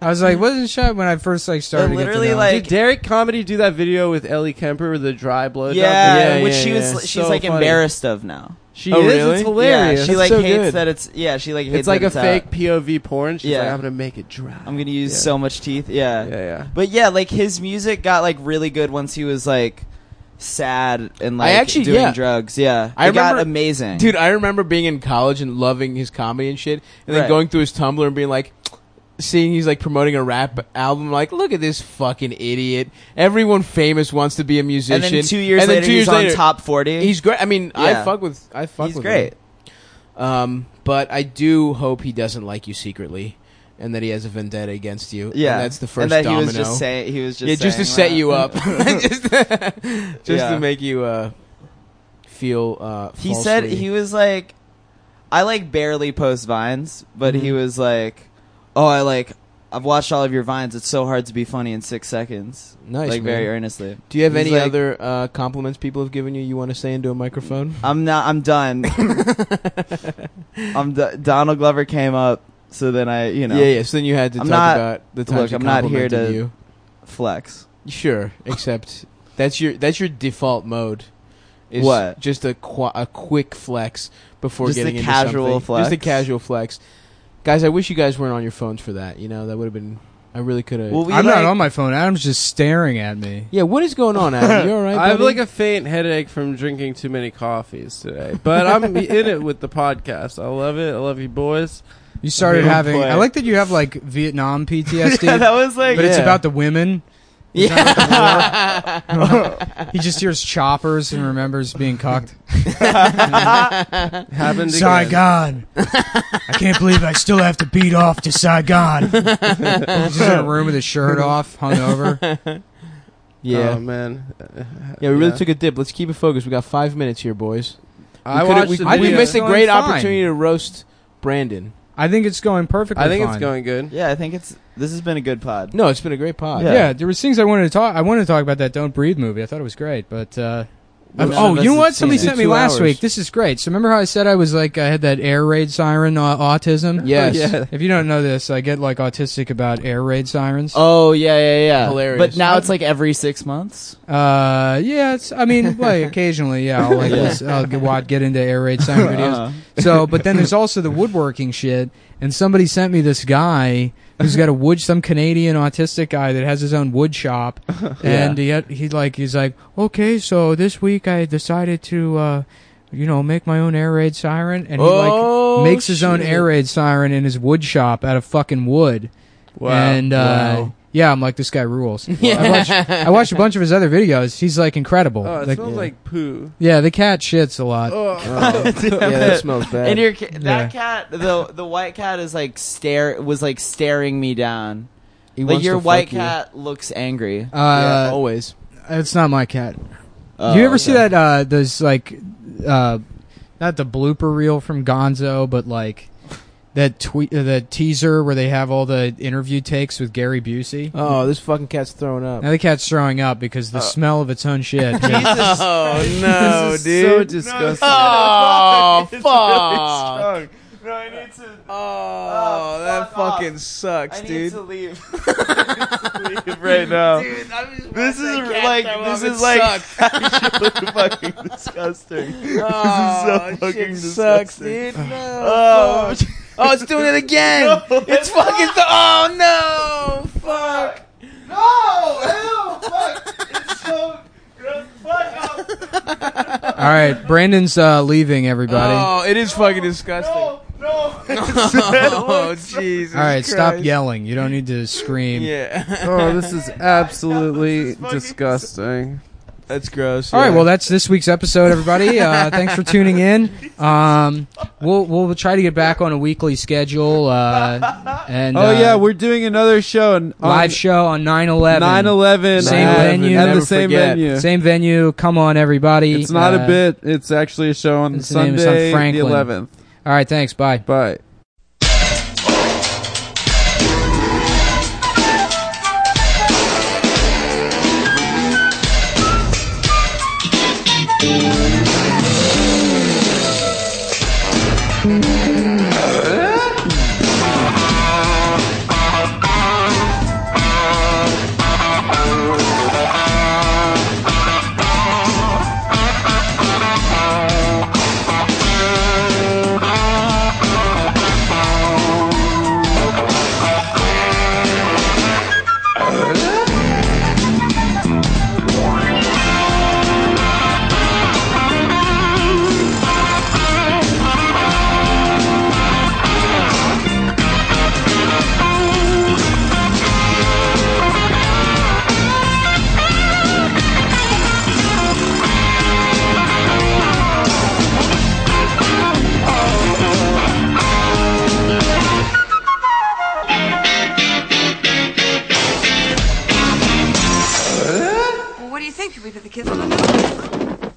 Speaker 4: I was like, wasn't Sean when I first like started. to
Speaker 3: They're
Speaker 4: get to
Speaker 3: literally
Speaker 4: know him.
Speaker 3: like-
Speaker 2: Did Derek comedy do that video with Ellie Kemper with the dry blow?
Speaker 3: yeah,
Speaker 1: Yeah,
Speaker 3: which
Speaker 1: yeah,
Speaker 3: she was
Speaker 1: yeah.
Speaker 3: she's
Speaker 2: So
Speaker 3: like
Speaker 2: funny.
Speaker 3: embarrassed of now.
Speaker 2: she
Speaker 1: Oh,
Speaker 2: is.
Speaker 1: really?
Speaker 2: It's hilarious.
Speaker 3: Yeah, she
Speaker 1: That's
Speaker 3: like
Speaker 1: so
Speaker 3: hates
Speaker 1: good.
Speaker 3: that it's yeah, she like hates
Speaker 2: it's like
Speaker 3: that
Speaker 2: a
Speaker 3: out.
Speaker 2: fake POV porn. She's
Speaker 3: Yeah.
Speaker 2: like, I'm gonna make it dry.
Speaker 3: I'm gonna use
Speaker 2: Yeah.
Speaker 3: so much teeth. Yeah.
Speaker 2: yeah, yeah.
Speaker 3: But yeah, like his music got like really good once he was like sad and like
Speaker 1: I actually-
Speaker 3: doing
Speaker 1: yeah.
Speaker 3: drugs. Yeah.
Speaker 1: I
Speaker 3: it got
Speaker 1: remember-
Speaker 3: amazing.
Speaker 1: Dude, I remember being in college and loving his comedy and shit, and then
Speaker 3: Right.
Speaker 1: going through his Tumblr and being like, seeing he's like promoting a rap album, like, look at this fucking idiot. Everyone famous wants to be a
Speaker 3: and
Speaker 1: musician.
Speaker 3: then two years
Speaker 1: And then
Speaker 3: later
Speaker 1: two
Speaker 3: he's
Speaker 1: years
Speaker 3: on
Speaker 1: later,
Speaker 3: top forty.
Speaker 1: He's great. I mean, I
Speaker 3: Yeah.
Speaker 1: fuck with. I fuck
Speaker 3: He's
Speaker 1: with.
Speaker 3: great.
Speaker 1: Him. Um, but I do hope he doesn't like you secretly, and that he has a vendetta against you.
Speaker 3: yeah.
Speaker 1: and that's the first
Speaker 3: And that
Speaker 1: domino.
Speaker 3: he was just saying he was just
Speaker 1: yeah, just to set
Speaker 3: saying that.
Speaker 1: you up, just, just
Speaker 3: Yeah.
Speaker 1: to make you uh, feel. Uh,
Speaker 3: He said
Speaker 1: falsely-
Speaker 3: he was like, I like barely post vines, but he
Speaker 1: Mm-hmm.
Speaker 3: was like, oh, I like, I've watched all of your vines. It's so hard to be funny in six seconds.
Speaker 1: Nice,
Speaker 3: like
Speaker 1: man.
Speaker 3: very earnestly.
Speaker 1: Do you have
Speaker 3: He's
Speaker 1: any
Speaker 3: like-
Speaker 1: other uh, compliments people have given you you want to say into a microphone?
Speaker 3: I'm not. I'm done. I'm do- Donald Glover came up, so then I, you know,
Speaker 1: Yeah, yeah. So then you had to
Speaker 3: I'm
Speaker 1: talk
Speaker 3: not-
Speaker 1: about the times
Speaker 3: look,
Speaker 1: he
Speaker 3: I'm not here
Speaker 1: complimented
Speaker 3: to-
Speaker 1: you.
Speaker 3: flex.
Speaker 1: Sure, except that's your that's your default mode. Is
Speaker 3: What?
Speaker 1: Just a qu- a quick flex before
Speaker 3: Just a
Speaker 1: getting into
Speaker 3: casual
Speaker 1: something. Just a
Speaker 3: flex?
Speaker 1: casual flex. Guys, I wish you guys weren't on your phones for that. You know that would have been. I really could have.
Speaker 3: Well, we
Speaker 4: I'm
Speaker 3: like,
Speaker 4: not on my phone. Adam's just staring at me.
Speaker 1: yeah, what is going on, Adam? You all right?
Speaker 2: I have
Speaker 1: buddy?
Speaker 2: like a faint headache from drinking too many coffees today, but I'm in it with the podcast. I love it. I love you boys.
Speaker 4: You started
Speaker 3: Yeah,
Speaker 4: having.
Speaker 3: boy.
Speaker 4: I like that you have like Vietnam PTSD,
Speaker 3: Yeah, that was like,
Speaker 4: but it's
Speaker 2: Yeah.
Speaker 4: about the women. It's not about the war. he just hears choppers and remembers being cucked.
Speaker 2: Happened again.
Speaker 5: Saigon. I can't believe I still have to beat off to Saigon.
Speaker 4: He's just in a room with his shirt off, hungover.
Speaker 1: yeah,
Speaker 2: Oh man.
Speaker 1: yeah. We really took a dip. Let's keep it focused. We got five minutes here, boys. We
Speaker 2: I
Speaker 1: could've-
Speaker 2: watched.
Speaker 1: we,
Speaker 2: the
Speaker 1: we
Speaker 4: I think
Speaker 2: video.
Speaker 4: it's
Speaker 1: missed a
Speaker 4: going
Speaker 1: great
Speaker 4: fine.
Speaker 1: opportunity to roast Brandon.
Speaker 4: I think it's going perfectly.
Speaker 2: I think it's
Speaker 4: fine.
Speaker 2: going good.
Speaker 3: yeah, I think it's. This has been a good pod.
Speaker 1: No, it's been a great pod.
Speaker 4: Yeah.
Speaker 3: Yeah.
Speaker 4: there was things I wanted to talk. I wanted to talk about that "Don't Breathe" movie. I thought it was great, but uh,
Speaker 3: None
Speaker 4: oh,
Speaker 3: of us
Speaker 4: you know
Speaker 3: have
Speaker 4: what?
Speaker 3: seen
Speaker 4: Somebody
Speaker 3: it.
Speaker 4: sent me
Speaker 1: Two
Speaker 4: last
Speaker 1: hours.
Speaker 4: week. This is great. So remember how I said I was like I had that air raid siren uh, autism?
Speaker 1: Yes.
Speaker 2: Yeah.
Speaker 4: If you don't know this, I get like autistic about air raid sirens.
Speaker 3: Oh yeah, yeah, yeah.
Speaker 1: Hilarious.
Speaker 3: But now it's like every six months.
Speaker 4: Uh, yeah, it's, I mean, like occasionally, yeah, I'll like
Speaker 3: Yeah.
Speaker 4: lis- I'll get, wa- get into air raid siren videos.
Speaker 3: Uh-huh.
Speaker 4: So, but then there's also the woodworking shit, and somebody sent me this guy who's got a wood, some Canadian autistic guy that has his own wood shop, and he had, he like he's like, okay, so this week I decided to. uh you know, make my own air raid siren, and he
Speaker 1: Oh,
Speaker 4: like makes his own
Speaker 1: shit.
Speaker 4: air raid siren in his wood shop out of fucking wood.
Speaker 2: Wow.
Speaker 4: And uh,
Speaker 1: Wow.
Speaker 4: yeah, I'm like, this guy rules. I, watched, I watched a bunch of his other videos. He's like incredible.
Speaker 2: oh, it
Speaker 4: Like,
Speaker 2: smells like poo.
Speaker 4: yeah, the cat shits a lot.
Speaker 1: Oh, yeah, that smells bad.
Speaker 3: And your ca-
Speaker 4: Yeah.
Speaker 3: that cat, the the white cat is like stare was like staring me down.
Speaker 1: He
Speaker 3: like
Speaker 1: wants
Speaker 3: your
Speaker 1: to fuck
Speaker 3: white
Speaker 1: you.
Speaker 3: cat looks angry.
Speaker 1: yeah,
Speaker 4: Uh,
Speaker 1: always.
Speaker 4: It's not my cat.
Speaker 3: Oh,
Speaker 4: you ever see
Speaker 3: okay.
Speaker 4: that? Uh, those like, uh, not the blooper reel from Gonzo, but like that tweet, uh, that teaser where they have all the interview takes with Gary Busey.
Speaker 1: Oh, Uh. this fucking cat's throwing up.
Speaker 4: Now the cat's throwing up because the smell of its own shit.
Speaker 1: Oh no,
Speaker 2: This is so
Speaker 1: dude!
Speaker 2: disgusting.
Speaker 1: oh fuck!
Speaker 3: No, I need to.
Speaker 1: oh,
Speaker 3: Oh,
Speaker 1: that
Speaker 3: fuck
Speaker 1: fucking
Speaker 3: off.
Speaker 1: sucks,
Speaker 3: I need
Speaker 1: dude.
Speaker 3: to leave. I need to leave right now.
Speaker 1: Dude, I'm just
Speaker 3: this
Speaker 1: watching
Speaker 3: is
Speaker 1: that cat throw up. It
Speaker 3: like this is like
Speaker 1: sucks.
Speaker 3: actually fucking disgusting.
Speaker 1: oh,
Speaker 3: so fucking
Speaker 1: shit sucks,
Speaker 3: disgusting.
Speaker 1: dude. No,
Speaker 3: Oh,
Speaker 1: fuck. oh, it's doing it again.
Speaker 3: No,
Speaker 1: it's
Speaker 3: it's
Speaker 1: fucking. Th- oh no, fuck.
Speaker 3: no!
Speaker 4: All right, Brandon's uh, leaving, everybody. All
Speaker 1: Oh, it is fucking disgusting. No, no. oh, Jesus.
Speaker 4: right, stop
Speaker 1: Christ.
Speaker 4: yelling. You don't need to scream.
Speaker 1: Yeah.
Speaker 2: Oh, this is absolutely disgusting.
Speaker 1: That's gross.
Speaker 4: All right,
Speaker 1: yeah.
Speaker 4: well that's this week's episode, everybody. Uh, thanks for tuning in. Um, we'll we'll try to get back on a weekly schedule. Uh, and
Speaker 2: Oh
Speaker 4: uh,
Speaker 2: yeah, we're doing another show and
Speaker 4: live show on 9/11.
Speaker 2: 9/11
Speaker 4: Same
Speaker 2: at-
Speaker 4: venue.
Speaker 2: at
Speaker 4: Never
Speaker 2: the same
Speaker 1: forget.
Speaker 2: venue.
Speaker 4: Same venue. Come on, everybody.
Speaker 2: It's not
Speaker 4: Uh,
Speaker 2: a bit. It's actually a show on
Speaker 4: it's the name of Sun
Speaker 2: Sunday, the
Speaker 4: Franklin.
Speaker 2: 11th.
Speaker 4: All right, thanks. Bye.
Speaker 2: Bye.
Speaker 8: Well, what do you think? Should we put the kids on the nose?